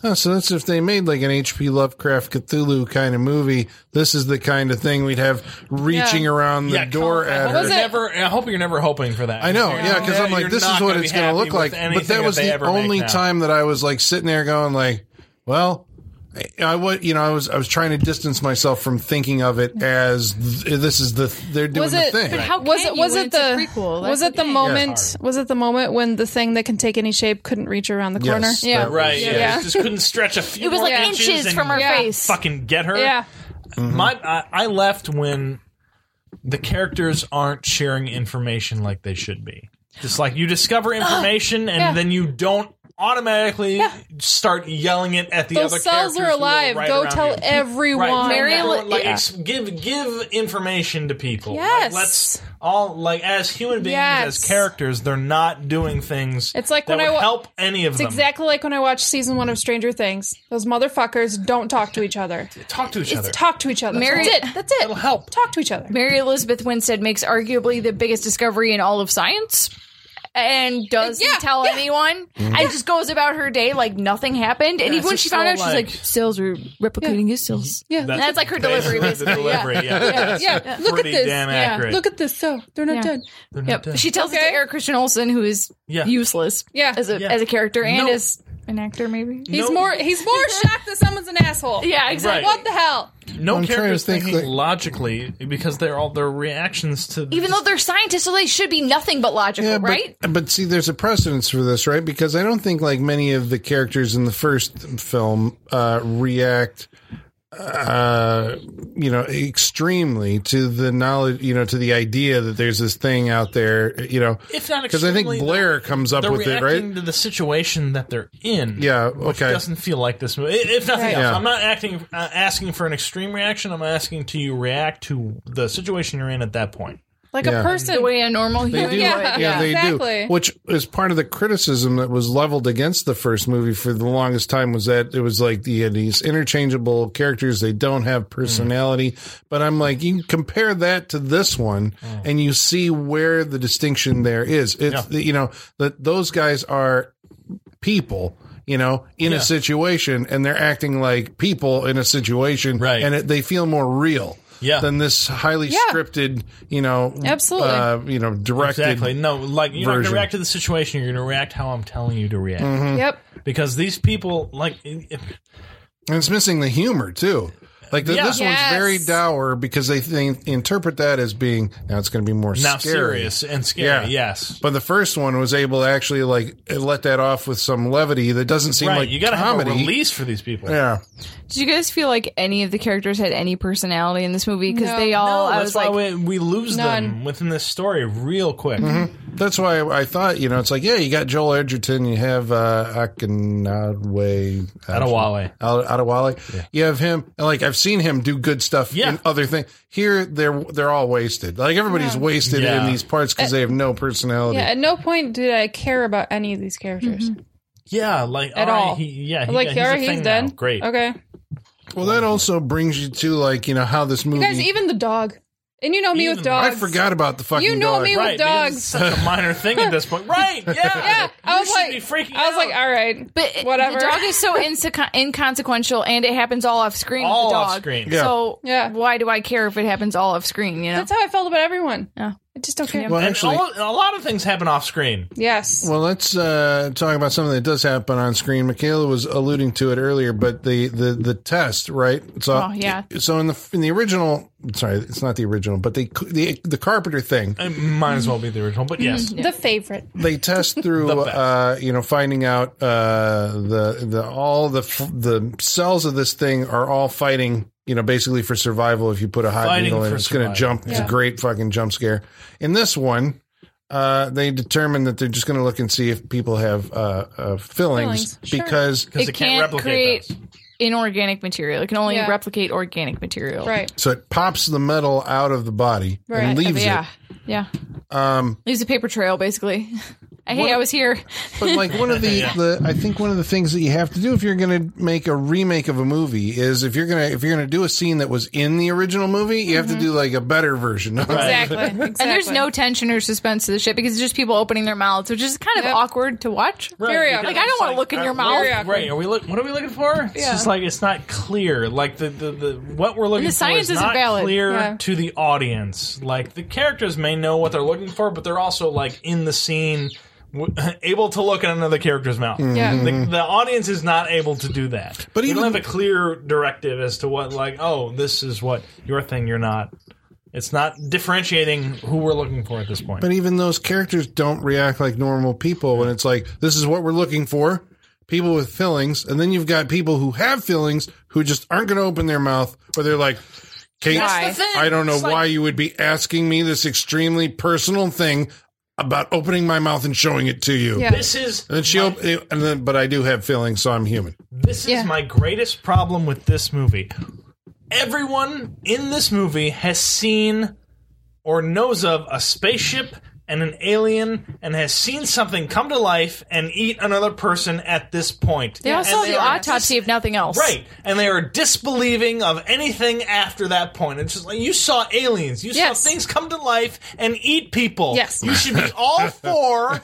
[SPEAKER 2] Oh, so that's if they made like an H.P. Lovecraft Cthulhu kind of movie. This is the kind of thing we'd have reaching
[SPEAKER 3] Yeah.
[SPEAKER 2] around the
[SPEAKER 4] Yeah,
[SPEAKER 2] door
[SPEAKER 4] Colin,
[SPEAKER 2] at
[SPEAKER 4] I
[SPEAKER 2] her.
[SPEAKER 4] hope you're Never, I hope you're never hoping for that.
[SPEAKER 2] I know, yeah, because I'm
[SPEAKER 4] You're
[SPEAKER 2] like, this
[SPEAKER 4] not
[SPEAKER 2] is what
[SPEAKER 4] gonna
[SPEAKER 2] it's
[SPEAKER 4] be
[SPEAKER 2] going to look
[SPEAKER 4] happy
[SPEAKER 2] like.
[SPEAKER 4] with
[SPEAKER 2] But
[SPEAKER 4] anything
[SPEAKER 2] that was
[SPEAKER 4] they
[SPEAKER 2] the
[SPEAKER 4] ever make
[SPEAKER 2] only
[SPEAKER 4] now.
[SPEAKER 2] time that I was like sitting there going like, well, I, I wa- you know, I was I was trying to distance myself from thinking of it as th- this is the they're doing
[SPEAKER 3] was it
[SPEAKER 2] the thing.
[SPEAKER 5] But how
[SPEAKER 3] was
[SPEAKER 5] can
[SPEAKER 3] it
[SPEAKER 5] you
[SPEAKER 3] was
[SPEAKER 5] when
[SPEAKER 3] it
[SPEAKER 5] it's a
[SPEAKER 3] the
[SPEAKER 5] prequel?
[SPEAKER 3] was
[SPEAKER 5] That's
[SPEAKER 3] it the
[SPEAKER 5] the thing.
[SPEAKER 3] moment was it the moment when the thing that can take any shape couldn't reach around the corner?
[SPEAKER 2] Yes,
[SPEAKER 5] Yeah.
[SPEAKER 2] that was-
[SPEAKER 4] Right, yeah.
[SPEAKER 3] Yeah.
[SPEAKER 4] It Just couldn't stretch a few
[SPEAKER 5] It was
[SPEAKER 4] more
[SPEAKER 5] like inches
[SPEAKER 4] and
[SPEAKER 5] from her
[SPEAKER 3] Yeah.
[SPEAKER 5] face.
[SPEAKER 4] Fucking get her.
[SPEAKER 3] Yeah. Mm-hmm.
[SPEAKER 4] My, I, I left when the characters aren't sharing information like they should be. Just like you discover information and
[SPEAKER 3] Yeah.
[SPEAKER 4] then you don't automatically start yelling it at the
[SPEAKER 3] Those
[SPEAKER 4] other
[SPEAKER 3] cells
[SPEAKER 4] characters
[SPEAKER 3] are
[SPEAKER 4] who
[SPEAKER 3] alive.
[SPEAKER 4] right
[SPEAKER 3] Go
[SPEAKER 4] around
[SPEAKER 3] tell
[SPEAKER 4] you.
[SPEAKER 3] everyone.
[SPEAKER 4] Right,
[SPEAKER 5] Mary-
[SPEAKER 4] tell everyone, like
[SPEAKER 5] yeah.
[SPEAKER 4] ex- give give information to people. Like,
[SPEAKER 3] Yes.
[SPEAKER 4] let's all like as human beings,
[SPEAKER 3] Yes.
[SPEAKER 4] as characters, they're not doing things.
[SPEAKER 3] It's like
[SPEAKER 4] that
[SPEAKER 3] when I
[SPEAKER 4] would
[SPEAKER 3] wa-
[SPEAKER 4] help any of
[SPEAKER 3] It's
[SPEAKER 4] them
[SPEAKER 3] exactly like when I watched season one of Stranger Things. Those motherfuckers don't talk to each other.
[SPEAKER 4] talk to each other.
[SPEAKER 3] Talk to each other.
[SPEAKER 5] Mary-
[SPEAKER 3] That's it. That's it.
[SPEAKER 4] It'll help.
[SPEAKER 3] Talk to each other.
[SPEAKER 5] Mary Elizabeth Winstead makes arguably the biggest discovery in all of science and doesn't
[SPEAKER 3] Yeah,
[SPEAKER 5] tell
[SPEAKER 3] yeah.
[SPEAKER 5] anyone and just goes about her day like nothing happened. And even
[SPEAKER 4] it's
[SPEAKER 5] when
[SPEAKER 4] just
[SPEAKER 5] she found
[SPEAKER 4] so
[SPEAKER 5] out, she's
[SPEAKER 4] like-
[SPEAKER 5] like, cells are replicating his cells.
[SPEAKER 3] Yeah.
[SPEAKER 5] And that's like her delivery,
[SPEAKER 4] Basically, the
[SPEAKER 5] basically. yeah.
[SPEAKER 4] delivery, yeah. That's
[SPEAKER 3] yeah. Look at
[SPEAKER 4] pretty
[SPEAKER 3] this.
[SPEAKER 4] damn
[SPEAKER 5] yeah.
[SPEAKER 4] accurate.
[SPEAKER 3] Look at this. So they're not
[SPEAKER 5] Yeah.
[SPEAKER 3] dead.
[SPEAKER 4] They're not
[SPEAKER 5] Yep.
[SPEAKER 4] dead.
[SPEAKER 5] She tells it
[SPEAKER 3] Okay.
[SPEAKER 5] to Eric Christian Olsen, who is
[SPEAKER 4] uh, Yeah.
[SPEAKER 5] useless
[SPEAKER 3] Yeah.
[SPEAKER 5] as a
[SPEAKER 4] Yeah.
[SPEAKER 5] as a character and
[SPEAKER 4] No.
[SPEAKER 5] as an actor, maybe.
[SPEAKER 3] He's
[SPEAKER 4] No.
[SPEAKER 3] more he's [laughs] more shocked that someone's an asshole.
[SPEAKER 5] Yeah, exactly.
[SPEAKER 3] What the hell?
[SPEAKER 4] no
[SPEAKER 2] I'm trying to
[SPEAKER 4] characters
[SPEAKER 2] think,
[SPEAKER 4] thinking
[SPEAKER 2] like-
[SPEAKER 4] logically because they're all their reactions to
[SPEAKER 5] Even though they're scientists, so they should be nothing but logical,
[SPEAKER 2] Yeah, but,
[SPEAKER 5] right?
[SPEAKER 2] But see, there's a precedence for this, right? Because I don't think like many of the characters in the first film uh, react, uh, you know, extremely to the knowledge, you know, to the idea that there's this thing out there, you know.
[SPEAKER 4] If not
[SPEAKER 2] because I think
[SPEAKER 4] extremely,
[SPEAKER 2] Blair comes up
[SPEAKER 4] they're
[SPEAKER 2] with it,
[SPEAKER 4] reacting
[SPEAKER 2] right?
[SPEAKER 4] to the situation that they're in.
[SPEAKER 2] Yeah.
[SPEAKER 4] Which
[SPEAKER 2] Okay.
[SPEAKER 4] doesn't feel like this movie. If nothing
[SPEAKER 3] Right.
[SPEAKER 4] else,
[SPEAKER 2] Yeah.
[SPEAKER 4] I'm not acting uh, asking for an extreme reaction. I'm asking to you react to the situation you're in at that point.
[SPEAKER 3] Like
[SPEAKER 2] Yeah.
[SPEAKER 3] a person.
[SPEAKER 5] The way a normal human
[SPEAKER 2] They do,
[SPEAKER 5] would.
[SPEAKER 3] Yeah.
[SPEAKER 2] yeah, they
[SPEAKER 3] exactly.
[SPEAKER 2] do. Which is part of the criticism that was leveled against the first movie for the longest time was that it was like the, these interchangeable characters. They don't have personality. But I'm like, you compare that to this one, and you see where the distinction there is. It's you know that those guys are people. You know, in a situation, and they're acting like people in a situation,
[SPEAKER 4] Right.
[SPEAKER 2] And it, they feel more real,
[SPEAKER 4] Yeah.
[SPEAKER 2] than this highly scripted, you know,
[SPEAKER 3] Absolutely.
[SPEAKER 2] uh, you know, directed
[SPEAKER 4] Exactly. No, like you're
[SPEAKER 2] version.
[SPEAKER 4] not going
[SPEAKER 2] Mm-hmm.
[SPEAKER 4] to react to the situation. You're going to react how I'm telling you to react.
[SPEAKER 3] Yep.
[SPEAKER 4] because these people like if-
[SPEAKER 2] And it's missing the humor too. Like the,
[SPEAKER 4] Yeah.
[SPEAKER 2] this
[SPEAKER 3] Yes.
[SPEAKER 2] one's very dour because they think, interpret that as being now it's going to be more
[SPEAKER 4] now
[SPEAKER 2] scary.
[SPEAKER 4] serious and scary.
[SPEAKER 2] Yeah.
[SPEAKER 4] Yes.
[SPEAKER 2] But the first one was able to actually like let that off with some levity that doesn't seem
[SPEAKER 4] Right,
[SPEAKER 2] like
[SPEAKER 4] you gotta
[SPEAKER 2] comedy.
[SPEAKER 4] have a release for these people.
[SPEAKER 2] Yeah,
[SPEAKER 5] Did you guys feel like any of the characters had any personality in this movie? Because
[SPEAKER 3] No.
[SPEAKER 5] they all,
[SPEAKER 4] No,
[SPEAKER 5] I
[SPEAKER 4] that's
[SPEAKER 5] was like,
[SPEAKER 4] why we, we lose them
[SPEAKER 3] None.
[SPEAKER 4] within this story real quick.
[SPEAKER 2] that's why I, I thought you know it's like yeah you got Joel Edgerton, you have uh, Akinadwe
[SPEAKER 4] Adewale.
[SPEAKER 2] Ad- Adewale, you have him. And like I've seen him do good stuff
[SPEAKER 4] Yeah.
[SPEAKER 2] in other things. Here they're they're all wasted. Like everybody's wasted
[SPEAKER 4] Yeah.
[SPEAKER 2] in these parts because they have no personality.
[SPEAKER 3] Yeah, at no point did I care about any of these characters.
[SPEAKER 4] Yeah, like
[SPEAKER 3] At
[SPEAKER 4] all right,
[SPEAKER 3] all.
[SPEAKER 4] He, yeah, he,
[SPEAKER 3] like,
[SPEAKER 4] Mm-hmm. yeah,
[SPEAKER 3] all
[SPEAKER 4] a
[SPEAKER 3] right, he's,
[SPEAKER 4] thing now.
[SPEAKER 3] done.
[SPEAKER 4] Great.
[SPEAKER 3] Okay.
[SPEAKER 2] Well, that also brings you to like you know how this movie.
[SPEAKER 3] Guys, even the dog. And you know
[SPEAKER 4] Mm-hmm.
[SPEAKER 3] me
[SPEAKER 4] Even
[SPEAKER 3] with
[SPEAKER 4] the-
[SPEAKER 3] dogs.
[SPEAKER 2] I forgot about the fucking.
[SPEAKER 3] You know
[SPEAKER 2] dog.
[SPEAKER 3] me
[SPEAKER 4] Right,
[SPEAKER 3] with
[SPEAKER 4] because
[SPEAKER 3] dogs.
[SPEAKER 4] It's such a minor thing at this point.
[SPEAKER 3] [laughs]
[SPEAKER 4] Right? Yeah.
[SPEAKER 3] Yeah, I
[SPEAKER 4] You
[SPEAKER 3] was
[SPEAKER 4] should
[SPEAKER 3] like,
[SPEAKER 4] be freaking
[SPEAKER 3] I was like,
[SPEAKER 4] out.
[SPEAKER 3] all right,
[SPEAKER 5] but it-
[SPEAKER 3] whatever.
[SPEAKER 5] the dog is [laughs] so inseco- inconsequential and it happens all off screen. with
[SPEAKER 4] All
[SPEAKER 5] the dog.
[SPEAKER 4] off screen.
[SPEAKER 2] Yeah.
[SPEAKER 5] So
[SPEAKER 3] Yeah.
[SPEAKER 5] why do I care if it happens all off screen? You know,
[SPEAKER 3] [laughs] That's how I felt about everyone.
[SPEAKER 5] Yeah.
[SPEAKER 3] I just don't care.
[SPEAKER 2] Well,
[SPEAKER 4] And
[SPEAKER 2] actually,
[SPEAKER 4] all- a lot of things happen off screen.
[SPEAKER 3] yes.
[SPEAKER 2] Well, let's uh, talk about something that does happen on screen. Michaela was alluding to it earlier, but the the, the test, right? So
[SPEAKER 5] Oh, yeah.
[SPEAKER 2] So in the in the original, sorry, it's not the original, but they the the carpenter thing.
[SPEAKER 4] It might as well be the original, but yes.
[SPEAKER 3] the favorite.
[SPEAKER 2] They
[SPEAKER 4] [laughs]
[SPEAKER 2] test through,
[SPEAKER 4] The best.
[SPEAKER 2] uh, you know, finding out uh, the the all the f- the cells of this thing are all fighting. You know, basically for survival. If you put a hot
[SPEAKER 4] Fighting
[SPEAKER 2] needle in,
[SPEAKER 4] for
[SPEAKER 2] it's going to
[SPEAKER 4] survival.
[SPEAKER 2] jump. It's a
[SPEAKER 3] Yeah.
[SPEAKER 2] great fucking jump scare. In this one, uh, they determine that they're just going to look and see if people have uh, uh, fillings,
[SPEAKER 3] Fillings, sure.
[SPEAKER 2] because
[SPEAKER 4] Because
[SPEAKER 5] It
[SPEAKER 4] it, can't
[SPEAKER 5] can't
[SPEAKER 4] replicate
[SPEAKER 5] create-
[SPEAKER 4] those.
[SPEAKER 5] inorganic material. It can only
[SPEAKER 3] Yeah.
[SPEAKER 5] replicate organic material.
[SPEAKER 4] [laughs]
[SPEAKER 3] Right.
[SPEAKER 2] so it pops the metal out of the body
[SPEAKER 3] Right.
[SPEAKER 2] and leaves
[SPEAKER 5] yeah.
[SPEAKER 2] it.
[SPEAKER 5] Yeah.
[SPEAKER 2] Um,
[SPEAKER 5] Leaves a paper trail, basically. [laughs] hey, I was here.
[SPEAKER 2] but like one of the, the I think one of the things that you have to do if you're going to make a remake of a movie is if you're going to if you're going to do a scene that was in the original movie, you have to do like a better version. of it.
[SPEAKER 3] Exactly. exactly.
[SPEAKER 5] And there's no tension or suspense to the shit because it's just people opening their mouths, which is kind of
[SPEAKER 3] Yep.
[SPEAKER 5] awkward to watch.
[SPEAKER 3] Very
[SPEAKER 4] because
[SPEAKER 3] awkward.
[SPEAKER 5] Like, I don't
[SPEAKER 4] it's
[SPEAKER 5] wanna look in
[SPEAKER 4] uh,
[SPEAKER 5] your
[SPEAKER 4] what-
[SPEAKER 5] mouth.
[SPEAKER 3] Very awkward.
[SPEAKER 4] Right. Are we look, what are we looking for? It's
[SPEAKER 5] Yeah.
[SPEAKER 4] just like it's not clear. Like the the, the what we're looking
[SPEAKER 5] the
[SPEAKER 4] for
[SPEAKER 5] science
[SPEAKER 4] is
[SPEAKER 5] isn't
[SPEAKER 4] not
[SPEAKER 5] valid.
[SPEAKER 4] clear
[SPEAKER 3] Yeah.
[SPEAKER 4] to the audience. Like the characters may know what they're looking for, but they're also like in the scene w- [laughs] able to look in another character's mouth.
[SPEAKER 3] Yeah.
[SPEAKER 4] The,
[SPEAKER 5] Mm-hmm.
[SPEAKER 4] the audience is not able to do that.
[SPEAKER 2] But
[SPEAKER 4] But we
[SPEAKER 2] even-
[SPEAKER 4] don't have a clear directive as to what, like, oh, this is what your thing, you're not. It's not differentiating who we're looking for at this point.
[SPEAKER 2] But even those characters don't react like normal people when it's like this is what we're looking for. People with fillings, and then you've got people who have fillings who just aren't going to open their mouth, or they're like, "Kate,
[SPEAKER 5] That's the
[SPEAKER 4] thing.
[SPEAKER 2] I don't know
[SPEAKER 4] It's like-
[SPEAKER 2] why you would be asking me this extremely personal thing about opening my mouth and showing it to you."
[SPEAKER 3] Yeah.
[SPEAKER 4] this is
[SPEAKER 2] And then she, op- and then, but I do have feelings, so I'm human.
[SPEAKER 4] This
[SPEAKER 3] Yeah.
[SPEAKER 4] is my greatest problem with this movie. Everyone in this movie has seen or knows of a spaceship and an alien and has seen something come to life and eat another person at this point.
[SPEAKER 5] They also
[SPEAKER 4] And
[SPEAKER 5] have the
[SPEAKER 4] are
[SPEAKER 5] autopsy, if nothing else.
[SPEAKER 4] Right. And they are disbelieving of anything after that point. It's just like you saw aliens. You
[SPEAKER 3] Yes.
[SPEAKER 4] saw things come to life and eat people.
[SPEAKER 3] Yes.
[SPEAKER 4] You should be all for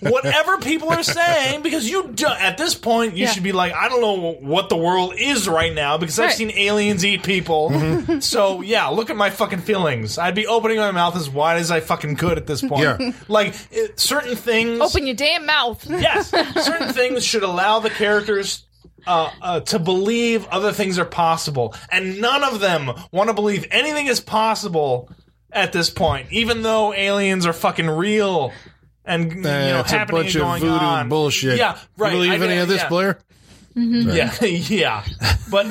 [SPEAKER 4] whatever people are saying because you do, at this point you
[SPEAKER 3] Yeah.
[SPEAKER 4] should be like I don't know what the world is right now because I've
[SPEAKER 3] Right.
[SPEAKER 4] seen aliens eat people. so yeah, look at my fucking feelings. I'd be opening my mouth as wide as I fucking could at this point.
[SPEAKER 2] Yeah.
[SPEAKER 4] Like it, certain things
[SPEAKER 5] Open your damn mouth.
[SPEAKER 4] yes, certain things should allow the characters uh, uh, to believe other things are possible, and none of them want to believe anything is possible at this point, even though aliens are fucking real. And you know,
[SPEAKER 2] it's a
[SPEAKER 4] happening
[SPEAKER 2] bunch
[SPEAKER 4] and
[SPEAKER 2] of
[SPEAKER 4] going
[SPEAKER 2] voodoo
[SPEAKER 4] on.
[SPEAKER 2] bullshit.
[SPEAKER 4] Yeah, right.
[SPEAKER 2] You believe
[SPEAKER 4] I
[SPEAKER 2] any
[SPEAKER 4] did-
[SPEAKER 2] of this,
[SPEAKER 4] yeah.
[SPEAKER 2] Blair?
[SPEAKER 4] Yeah, yeah. [laughs] But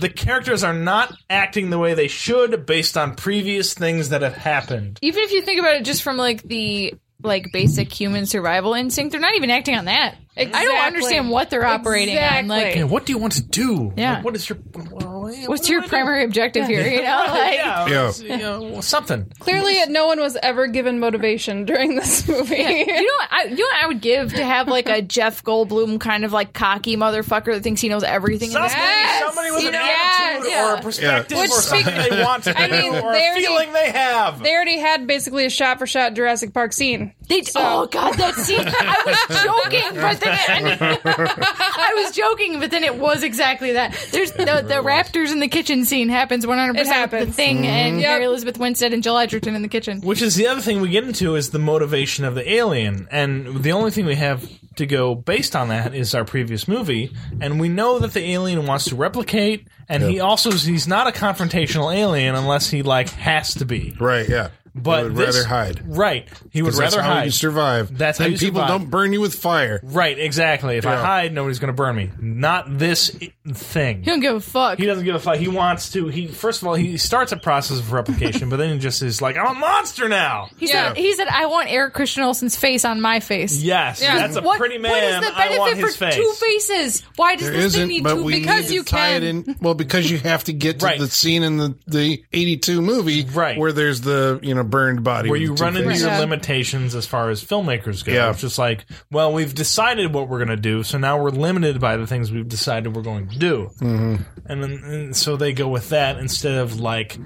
[SPEAKER 4] the characters are not acting the way they should based on previous things that have happened.
[SPEAKER 5] [laughs] Even if you think about it just from like the like basic human survival instinct, they're not even acting on that. I
[SPEAKER 3] Exactly.
[SPEAKER 5] don't understand what they're operating on.
[SPEAKER 3] Exactly.
[SPEAKER 5] Like,
[SPEAKER 4] And what do you want to do?
[SPEAKER 5] Yeah.
[SPEAKER 4] Like, what is your what
[SPEAKER 5] what's
[SPEAKER 4] do
[SPEAKER 5] your
[SPEAKER 4] I do?
[SPEAKER 5] primary objective here? You know, like
[SPEAKER 4] [laughs] yeah,
[SPEAKER 2] Yeah.
[SPEAKER 4] it's, you know, well, something.
[SPEAKER 3] Clearly, no one was ever given motivation during this [laughs] movie.
[SPEAKER 5] you know, what I, you know, what I would give to have like a Jeff Goldblum kind of like cocky motherfucker that thinks he knows everything. in
[SPEAKER 4] Sounds
[SPEAKER 5] this
[SPEAKER 4] like
[SPEAKER 3] Yes!
[SPEAKER 4] somebody with an
[SPEAKER 3] Yes!
[SPEAKER 4] attitude
[SPEAKER 5] Yeah.
[SPEAKER 4] or a perspective
[SPEAKER 2] Yeah.
[SPEAKER 4] or
[SPEAKER 3] Which speak-
[SPEAKER 4] something they want to do
[SPEAKER 3] I mean,
[SPEAKER 4] or
[SPEAKER 3] they
[SPEAKER 4] a
[SPEAKER 3] already-
[SPEAKER 4] feeling they have.
[SPEAKER 3] they already had basically a shot for shot Jurassic Park scene.
[SPEAKER 5] They oh god that scene! I was joking, but then it, I, mean, [laughs] I was joking, but then it was exactly that. There's the, the raptors in the kitchen scene happens 100.
[SPEAKER 3] It
[SPEAKER 5] percent The
[SPEAKER 3] happens.
[SPEAKER 5] thing and
[SPEAKER 3] Yep.
[SPEAKER 5] Mary Elizabeth Winstead and Joel Edgerton in the kitchen.
[SPEAKER 4] Which is the other thing we get into is the motivation of the alien, and the only thing we have to go based on that is our previous movie, and we know that the alien wants to replicate, and he also he's not a confrontational alien unless he like has to be.
[SPEAKER 2] Right, yeah.
[SPEAKER 4] But
[SPEAKER 2] They would
[SPEAKER 4] this-
[SPEAKER 2] rather hide.
[SPEAKER 4] Right, he would
[SPEAKER 2] 'Cause that's
[SPEAKER 4] rather
[SPEAKER 2] how
[SPEAKER 4] hide.
[SPEAKER 2] you survive.
[SPEAKER 4] That's how
[SPEAKER 2] And
[SPEAKER 4] you
[SPEAKER 2] people
[SPEAKER 4] survive.
[SPEAKER 2] don't burn you with fire.
[SPEAKER 4] Right, exactly. If I
[SPEAKER 2] Yeah.
[SPEAKER 4] hide, nobody's going to burn me. Not this i- thing.
[SPEAKER 5] He don't give a fuck.
[SPEAKER 4] He doesn't give a fuck. He wants to. He first of all, he starts a process of replication, but then he just is like, "I'm a monster now."
[SPEAKER 5] He
[SPEAKER 3] Yeah.
[SPEAKER 5] said, "He said I want Eric Christian Olsen's face on my face."
[SPEAKER 4] Yes,
[SPEAKER 3] Yeah.
[SPEAKER 4] that's a
[SPEAKER 5] What,
[SPEAKER 4] pretty man.
[SPEAKER 5] what is the
[SPEAKER 4] I want
[SPEAKER 5] benefit
[SPEAKER 4] his
[SPEAKER 5] for
[SPEAKER 4] face.
[SPEAKER 5] two faces? Why does
[SPEAKER 2] There
[SPEAKER 5] this thing
[SPEAKER 2] isn't,
[SPEAKER 5] need
[SPEAKER 2] but
[SPEAKER 5] two?
[SPEAKER 2] we
[SPEAKER 3] because
[SPEAKER 2] need to
[SPEAKER 3] you
[SPEAKER 2] tie It
[SPEAKER 3] can.
[SPEAKER 2] in, well, because you have to get to
[SPEAKER 4] Right.
[SPEAKER 2] the scene in the, the eighty two movie,
[SPEAKER 4] Right.
[SPEAKER 2] Where there's the you know burned body.
[SPEAKER 4] Where
[SPEAKER 2] with
[SPEAKER 4] you
[SPEAKER 2] the two
[SPEAKER 4] run into
[SPEAKER 2] faces.
[SPEAKER 4] your
[SPEAKER 3] Yeah.
[SPEAKER 4] limitations as far as filmmakers go.
[SPEAKER 2] Yeah.
[SPEAKER 4] It's just like, well, we've decided what we're going to do, so now we're limited by the things we've decided we're going to do.
[SPEAKER 2] Mm-hmm.
[SPEAKER 4] And then and so they go with that instead of like,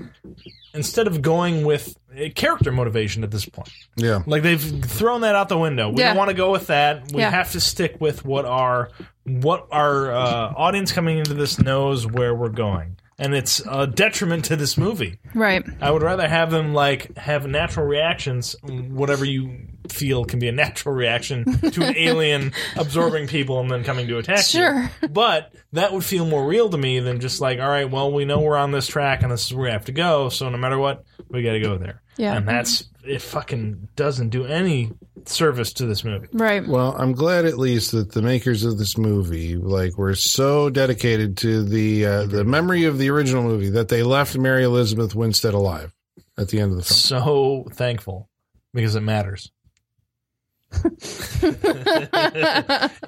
[SPEAKER 4] instead of going with uh, character motivation at this point.
[SPEAKER 2] yeah.
[SPEAKER 4] Like they've thrown that out the window. We
[SPEAKER 3] Yeah.
[SPEAKER 4] don't want to go with that. We
[SPEAKER 3] Yeah.
[SPEAKER 4] have to stick with what our what our uh, audience coming into this knows where we're going, and it's a detriment to this movie.
[SPEAKER 3] Right.
[SPEAKER 4] I would rather have them like have natural reactions, whatever you feel can be a natural reaction to an
[SPEAKER 3] [laughs]
[SPEAKER 4] alien absorbing people and then coming to attack
[SPEAKER 3] Sure.
[SPEAKER 4] you. But that would feel more real to me than just like, all right, well, we know we're on this track and this is where we have to go, so no matter what, we got to go there.
[SPEAKER 3] Yeah.
[SPEAKER 4] And that's it fucking doesn't do any service to this movie.
[SPEAKER 3] Right.
[SPEAKER 2] Well, I'm glad at least that the makers of this movie, like, were so dedicated to the uh, the memory of the original movie that they left Mary Elizabeth Winstead alive at the end of the
[SPEAKER 4] [laughs]
[SPEAKER 2] film.
[SPEAKER 4] So thankful because it matters.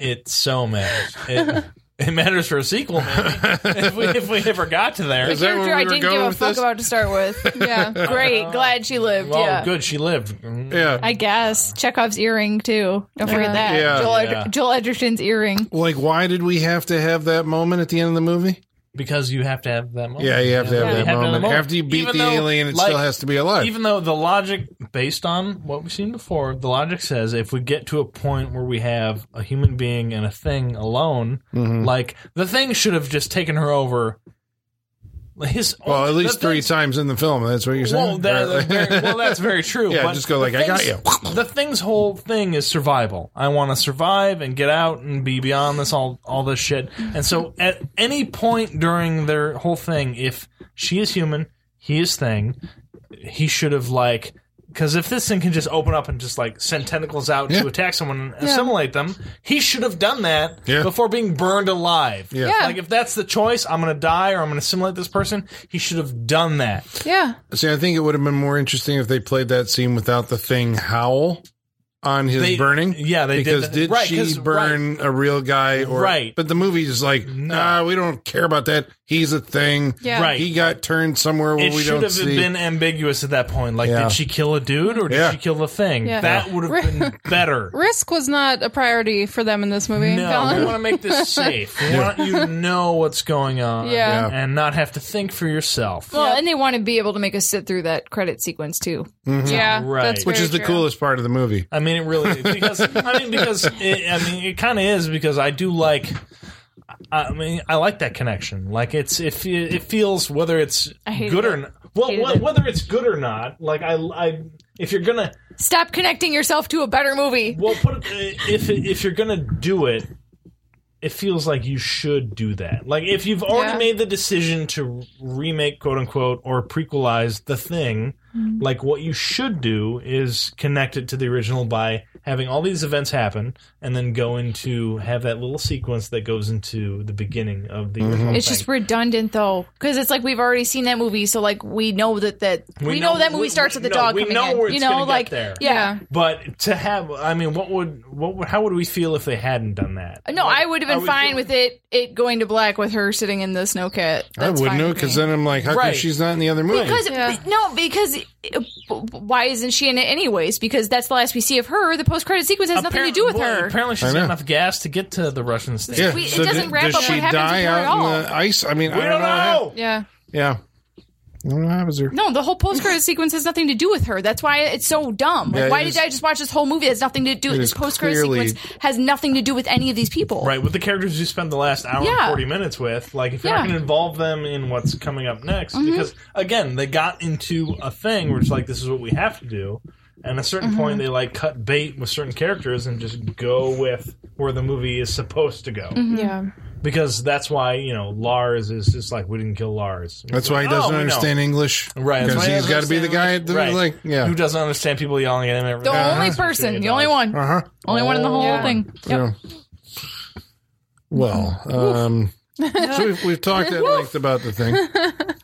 [SPEAKER 4] it so matters. It, it matters for a sequel, maybe. if, we, if we ever got to there.
[SPEAKER 2] Is that where
[SPEAKER 5] Character
[SPEAKER 2] we
[SPEAKER 5] I
[SPEAKER 2] were
[SPEAKER 5] didn't
[SPEAKER 2] going
[SPEAKER 5] give a
[SPEAKER 2] with
[SPEAKER 5] fuck
[SPEAKER 2] this?
[SPEAKER 5] about to start
[SPEAKER 4] [laughs]
[SPEAKER 5] with.
[SPEAKER 3] Yeah.
[SPEAKER 5] [laughs] Great, glad she lived.
[SPEAKER 4] Well,
[SPEAKER 5] yeah.
[SPEAKER 4] good, she lived. Mm.
[SPEAKER 2] Yeah,
[SPEAKER 5] I guess Chekhov's earring too. Don't forget that.
[SPEAKER 2] Yeah.
[SPEAKER 5] Joel, Ed-
[SPEAKER 4] Yeah.
[SPEAKER 5] Joel Edgerton's earring.
[SPEAKER 2] like, why did we have to have that moment at the end of the movie?
[SPEAKER 4] Because you have to have that moment.
[SPEAKER 2] Yeah, you have to have
[SPEAKER 4] you
[SPEAKER 2] that
[SPEAKER 4] have to have
[SPEAKER 2] moment.
[SPEAKER 4] the moment.
[SPEAKER 2] After you beat
[SPEAKER 4] Even
[SPEAKER 2] the
[SPEAKER 4] though,
[SPEAKER 2] alien, it
[SPEAKER 4] like,
[SPEAKER 2] still has to be alive.
[SPEAKER 4] Even though the logic, based on what we've seen before, the logic says if we get to a point where we have a human being and a thing alone,
[SPEAKER 2] Mm-hmm.
[SPEAKER 4] like the thing should have just taken her over. His
[SPEAKER 2] well, at least
[SPEAKER 4] the
[SPEAKER 2] three
[SPEAKER 4] thing's-
[SPEAKER 2] times in the film. That's what you're saying.
[SPEAKER 4] Well, that,
[SPEAKER 2] Or-
[SPEAKER 4] that's very, well, that's very true.
[SPEAKER 2] [laughs] Yeah,
[SPEAKER 4] but
[SPEAKER 2] just go
[SPEAKER 4] the
[SPEAKER 2] like, "I got
[SPEAKER 4] thing's- [clears throat] The thing's whole thing is survival. I want to survive and get out and be beyond this all all this shit. And so, at any point during their whole thing, if she is human, he is thing, he should have like. Because if this thing can just open up and just like send tentacles out
[SPEAKER 2] Yeah.
[SPEAKER 4] to attack someone and assimilate them, he should have done that
[SPEAKER 2] Yeah.
[SPEAKER 4] before being burned alive.
[SPEAKER 2] Yeah.
[SPEAKER 3] Yeah.
[SPEAKER 4] Like if that's the choice, I'm gonna die or I'm gonna assimilate this person. He should have done that.
[SPEAKER 3] Yeah.
[SPEAKER 2] See, I think it would have been more interesting if they played that scene without the thing howl on his
[SPEAKER 4] They-
[SPEAKER 2] burning.
[SPEAKER 4] yeah, they did
[SPEAKER 2] because
[SPEAKER 4] that.
[SPEAKER 2] did
[SPEAKER 4] Right,
[SPEAKER 2] she
[SPEAKER 4] 'cause-
[SPEAKER 2] burn a real guy or
[SPEAKER 4] Right.
[SPEAKER 2] But the movie is like, nah, we don't care about that. He's a thing.
[SPEAKER 3] Yeah.
[SPEAKER 4] Right.
[SPEAKER 2] He got turned somewhere where
[SPEAKER 4] it
[SPEAKER 2] we
[SPEAKER 4] should
[SPEAKER 2] don't
[SPEAKER 4] have
[SPEAKER 2] see.
[SPEAKER 4] been ambiguous at that point. Like,
[SPEAKER 2] Yeah.
[SPEAKER 4] did she kill a dude or did
[SPEAKER 2] Yeah.
[SPEAKER 4] she kill the thing?
[SPEAKER 3] Yeah.
[SPEAKER 4] That would
[SPEAKER 5] [laughs]
[SPEAKER 4] have been better.
[SPEAKER 3] Risk was not a priority for them in this movie.
[SPEAKER 4] No,
[SPEAKER 3] Colin.
[SPEAKER 4] we want to make this safe. We want you to know what's going on
[SPEAKER 3] Yeah.
[SPEAKER 2] Yeah.
[SPEAKER 4] and not have to think for yourself.
[SPEAKER 5] Well, and they want to be able to make us sit through that credit sequence too.
[SPEAKER 3] Yeah.
[SPEAKER 4] Right.
[SPEAKER 3] That's
[SPEAKER 2] which
[SPEAKER 3] very
[SPEAKER 2] is the
[SPEAKER 3] true.
[SPEAKER 2] coolest part of the movie.
[SPEAKER 4] I mean, it really because I mean because it, I mean it kind of is because I do like. I mean, I like that connection. Like it's it fe- it feels whether it's
[SPEAKER 5] hated
[SPEAKER 4] good
[SPEAKER 5] it.
[SPEAKER 4] or not. Well,
[SPEAKER 5] Hated
[SPEAKER 4] wh-
[SPEAKER 5] it.
[SPEAKER 4] whether it's good or not, like I, I if you're gonna
[SPEAKER 5] Stop connecting yourself to a better movie.
[SPEAKER 4] Well, put it, if if you're gonna do it, it feels like you should do that. Like if you've already
[SPEAKER 3] Yeah.
[SPEAKER 4] made the decision to remake, quote unquote, or prequelize the thing,
[SPEAKER 5] Mm-hmm.
[SPEAKER 4] like what you should do is connect it to the original by having all these events happen, and then go into have that little sequence that goes into the beginning of
[SPEAKER 2] Mm-hmm.
[SPEAKER 4] the. Original
[SPEAKER 5] It's
[SPEAKER 4] thing.
[SPEAKER 5] just redundant though, because it's like we've already seen that movie, so like we know that that we, know, that movie
[SPEAKER 4] we-
[SPEAKER 5] starts with the
[SPEAKER 4] no,
[SPEAKER 5] dog
[SPEAKER 4] we
[SPEAKER 5] coming
[SPEAKER 4] know
[SPEAKER 5] in.
[SPEAKER 4] where it's
[SPEAKER 5] you know,
[SPEAKER 4] gonna get
[SPEAKER 5] like
[SPEAKER 4] there.
[SPEAKER 5] yeah.
[SPEAKER 4] But to have, I mean, what would what would how would we feel if they hadn't done that?
[SPEAKER 5] No, I would have
[SPEAKER 4] I
[SPEAKER 5] been
[SPEAKER 4] would
[SPEAKER 5] fine
[SPEAKER 4] feel-
[SPEAKER 5] with it. It going to black with her sitting in the snowcat.
[SPEAKER 2] I wouldn't know because then I'm like, how come
[SPEAKER 4] Right.
[SPEAKER 2] she's not in the other movie?
[SPEAKER 5] Because
[SPEAKER 3] Yeah.
[SPEAKER 5] no, because uh, why isn't she in it anyways? Because that's the last we see of her. The post credit sequence has nothing to do with
[SPEAKER 4] Apparently-
[SPEAKER 5] her.
[SPEAKER 4] Apparently, she's
[SPEAKER 2] I know.
[SPEAKER 4] got enough gas to get to the Russian station.
[SPEAKER 2] yeah,
[SPEAKER 5] we- it
[SPEAKER 2] so
[SPEAKER 5] doesn't
[SPEAKER 2] did-
[SPEAKER 5] wrap
[SPEAKER 2] does
[SPEAKER 5] up what
[SPEAKER 2] she
[SPEAKER 5] happens with
[SPEAKER 2] die
[SPEAKER 5] her at
[SPEAKER 2] out
[SPEAKER 5] all.
[SPEAKER 2] in the ice? I mean,
[SPEAKER 4] We
[SPEAKER 2] I
[SPEAKER 4] don't
[SPEAKER 2] how-
[SPEAKER 4] know.
[SPEAKER 3] Yeah.
[SPEAKER 2] Yeah, I don't know what happens here.
[SPEAKER 5] No, the whole post credit sequence has nothing to do with her. That's why it's so dumb. Like,
[SPEAKER 2] Yeah, it
[SPEAKER 5] why
[SPEAKER 2] is-
[SPEAKER 5] did I just watch this whole movie? It has nothing to do.
[SPEAKER 2] It
[SPEAKER 5] This
[SPEAKER 2] is
[SPEAKER 5] post credit
[SPEAKER 2] clearly-
[SPEAKER 5] sequence has nothing to do with any of these people.
[SPEAKER 4] Right, with the characters you spend the last hour and
[SPEAKER 5] Yeah.
[SPEAKER 4] 40 minutes with, like, if you're
[SPEAKER 5] Yeah. Mm-hmm.
[SPEAKER 4] not going to involve them in what's coming up next, because, again, they got into a thing where it's like, this is what we have to do. And at a certain point,
[SPEAKER 5] Mm-hmm.
[SPEAKER 4] they, like, cut bait with certain characters and just go with where the movie is supposed to go.
[SPEAKER 5] Mm-hmm.
[SPEAKER 3] Yeah.
[SPEAKER 4] Because that's why, you know, Lars is just like, we didn't kill Lars.
[SPEAKER 2] That's why he doesn't
[SPEAKER 4] Oh, we know.
[SPEAKER 2] understand English.
[SPEAKER 4] Right, that's
[SPEAKER 2] Because
[SPEAKER 4] why he
[SPEAKER 2] he's got to be the
[SPEAKER 4] doesn't
[SPEAKER 2] guy.
[SPEAKER 4] understand
[SPEAKER 2] At the,
[SPEAKER 4] Right.
[SPEAKER 2] Like, yeah.
[SPEAKER 4] Who doesn't understand people yelling at him every
[SPEAKER 5] The
[SPEAKER 4] time?
[SPEAKER 5] only
[SPEAKER 4] That's
[SPEAKER 5] person,
[SPEAKER 4] what
[SPEAKER 5] the only one,
[SPEAKER 2] Uh huh.
[SPEAKER 5] only one in the whole
[SPEAKER 3] Yeah.
[SPEAKER 5] thing. Yep.
[SPEAKER 2] Uh-huh. Yeah. Well, um, so we've, we've talked at length about the thing.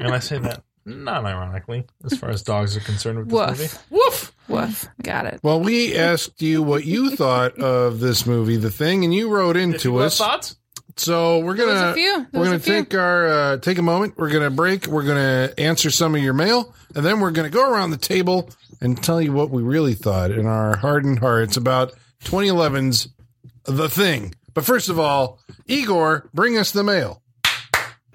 [SPEAKER 4] And I say that not ironically, as far as dogs are concerned with this
[SPEAKER 3] Woof.
[SPEAKER 4] movie.
[SPEAKER 5] Woof.
[SPEAKER 3] Woof. Got it.
[SPEAKER 2] Well, we asked you what you thought of this movie, The Thing, and you wrote into
[SPEAKER 4] People have
[SPEAKER 2] us.
[SPEAKER 4] thoughts?
[SPEAKER 2] So we're
[SPEAKER 3] was
[SPEAKER 2] gonna
[SPEAKER 3] a few. There
[SPEAKER 2] we're
[SPEAKER 3] was
[SPEAKER 2] gonna
[SPEAKER 3] a few.
[SPEAKER 2] take our uh, take a moment. We're gonna break. We're gonna answer some of your mail, and then we're gonna go around the table and tell you what we really thought in our hardened hearts about 2011's The Thing. But first of all, Igor, bring us the mail.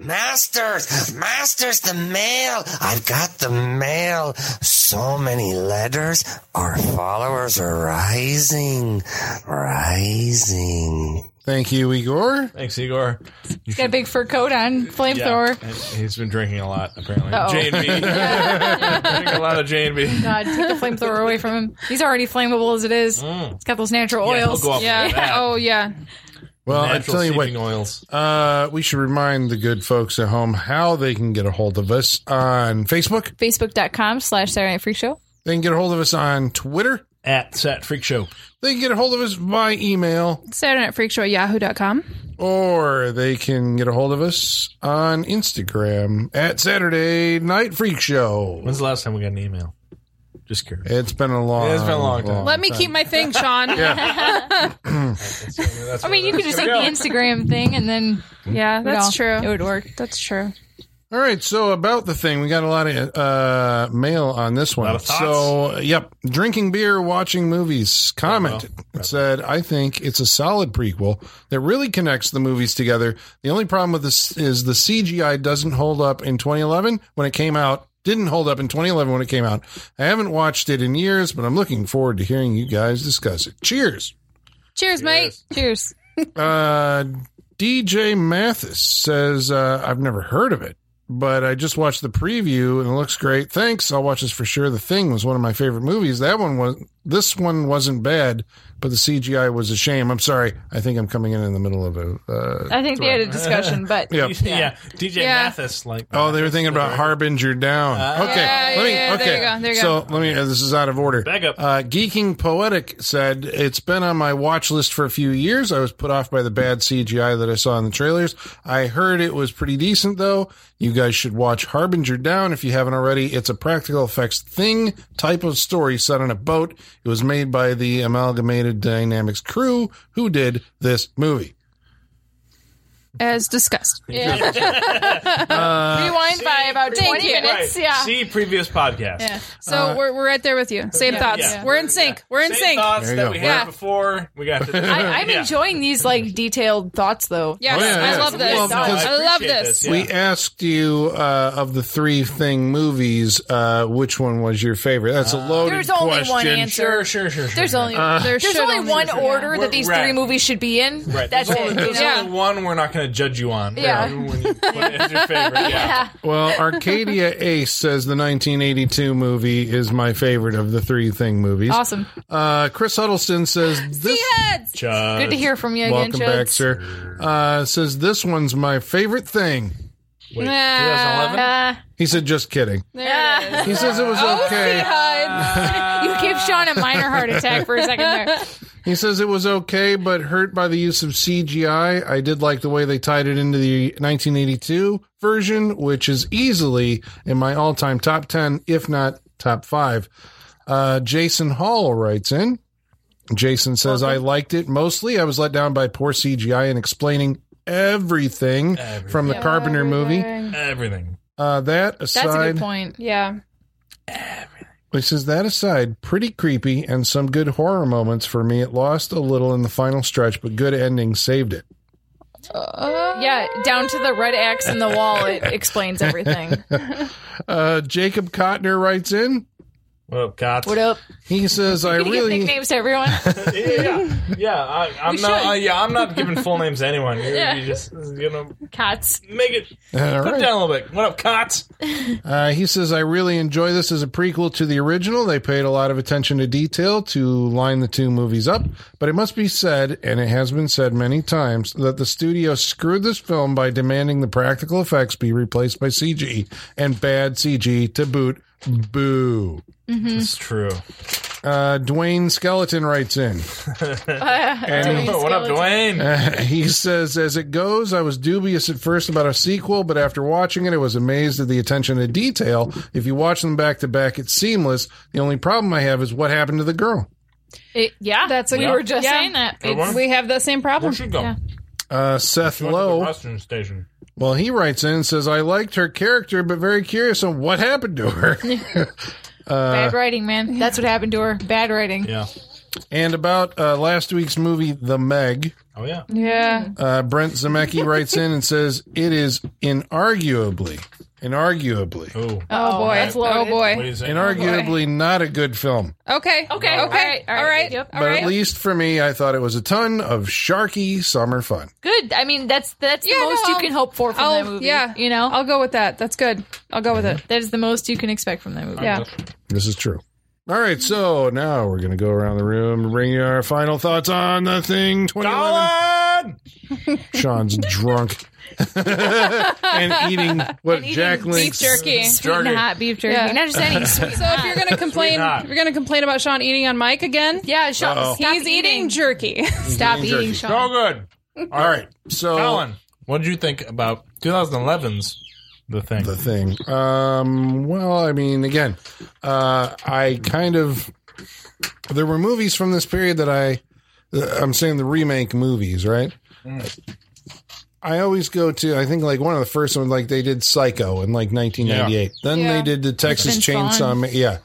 [SPEAKER 6] Masters! Masters, the mail! I've got the mail! So many letters. Our followers are rising. Rising.
[SPEAKER 2] Thank you, Igor.
[SPEAKER 4] Thanks, Igor.
[SPEAKER 5] He's got a big fur coat on, flamethrower.
[SPEAKER 4] And He's been drinking a lot, apparently.
[SPEAKER 5] Uh-oh.
[SPEAKER 4] J and B.
[SPEAKER 5] [laughs]
[SPEAKER 4] Drinking a lot of J and B.
[SPEAKER 5] God, take the flamethrower away from him. He's already flammable as it is.
[SPEAKER 2] Mm.
[SPEAKER 5] It's got those natural
[SPEAKER 4] Yeah, he'll
[SPEAKER 5] oils.
[SPEAKER 4] go off
[SPEAKER 3] Yeah.
[SPEAKER 4] with that.
[SPEAKER 3] Oh yeah.
[SPEAKER 2] Well, I
[SPEAKER 4] Natural
[SPEAKER 2] tell you what,
[SPEAKER 4] seeping oils.
[SPEAKER 2] uh, we should remind the good folks at home how they can get a hold of us on Facebook.
[SPEAKER 5] Facebook.com slash Saturday Night Freak Show.
[SPEAKER 2] They can get a hold of us on Twitter.
[SPEAKER 4] At Sat Freak Show.
[SPEAKER 2] They can get a hold of us by email.
[SPEAKER 3] Saturday Night Freak Show at yahoo.com.
[SPEAKER 2] or they can get a hold of us on Instagram at Saturday Night Freak Show.
[SPEAKER 4] When's the last time we got an email? Just curious.
[SPEAKER 2] It's been a long.
[SPEAKER 4] It's been a long time.
[SPEAKER 3] Let me keep my thing, Sean. [laughs] yeah.
[SPEAKER 5] I mean, you could just take the Instagram thing and then
[SPEAKER 3] that's
[SPEAKER 5] you know, It
[SPEAKER 3] true.
[SPEAKER 5] would work.
[SPEAKER 3] That's true.
[SPEAKER 2] All right, so about the thing, we got a lot of uh, mail on this one.
[SPEAKER 4] Lot of thoughts?
[SPEAKER 2] so, yep, drinking beer, watching movies. Comment
[SPEAKER 4] Uh-huh.
[SPEAKER 2] It said, "I think it's a solid prequel that really connects the movies together. The only problem with this is the CGI doesn't hold up in 2011 when it came out. Didn't hold up in 2011 when it came out. I haven't watched it in years, but I'm looking forward to hearing you guys discuss it. Cheers."
[SPEAKER 3] Cheers, mate.
[SPEAKER 5] Cheers.
[SPEAKER 2] Uh, DJ Mathis says, uh, I've never heard of it, but I just watched the preview and it looks great. Thanks. I'll watch this for sure. The Thing was one of my favorite movies. That one was, this one wasn't bad, but the CGI was a shame. I'm sorry. I think I'm coming in in the middle of a, uh,
[SPEAKER 5] I think they had a
[SPEAKER 4] [laughs]
[SPEAKER 5] discussion, but
[SPEAKER 2] yeah.
[SPEAKER 4] Yeah. DJ
[SPEAKER 3] Yeah.
[SPEAKER 4] Mathis, like
[SPEAKER 2] Oh, they were thinking about Harbinger Down.
[SPEAKER 4] Ah.
[SPEAKER 2] okay.
[SPEAKER 3] Yeah,
[SPEAKER 2] let me,
[SPEAKER 3] yeah,
[SPEAKER 2] okay.
[SPEAKER 3] there you go, there you
[SPEAKER 2] so let me, uh, this is out of order.
[SPEAKER 4] Back up.
[SPEAKER 2] Uh, Geeking Poetic said, It's been on my watch list for a few years. I was put off by the bad CGI that I saw in the trailers. I heard it was pretty decent, though. You guys should watch Harbinger Down if you haven't already. It's a practical effects thing type of story set on a boat. It was made by the Amalgamated Dynamics crew who did this movie.
[SPEAKER 3] As discussed. [laughs]
[SPEAKER 5] rewind by about
[SPEAKER 3] Thank
[SPEAKER 5] 20
[SPEAKER 3] you.
[SPEAKER 5] minutes.
[SPEAKER 4] Right.
[SPEAKER 5] Yeah.
[SPEAKER 4] See previous podcast. Yeah.
[SPEAKER 3] So we're, we're right there with you. Same thoughts.
[SPEAKER 4] Yeah.
[SPEAKER 3] We're in sync. We're in
[SPEAKER 4] Same
[SPEAKER 3] sync.
[SPEAKER 4] thoughts
[SPEAKER 2] There you
[SPEAKER 4] that
[SPEAKER 2] go.
[SPEAKER 4] we had
[SPEAKER 3] Yeah.
[SPEAKER 4] before. We got to
[SPEAKER 5] I, I'm
[SPEAKER 4] Yeah.
[SPEAKER 5] enjoying these like detailed thoughts though.
[SPEAKER 3] Yes,
[SPEAKER 2] Oh, yeah, yeah.
[SPEAKER 3] I love this.
[SPEAKER 2] Well, because-
[SPEAKER 3] I love
[SPEAKER 4] appreciate
[SPEAKER 3] this.
[SPEAKER 4] this, yeah.
[SPEAKER 2] We asked you uh, of the three thing movies, uh, which one was your favorite? That's a loaded
[SPEAKER 5] There's only
[SPEAKER 2] question.
[SPEAKER 5] one answer.
[SPEAKER 4] Sure, sure, sure. sure.
[SPEAKER 5] There's only
[SPEAKER 3] there
[SPEAKER 5] there's
[SPEAKER 3] should
[SPEAKER 5] only
[SPEAKER 3] only
[SPEAKER 5] one
[SPEAKER 3] be-
[SPEAKER 5] order
[SPEAKER 4] Uh, We're-
[SPEAKER 5] that these
[SPEAKER 4] right.
[SPEAKER 5] three movies should be in.
[SPEAKER 4] Right.
[SPEAKER 5] That's
[SPEAKER 4] there's
[SPEAKER 5] it.
[SPEAKER 4] Only,
[SPEAKER 5] you
[SPEAKER 4] there's
[SPEAKER 5] know?
[SPEAKER 3] Yeah.
[SPEAKER 4] only one we're not going to judge you on.
[SPEAKER 5] Yeah.
[SPEAKER 4] Right? When you put it as
[SPEAKER 5] [laughs]
[SPEAKER 4] your favorite. Yeah.
[SPEAKER 2] Well,
[SPEAKER 3] [laughs]
[SPEAKER 2] Arcadia Ace says the 1982 movie is my favorite of the three thing movies.
[SPEAKER 5] Awesome.
[SPEAKER 2] Uh, Chris Huddleston
[SPEAKER 3] [laughs]
[SPEAKER 2] says this.
[SPEAKER 3] Heads.
[SPEAKER 4] Judge.
[SPEAKER 5] Good to hear from you
[SPEAKER 2] Welcome
[SPEAKER 5] again,
[SPEAKER 2] back,
[SPEAKER 5] Chuds.
[SPEAKER 2] sir. Uh, says this one's my favorite thing.
[SPEAKER 4] Wait,
[SPEAKER 3] Nah.
[SPEAKER 4] 2011?
[SPEAKER 5] Uh,
[SPEAKER 2] He said, just kidding.
[SPEAKER 3] There it is. Oh,
[SPEAKER 2] He says it was okay.
[SPEAKER 5] you gave Sean a minor heart attack for a second [laughs] there.
[SPEAKER 2] He says it was okay, but hurt by the use of CGI. I did like the way they tied it into the 1982 version, which is easily in my all time top 10, if not top five. Uh, Jason Hall writes in. Jason says, I liked it mostly. I was let down by poor CGI and explaining everything, from the Carpenter movie.
[SPEAKER 4] Everything.
[SPEAKER 2] Uh, that aside,
[SPEAKER 5] That's a good point.
[SPEAKER 3] Yeah.
[SPEAKER 2] He says that aside, pretty creepy and some good horror moments for me. It lost a little in the final stretch, but good ending saved it.
[SPEAKER 5] Yeah, down to the red X in the wall, it explains
[SPEAKER 4] [laughs]
[SPEAKER 5] everything.
[SPEAKER 2] Uh, Jacob Cotner writes in.
[SPEAKER 4] What up, Cots?
[SPEAKER 5] What up?
[SPEAKER 2] He says, "I
[SPEAKER 5] Can you give
[SPEAKER 2] really."
[SPEAKER 5] nicknames to [laughs] everyone?
[SPEAKER 4] Yeah, yeah. I, I'm not. Uh, yeah, I'm not giving full names to anyone. You're,
[SPEAKER 5] Yeah.
[SPEAKER 4] you just you know
[SPEAKER 5] Cats.
[SPEAKER 4] make it
[SPEAKER 2] All
[SPEAKER 4] put it
[SPEAKER 2] right.
[SPEAKER 4] down a little bit. What up, Cots?
[SPEAKER 5] Mm.
[SPEAKER 2] Uh, he says, I really enjoy this as a prequel to the original. They paid a lot of attention to detail to line the two movies up, but it must be said, and it has been said many times, that the studio screwed this film by demanding the practical effects be replaced by CG and bad CG to boot. Boo.
[SPEAKER 4] It's true.
[SPEAKER 2] Uh, Dwayne Skeleton writes in. And-
[SPEAKER 5] Dwayne
[SPEAKER 4] Oh, what up,
[SPEAKER 2] [laughs]
[SPEAKER 4] Dwayne?
[SPEAKER 2] he says, as it goes, I was dubious at first about a sequel, but after watching it, I was amazed at the attention to detail. If you watch them back to back, it's seamless. The only problem I have is what happened to the girl.
[SPEAKER 5] It- Ah, yeah,
[SPEAKER 3] That's a
[SPEAKER 5] we
[SPEAKER 3] good-
[SPEAKER 5] were just
[SPEAKER 3] yeah.
[SPEAKER 5] saying that.
[SPEAKER 4] Good one.
[SPEAKER 3] We have the same problem.
[SPEAKER 4] Where'd she go?
[SPEAKER 5] Yeah.
[SPEAKER 2] Uh, Seth
[SPEAKER 4] She went to the
[SPEAKER 2] Lowe,
[SPEAKER 4] Western station.
[SPEAKER 2] well, he writes in and says, I liked her character, but very curious on what happened to her.
[SPEAKER 4] Uh.
[SPEAKER 5] Bad writing, man. That's what happened to her. Bad writing.
[SPEAKER 4] Yeah.
[SPEAKER 2] and about uh, last week's movie, The Meg,
[SPEAKER 4] Oh yeah.
[SPEAKER 3] Yeah.
[SPEAKER 2] uh, Brent Zemecki writes in and says, it is inarguably, inarguably,
[SPEAKER 4] Oh.
[SPEAKER 3] Oh, boy.
[SPEAKER 5] that's
[SPEAKER 3] oh
[SPEAKER 5] loaded.
[SPEAKER 4] What do
[SPEAKER 3] boy.
[SPEAKER 4] you say?
[SPEAKER 2] inarguably not a good film.
[SPEAKER 3] Okay.
[SPEAKER 5] Okay,
[SPEAKER 3] Okay.
[SPEAKER 5] all right, all right.
[SPEAKER 3] All right.
[SPEAKER 5] Yep.
[SPEAKER 3] All
[SPEAKER 2] but
[SPEAKER 3] right.
[SPEAKER 2] at least for me, I thought it was a ton of sharky summer fun.
[SPEAKER 5] Good. I mean, that's that's
[SPEAKER 3] Yeah,
[SPEAKER 5] the
[SPEAKER 3] no,
[SPEAKER 5] most you
[SPEAKER 3] I'll-
[SPEAKER 5] can hope for from
[SPEAKER 3] I'll-
[SPEAKER 5] that movie.
[SPEAKER 3] yeah.
[SPEAKER 5] you know,
[SPEAKER 3] I'll go with that. That's good. I'll go with it.
[SPEAKER 5] that is the most you can expect from that movie.
[SPEAKER 3] Yeah.
[SPEAKER 2] This is true. All right, so now we're going to go around the room and bring you our final thoughts on the thing 2011.
[SPEAKER 4] Colin!
[SPEAKER 2] Sean's
[SPEAKER 5] [laughs]
[SPEAKER 2] drunk and eating what
[SPEAKER 5] And eating
[SPEAKER 2] Jack
[SPEAKER 5] beef
[SPEAKER 2] Link's
[SPEAKER 5] Sweet
[SPEAKER 3] jerky.
[SPEAKER 5] and
[SPEAKER 4] Jargon.
[SPEAKER 5] hot beef jerky.
[SPEAKER 3] Yeah.
[SPEAKER 5] Not just
[SPEAKER 4] [laughs]
[SPEAKER 5] any sweet.
[SPEAKER 2] [laughs]
[SPEAKER 3] So if you're gonna complain,
[SPEAKER 4] hot.
[SPEAKER 3] you're gonna complain about Sean eating on Mike again.
[SPEAKER 5] Yeah, Sean,
[SPEAKER 2] Uh-oh.
[SPEAKER 5] stop
[SPEAKER 3] He's eating jerky.
[SPEAKER 5] Stop
[SPEAKER 2] eating
[SPEAKER 5] eating,
[SPEAKER 2] jerky.
[SPEAKER 5] Sean.
[SPEAKER 4] So good.
[SPEAKER 2] All right, so
[SPEAKER 4] Colin, what did you think about 2011's The Thing? [laughs]
[SPEAKER 2] the thing. Um, well, I mean, again, uh, I kind of there were movies from this period that I uh, I'm saying the remake movies, right? I always go to I think like one of the first ones like they did Psycho in like 1998. Then
[SPEAKER 3] Yeah.
[SPEAKER 2] they did the Texas
[SPEAKER 5] Vince Vaughn.
[SPEAKER 2] Chainsaw, Ma- yeah.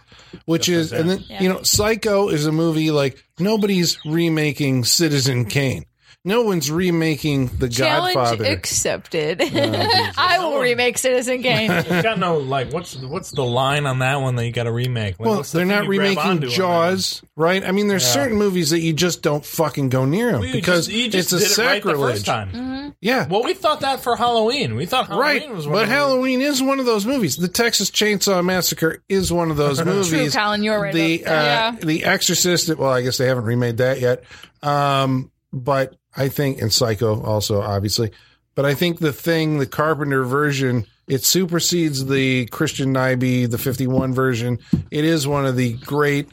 [SPEAKER 2] Which is and then you know Psycho is a movie like nobody's remaking Citizen Kane. No one's remaking The
[SPEAKER 5] Challenge
[SPEAKER 2] Godfather.
[SPEAKER 5] [laughs]
[SPEAKER 4] Oh,
[SPEAKER 5] accepted. I will remake Citizen
[SPEAKER 4] [laughs]
[SPEAKER 5] Kane.
[SPEAKER 4] It's got no like. What's what's the line on that one that you got to remake? Like,
[SPEAKER 2] Well,
[SPEAKER 4] what's the
[SPEAKER 2] they're
[SPEAKER 4] thing
[SPEAKER 2] not
[SPEAKER 4] you grab onto
[SPEAKER 2] remaking
[SPEAKER 4] on
[SPEAKER 2] Jaws, right? I mean, there's certain movies that you just don't fucking go near them
[SPEAKER 4] that? You
[SPEAKER 2] because
[SPEAKER 4] just- you just
[SPEAKER 2] it's a
[SPEAKER 4] did it right the
[SPEAKER 2] sacrilege.
[SPEAKER 4] first time.
[SPEAKER 5] Mm-hmm.
[SPEAKER 2] Yeah,
[SPEAKER 4] Well, we thought that for Halloween. We thought Halloween
[SPEAKER 2] right.
[SPEAKER 4] was one
[SPEAKER 2] But
[SPEAKER 4] of the-
[SPEAKER 2] Halloween is one of those movies. The Texas Chainsaw Massacre is one of
[SPEAKER 4] [laughs]
[SPEAKER 2] those movies.
[SPEAKER 5] Colin, you're right
[SPEAKER 2] The uh,
[SPEAKER 5] about
[SPEAKER 2] The Exorcist. Well, I guess they haven't remade that yet. Um, but I think and Psycho also obviously. But I think the thing, the Carpenter version, it supersedes the Christian Nyby, the 51 version. It is one of the great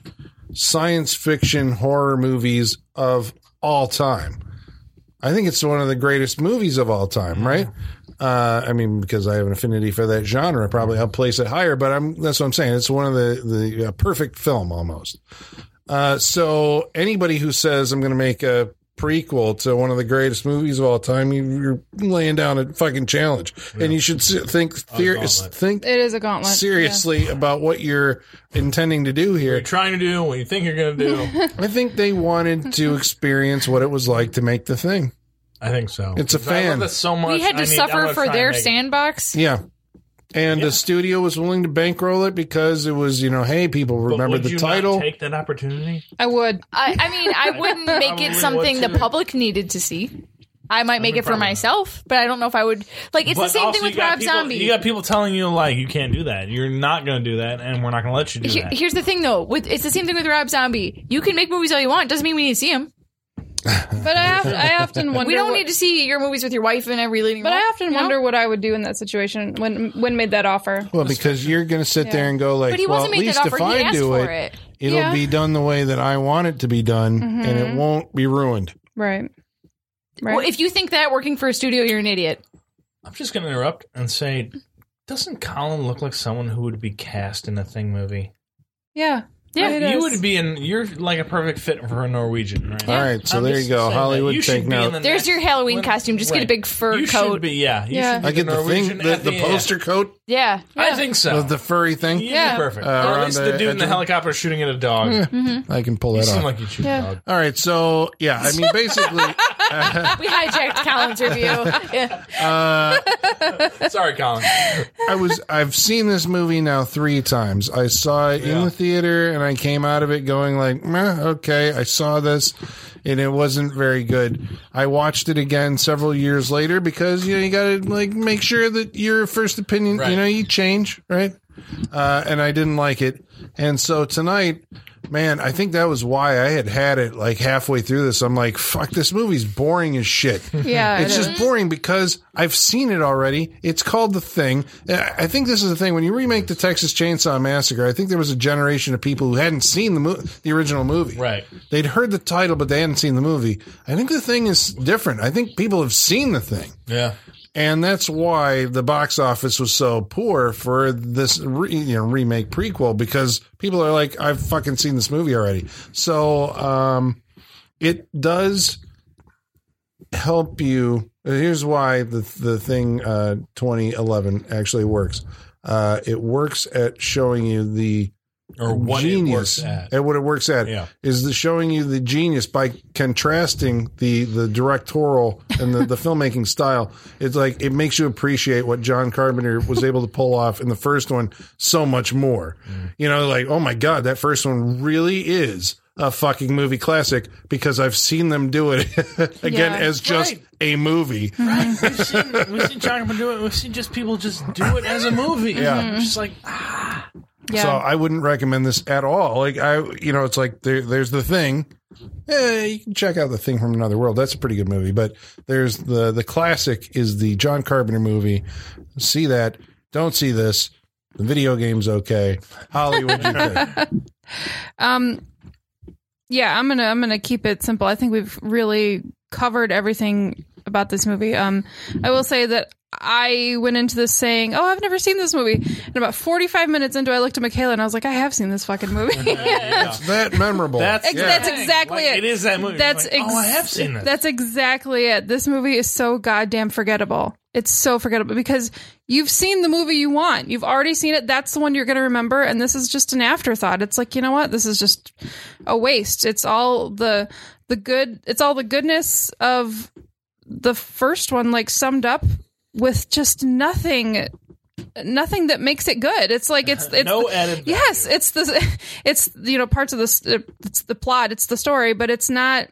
[SPEAKER 2] science fiction horror movies of all time. I think it's one of the greatest movies of all time, right? Uh, I mean, because I have an affinity for that genre, probably I'll place it higher. But I'm that's what I'm saying. It's one of the the uh, perfect film almost. Uh, so anybody who says I'm going to make a prequel to one of the greatest movies of all time, you, you're laying down a fucking challenge, and you should s- think theor-
[SPEAKER 4] gauntlet.
[SPEAKER 2] think
[SPEAKER 3] It is a gauntlet.
[SPEAKER 2] seriously about what you're intending to do here.
[SPEAKER 4] You're trying to do what you think you're going to
[SPEAKER 5] [laughs]
[SPEAKER 4] do.
[SPEAKER 2] I think they wanted to experience what it was like to make the thing.
[SPEAKER 4] I think so.
[SPEAKER 2] It's a
[SPEAKER 4] Because I love
[SPEAKER 2] fan.
[SPEAKER 4] this so much.
[SPEAKER 5] We had to
[SPEAKER 4] I need- I
[SPEAKER 5] suffer
[SPEAKER 4] wanna
[SPEAKER 5] for
[SPEAKER 4] try and
[SPEAKER 5] their
[SPEAKER 4] make it.
[SPEAKER 5] sandbox.
[SPEAKER 2] Yeah. And the studio was willing to bankroll it because it was, you know, hey, people
[SPEAKER 4] But
[SPEAKER 2] remember
[SPEAKER 4] would
[SPEAKER 2] the
[SPEAKER 4] you not
[SPEAKER 2] title.
[SPEAKER 4] Take that opportunity.
[SPEAKER 3] Yeah. I would.
[SPEAKER 5] I, I mean,
[SPEAKER 4] [laughs]
[SPEAKER 5] I wouldn't make
[SPEAKER 4] Probably
[SPEAKER 5] it something
[SPEAKER 4] would,
[SPEAKER 5] the
[SPEAKER 4] too.
[SPEAKER 5] public needed to see. I might make it for
[SPEAKER 4] probably.
[SPEAKER 5] myself, but I don't know if I would. Like, it's the
[SPEAKER 4] But
[SPEAKER 5] same
[SPEAKER 4] also
[SPEAKER 5] thing with
[SPEAKER 4] you got
[SPEAKER 5] Rob
[SPEAKER 4] people-
[SPEAKER 5] Zombie.
[SPEAKER 4] You got people telling you like you can't do that. You're not going to do that, and we're not going to let you do
[SPEAKER 5] Here-
[SPEAKER 4] that.
[SPEAKER 5] here's the thing, though. With it's the same thing with Rob Zombie. You can make movies all you want. Doesn't mean we need to see them.
[SPEAKER 3] But I, have, I
[SPEAKER 2] [laughs]
[SPEAKER 3] often wonder.
[SPEAKER 5] We don't
[SPEAKER 3] what-
[SPEAKER 5] need to see your movies with your wife in every leading.
[SPEAKER 3] But
[SPEAKER 5] role,
[SPEAKER 3] I often
[SPEAKER 5] you know?
[SPEAKER 3] wonder what I would do in that situation when when made that offer.
[SPEAKER 2] well, because you're going to sit there and go like,
[SPEAKER 5] But he
[SPEAKER 2] well, at
[SPEAKER 5] wasn't made
[SPEAKER 2] least
[SPEAKER 5] that
[SPEAKER 2] if
[SPEAKER 5] offer. He
[SPEAKER 2] I
[SPEAKER 5] asked
[SPEAKER 2] do
[SPEAKER 5] for
[SPEAKER 2] it,
[SPEAKER 5] it. Mm-hmm.
[SPEAKER 2] it. will
[SPEAKER 3] Yeah.
[SPEAKER 2] be done the way that I want it to be done, and it won't be ruined.
[SPEAKER 3] Right. Right.
[SPEAKER 5] Well, if you think that working for a studio, you're an idiot.
[SPEAKER 4] I'm just going to interrupt and say, doesn't Colin look like someone who would be cast in a thing movie?
[SPEAKER 3] yeah. Yeah, it
[SPEAKER 4] You
[SPEAKER 3] is.
[SPEAKER 4] would be in. You're like a perfect fit for a Norwegian, right?
[SPEAKER 2] All right, so there you go. Hollywood,
[SPEAKER 4] You should
[SPEAKER 2] take
[SPEAKER 4] be in
[SPEAKER 2] note.
[SPEAKER 4] the
[SPEAKER 5] There's
[SPEAKER 4] next-
[SPEAKER 5] your Halloween
[SPEAKER 4] when-
[SPEAKER 5] costume. Just get a
[SPEAKER 4] right.
[SPEAKER 5] big fur
[SPEAKER 4] You should
[SPEAKER 5] coat.
[SPEAKER 4] be- yeah, you
[SPEAKER 3] Yeah.
[SPEAKER 4] should be
[SPEAKER 2] I get the thing,
[SPEAKER 4] Norwegian
[SPEAKER 2] the,
[SPEAKER 4] at
[SPEAKER 2] the
[SPEAKER 4] end.
[SPEAKER 2] poster coat,
[SPEAKER 5] Yeah. [laughs]
[SPEAKER 4] I think so.
[SPEAKER 2] the, the furry thing.
[SPEAKER 4] You'd be
[SPEAKER 3] Yeah.
[SPEAKER 4] perfect.
[SPEAKER 2] Uh,
[SPEAKER 4] or at
[SPEAKER 2] around
[SPEAKER 4] least
[SPEAKER 2] the
[SPEAKER 4] the dude in the
[SPEAKER 2] edge.
[SPEAKER 4] helicopter shooting at a dog.
[SPEAKER 2] I can pull
[SPEAKER 4] You
[SPEAKER 2] that
[SPEAKER 4] seem
[SPEAKER 2] off.
[SPEAKER 4] like you shoot
[SPEAKER 3] Yeah.
[SPEAKER 4] a dog.
[SPEAKER 2] All right, so yeah, I mean, basically,
[SPEAKER 4] [laughs]
[SPEAKER 5] we hijacked Colin's review. Yeah.
[SPEAKER 4] Sorry,
[SPEAKER 2] [laughs]
[SPEAKER 4] Colin.
[SPEAKER 2] I was I've seen this movie now three times. I saw it in
[SPEAKER 4] Yeah.
[SPEAKER 2] the theater, and I came out of it going like, Meh, okay, I saw this, and it wasn't very good. I watched it again several years later because you know you got to like make sure that your first opinion, you
[SPEAKER 4] Right.
[SPEAKER 2] know, you change, right? Uh, and I didn't like it, and so tonight. Man, I think that was why I had had it like halfway through this. I'm like, fuck, this movie's boring as shit.
[SPEAKER 3] Yeah,
[SPEAKER 2] It's
[SPEAKER 3] it
[SPEAKER 2] just
[SPEAKER 3] is.
[SPEAKER 2] boring because I've seen it already. It's called The Thing. Uh, I think this is the thing. When you remake the Texas Chainsaw Massacre, I think there was a generation of people who hadn't seen the mo- the original movie.
[SPEAKER 4] Right.
[SPEAKER 2] They'd heard the title, but they hadn't seen the movie. I think The Thing is different. I think people have seen The Thing.
[SPEAKER 4] Yeah.
[SPEAKER 2] And that's why the box office was so poor for this re, you know, remake prequel because people are like, I've fucking seen this movie already. So um, it does help you. Here's why the the thing uh, 2011 actually works. Uh, it works at showing you the
[SPEAKER 4] Or what
[SPEAKER 2] genius
[SPEAKER 4] Genius. it works at.
[SPEAKER 2] what it works at
[SPEAKER 4] Yeah.
[SPEAKER 2] is the showing you the genius by contrasting the the directorial and the, [laughs] the filmmaking style it's like it makes you appreciate what john carpenter was able to pull off in the first one so much more
[SPEAKER 4] Mm.
[SPEAKER 2] you know like oh my god that first one really is a fucking movie classic because i've seen them do it [laughs] again
[SPEAKER 3] Yeah.
[SPEAKER 2] as just
[SPEAKER 4] Right.
[SPEAKER 2] a movie
[SPEAKER 4] Right. [laughs] We've seen, we've seen John Carpenter do it. We've seen just people just do it as a movie.
[SPEAKER 2] Yeah.
[SPEAKER 4] Just
[SPEAKER 3] [laughs]
[SPEAKER 4] like, ah,
[SPEAKER 3] yeah.
[SPEAKER 2] So I wouldn't recommend this at all. Like I, you know, it's like there, there's the thing. Eh, you can check out the thing from another world. That's a pretty good movie. But there's the the classic is the John Carpenter movie. See that? Don't see this. The video game's okay. Hollywood, you
[SPEAKER 4] [laughs]
[SPEAKER 2] good.
[SPEAKER 3] Um, yeah, I'm gonna I'm gonna keep it simple. I think we've really covered everything about this movie. Um, I will say that I went into this saying, "Oh, I've never seen this movie." And about 45 minutes into, I looked at Michaela and I was like, "I have seen this fucking movie." [laughs]
[SPEAKER 2] that memorable.
[SPEAKER 4] That's-
[SPEAKER 3] Ex- That's
[SPEAKER 4] Yeah.
[SPEAKER 3] exactly
[SPEAKER 4] Like, it
[SPEAKER 3] it.
[SPEAKER 4] is that movie.
[SPEAKER 3] That's
[SPEAKER 4] Like, oh, I have seen that.
[SPEAKER 3] That's exactly it. This movie is so goddamn forgettable. It's so forgettable because you've seen the movie you want. You've already seen it. That's the one you're going to remember. And this is just an afterthought. It's like you know what? This is just a waste. It's all the the good. It's all the goodness of the first one, like summed up with just nothing. Nothing that makes it good. It's like it's it's
[SPEAKER 4] no added.
[SPEAKER 3] Yes, it's the [laughs] it's you know parts of the it's the plot, it's the story, but it's not.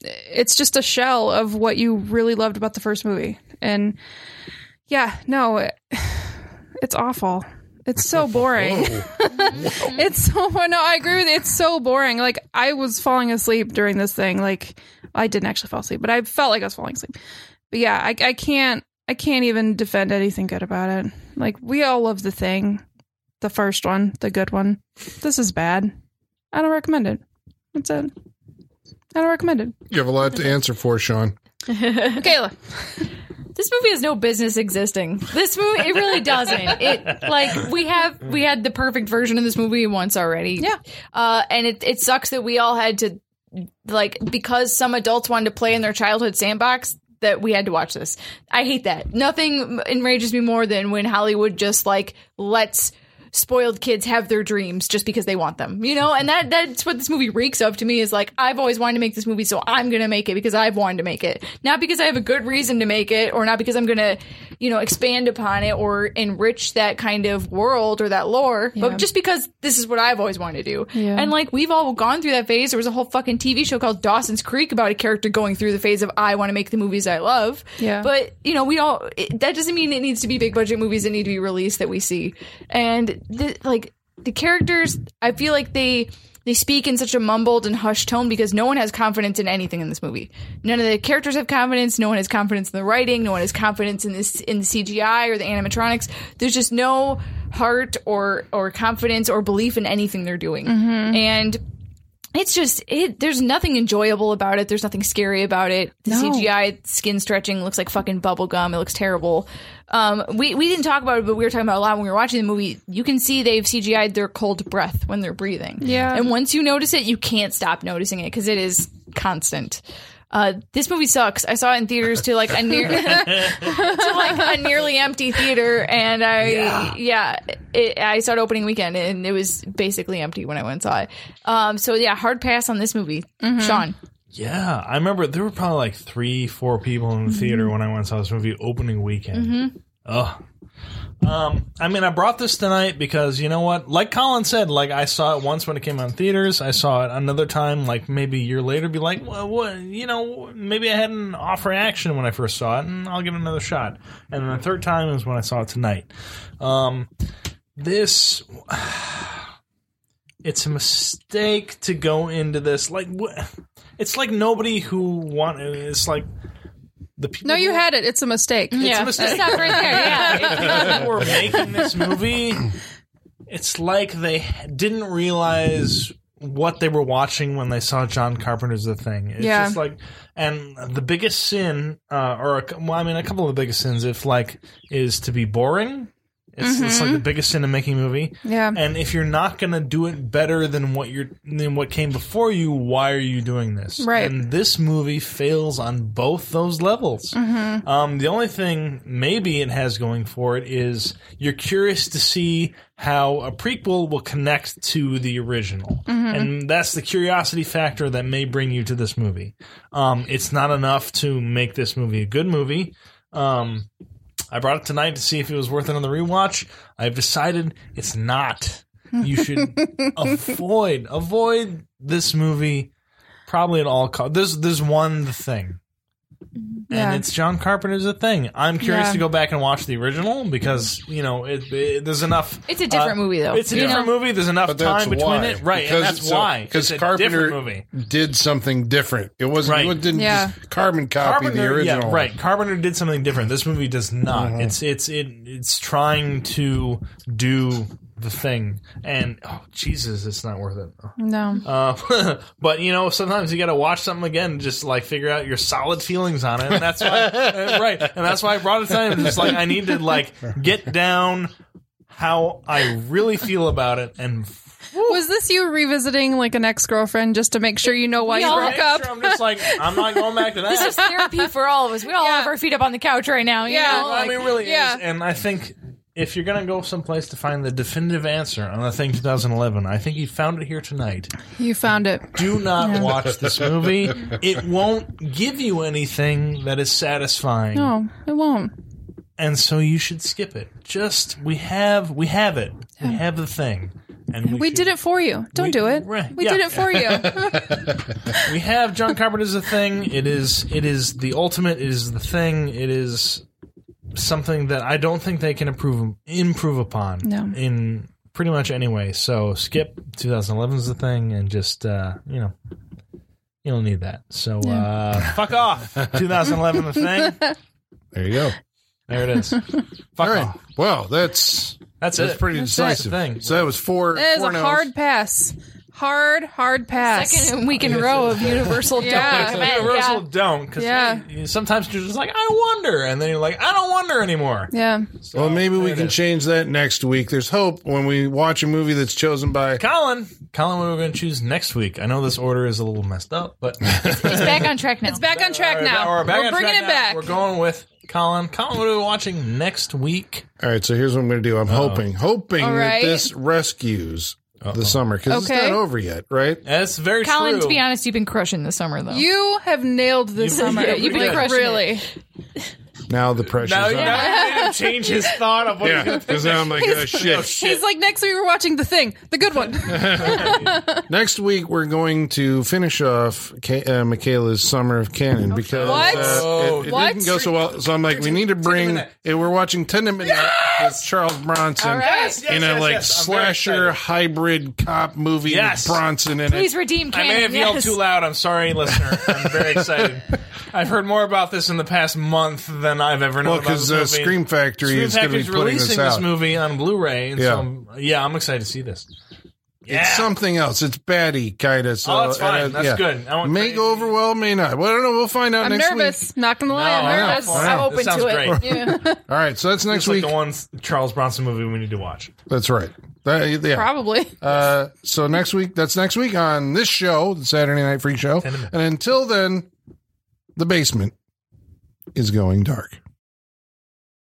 [SPEAKER 3] It's just a shell of what you really loved about the first movie, and yeah, no, [sighs] it, it's awful. It's so boring.
[SPEAKER 2] Oh,
[SPEAKER 3] it's so [laughs] no, I agree with you. It's so boring. Like I was falling asleep during this thing. Like I didn't actually fall asleep, but I felt like I was falling asleep. But yeah, I, I can't. I can't even defend anything good about it. Like we all love the thing the first one, the good one. This is bad. I don't recommend it. That's it. I don't recommend it.
[SPEAKER 2] you have a lot to answer for, Sean.
[SPEAKER 3] Michaela.
[SPEAKER 5] this movie has no business existing. This movie, it really doesn't. It like we have we had the perfect version of this movie once already.
[SPEAKER 3] Yeah.
[SPEAKER 5] uh, and it it sucks that we all had to like because some adults wanted to play in their childhood sandbox that we had to watch this. I hate that. Nothing enrages me more than when Hollywood just like lets spoiled kids have their dreams just because they want them. You know, and that that's what this movie reeks of to me is like I've always wanted to make this movie so I'm going to make it because I've wanted to make it. Not because I have a good reason to make it or not because I'm going to, you know, expand upon it or enrich that kind of world or that lore, but just because this is what I've always wanted to do.
[SPEAKER 3] Yeah.
[SPEAKER 5] And like like we've all gone through that phase. There was a whole fucking TV show called Dawson's Creek about a character going through the phase of I want to make the movies I love.
[SPEAKER 3] Yeah.
[SPEAKER 5] But you know, we all it, that doesn't mean it needs to be big budget movies that need to be released that we see. And the, like the characters, I feel like they they speak in such a mumbled and hushed tone because no one has confidence in anything in this movie. None of the characters have confidence. No one has confidence in the writing. No one has confidence in this in the CGI or the animatronics. There's just no heart or or confidence or belief in anything they're doing. And it's just it. There's nothing enjoyable about it. There's nothing scary about it. The CGI skin stretching looks like fucking bubble gum. It looks terrible. Um, we we didn't talk about it, but we were talking about it a lot when we were watching the movie. You can see they've CGI'd their cold breath when they're breathing.
[SPEAKER 3] Yeah.
[SPEAKER 5] and once you notice it, you can't stop noticing it because it is constant. Uh, this movie sucks. I saw it in theaters to like a near [laughs] to like a nearly empty theater, and I yeah, it, I saw it opening weekend, and it was basically empty when I went and saw it. Um, so yeah, hard pass on this movie, Sean.
[SPEAKER 4] Yeah, I remember there were probably like three, four people in the
[SPEAKER 3] Mm-hmm.
[SPEAKER 4] theater when I went and saw this movie opening weekend. Ugh. Um, I mean, I brought this tonight because you know what? Like Colin said, like I saw it once when it came out in theaters. I saw it another time, like maybe a year later. Be like, well, what? You know, maybe I had an off reaction when I first saw it, and I'll give it another shot. And then the third time is when I saw it tonight. Um, this [sighs] it's a mistake to go into this like wh- it's like nobody who want it's like the people
[SPEAKER 3] No, you
[SPEAKER 4] who-
[SPEAKER 3] had it. It's a mistake.
[SPEAKER 5] yeah,
[SPEAKER 4] mistake.
[SPEAKER 5] stop right
[SPEAKER 3] [laughs]
[SPEAKER 5] there. Yeah, [laughs]
[SPEAKER 4] people [laughs] who are making this movie it's like they didn't realize what they were watching when they saw John Carpenter's The Thing. It's
[SPEAKER 3] Yeah.
[SPEAKER 4] just like, and the biggest sin, uh, or a, cou- well, I mean, a couple of the biggest sins, if like, is to be boring. It's, it's like the biggest sin of making a movie.
[SPEAKER 3] Mm-hmm. Yeah.
[SPEAKER 4] And if you're not going to do it better than what you're than what came before you, why are you doing this?
[SPEAKER 3] Right.
[SPEAKER 4] And this movie fails on both those levels. Um, the only thing maybe it has going for it is you're curious to see how a prequel will connect to the original, and that's the curiosity factor that may bring you to this movie. Um, it's not enough to make this movie a good movie. Um, I brought it tonight to see if it was worth another rewatch. I've decided it's not. You should avoid avoid this movie probably at all costs. There's there's one thing.
[SPEAKER 3] Yeah.
[SPEAKER 4] And it's John Carpenter's a thing. I'm curious
[SPEAKER 3] Yeah.
[SPEAKER 4] to go back and watch the original because you know it, it- there's enough.
[SPEAKER 5] It's a different movie, though.
[SPEAKER 4] Uh, It's a
[SPEAKER 5] You
[SPEAKER 4] different
[SPEAKER 5] know?
[SPEAKER 4] movie. There's enough
[SPEAKER 2] But that's
[SPEAKER 4] time between
[SPEAKER 2] why.
[SPEAKER 4] it, right? and that's
[SPEAKER 2] it's a-
[SPEAKER 4] why
[SPEAKER 2] Because
[SPEAKER 4] It's a
[SPEAKER 2] Carpenter
[SPEAKER 4] different movie.
[SPEAKER 2] did something different. It wasn't.
[SPEAKER 4] Right.
[SPEAKER 2] It didn't
[SPEAKER 3] Yeah.
[SPEAKER 2] just carbon copy the original. Mm-hmm.
[SPEAKER 4] Yeah, right. Carpenter did something different. This movie does not. It's it's it it's trying to do the thing, and oh Jesus, it's not worth it.
[SPEAKER 3] No.
[SPEAKER 4] Uh, [laughs] but you know, sometimes you got to watch something again, and just like figure out your solid feelings on it. And that's why, uh, right? And that's why I brought it tonight. I'm Just like I need to like get down how I really feel about it and
[SPEAKER 3] Was this you revisiting like an ex girlfriend just to make sure you know why
[SPEAKER 5] We
[SPEAKER 3] you
[SPEAKER 5] all-
[SPEAKER 3] broke up?
[SPEAKER 4] I'm just like I'm not going back
[SPEAKER 3] [laughs]
[SPEAKER 4] to that.
[SPEAKER 5] This is therapy for all of us. We all have our feet up on the couch right now. You
[SPEAKER 3] Yeah.
[SPEAKER 5] know?
[SPEAKER 3] Well,
[SPEAKER 5] like-
[SPEAKER 4] I mean, it really
[SPEAKER 3] yeah.
[SPEAKER 4] is. And I think if you're going to go someplace to find the definitive answer on the thing 2011, I think you found it here tonight.
[SPEAKER 3] You found it.
[SPEAKER 4] Do not watch this movie. It won't give you anything that is satisfying,
[SPEAKER 3] No, it won't.
[SPEAKER 4] and so you should skip it. Just we have we have it. We have the thing, and we,
[SPEAKER 3] We
[SPEAKER 4] should-
[SPEAKER 3] did it for you. Don't
[SPEAKER 4] We-
[SPEAKER 3] do it.
[SPEAKER 4] right,
[SPEAKER 3] We
[SPEAKER 4] yeah.
[SPEAKER 3] did it for
[SPEAKER 4] [laughs]
[SPEAKER 3] you.
[SPEAKER 4] we have John Carpenter's a thing. It is it is the ultimate. It is the thing. It is something that I don't think they can improve improve upon
[SPEAKER 3] No.
[SPEAKER 4] in pretty much any way. So skip 2011's the thing, and just uh, you know. You don't need that.
[SPEAKER 2] [laughs]
[SPEAKER 4] So uh, fuck off. 2011 the thing.
[SPEAKER 2] There you go.
[SPEAKER 4] There it is. Fuck
[SPEAKER 2] All right.
[SPEAKER 4] off.
[SPEAKER 2] Well, that's
[SPEAKER 4] That's,
[SPEAKER 2] that's
[SPEAKER 4] it.
[SPEAKER 2] pretty
[SPEAKER 4] That's
[SPEAKER 2] decisive.
[SPEAKER 4] the thing.
[SPEAKER 2] So that was four.
[SPEAKER 3] That is
[SPEAKER 2] four
[SPEAKER 3] a
[SPEAKER 2] no's.
[SPEAKER 3] hard pass. Hard, hard pass.
[SPEAKER 5] Second week in a row of Universal
[SPEAKER 3] Yeah.
[SPEAKER 5] don't recommend.
[SPEAKER 4] Universal
[SPEAKER 5] Yeah.
[SPEAKER 4] don't because
[SPEAKER 3] Yeah.
[SPEAKER 4] sometimes you're just like I wonder, and then you're like I don't wonder anymore.
[SPEAKER 3] Yeah.
[SPEAKER 2] [laughs]
[SPEAKER 4] So
[SPEAKER 2] Well, maybe we
[SPEAKER 4] there it
[SPEAKER 2] can
[SPEAKER 4] is.
[SPEAKER 2] change that next week. There's hope when we watch a movie that's chosen by.
[SPEAKER 4] Colin, Colin, what we're going to choose next week. I know this order is a little messed up,
[SPEAKER 2] [laughs]
[SPEAKER 4] but
[SPEAKER 5] It's back on track now.
[SPEAKER 3] It's back on track now.
[SPEAKER 4] We're, back on
[SPEAKER 3] bringing
[SPEAKER 4] track
[SPEAKER 3] it
[SPEAKER 4] now.
[SPEAKER 3] back.
[SPEAKER 4] We're going with Colin. Colin, what are we watching next week?
[SPEAKER 2] All right. So here's what I'm going to do. I'm hoping, hoping
[SPEAKER 3] All
[SPEAKER 2] that
[SPEAKER 3] right.
[SPEAKER 2] this rescues the summer because it's
[SPEAKER 3] Okay.
[SPEAKER 2] not over yet, right?
[SPEAKER 4] That's very
[SPEAKER 5] Colin,
[SPEAKER 4] true.
[SPEAKER 5] to be honest, you've been crushing this summer though.
[SPEAKER 3] you have nailed this
[SPEAKER 4] You've-
[SPEAKER 3] summer.
[SPEAKER 4] yeah,
[SPEAKER 5] you've been crushing it.
[SPEAKER 3] really.
[SPEAKER 2] Now the pressure's
[SPEAKER 4] now,
[SPEAKER 2] on.
[SPEAKER 4] now you made him change his thought of what he's
[SPEAKER 2] [laughs] Yeah,
[SPEAKER 4] going to
[SPEAKER 2] because I'm like, oh, shit.
[SPEAKER 3] He's like next week we're watching the thing, the good one.
[SPEAKER 2] Next week we're going to finish off Ka- uh, Michaela's Summer of Canon because
[SPEAKER 3] What?
[SPEAKER 2] Uh, it, it
[SPEAKER 3] What?
[SPEAKER 2] didn't go so well. So I'm like, we need to bring.
[SPEAKER 4] Midnight.
[SPEAKER 2] and we're watching Ten to Midnight with Charles Bronson
[SPEAKER 5] All right.
[SPEAKER 4] Yes, yes,
[SPEAKER 2] in a
[SPEAKER 4] yes,
[SPEAKER 2] like
[SPEAKER 4] yes. I'm very
[SPEAKER 2] slasher
[SPEAKER 4] excited.
[SPEAKER 2] hybrid cop movie
[SPEAKER 4] Yes.
[SPEAKER 2] with Bronson in
[SPEAKER 5] Please
[SPEAKER 2] it.
[SPEAKER 5] redeem
[SPEAKER 4] I
[SPEAKER 5] Cannon.
[SPEAKER 4] may have yelled
[SPEAKER 5] yes.
[SPEAKER 4] too loud. I'm sorry, listener. I'm very
[SPEAKER 2] [laughs]
[SPEAKER 4] excited. I've heard more about this in the past month than I've ever known
[SPEAKER 2] Well,
[SPEAKER 4] about
[SPEAKER 2] because uh,
[SPEAKER 4] this movie.
[SPEAKER 2] Scream Factory
[SPEAKER 4] Scream
[SPEAKER 2] is going to be
[SPEAKER 4] Factory's
[SPEAKER 2] putting
[SPEAKER 4] releasing
[SPEAKER 2] this
[SPEAKER 4] this
[SPEAKER 2] out.
[SPEAKER 4] movie on Blu-ray. And
[SPEAKER 2] Yeah.
[SPEAKER 4] So I'm, yeah, I'm excited to see this. Yeah.
[SPEAKER 2] It's something else. It's batty kind of. So,
[SPEAKER 4] Oh, that's fine.
[SPEAKER 2] uh,
[SPEAKER 4] That's good. I want
[SPEAKER 2] may
[SPEAKER 4] crazy.
[SPEAKER 2] go over well, may not. Well, I don't know. We'll find out
[SPEAKER 3] I'm
[SPEAKER 2] next
[SPEAKER 3] nervous. Not gonna lie,
[SPEAKER 4] No,
[SPEAKER 3] I'm
[SPEAKER 4] no.
[SPEAKER 3] nervous.
[SPEAKER 4] Wow.
[SPEAKER 5] I'm
[SPEAKER 4] That
[SPEAKER 5] open
[SPEAKER 4] sounds
[SPEAKER 5] to
[SPEAKER 4] great.
[SPEAKER 5] it. Yeah.
[SPEAKER 2] week. All right, so that's next
[SPEAKER 4] It's like
[SPEAKER 2] week.
[SPEAKER 4] the one s- Charles Bronson movie we need to watch.
[SPEAKER 2] that's right. That- yeah.
[SPEAKER 3] [laughs] Probably.
[SPEAKER 2] Uh, so next week, that's next week on this show, the Saturday Night Freak Show.
[SPEAKER 4] minutes.
[SPEAKER 2] And until then, the basement is going dark.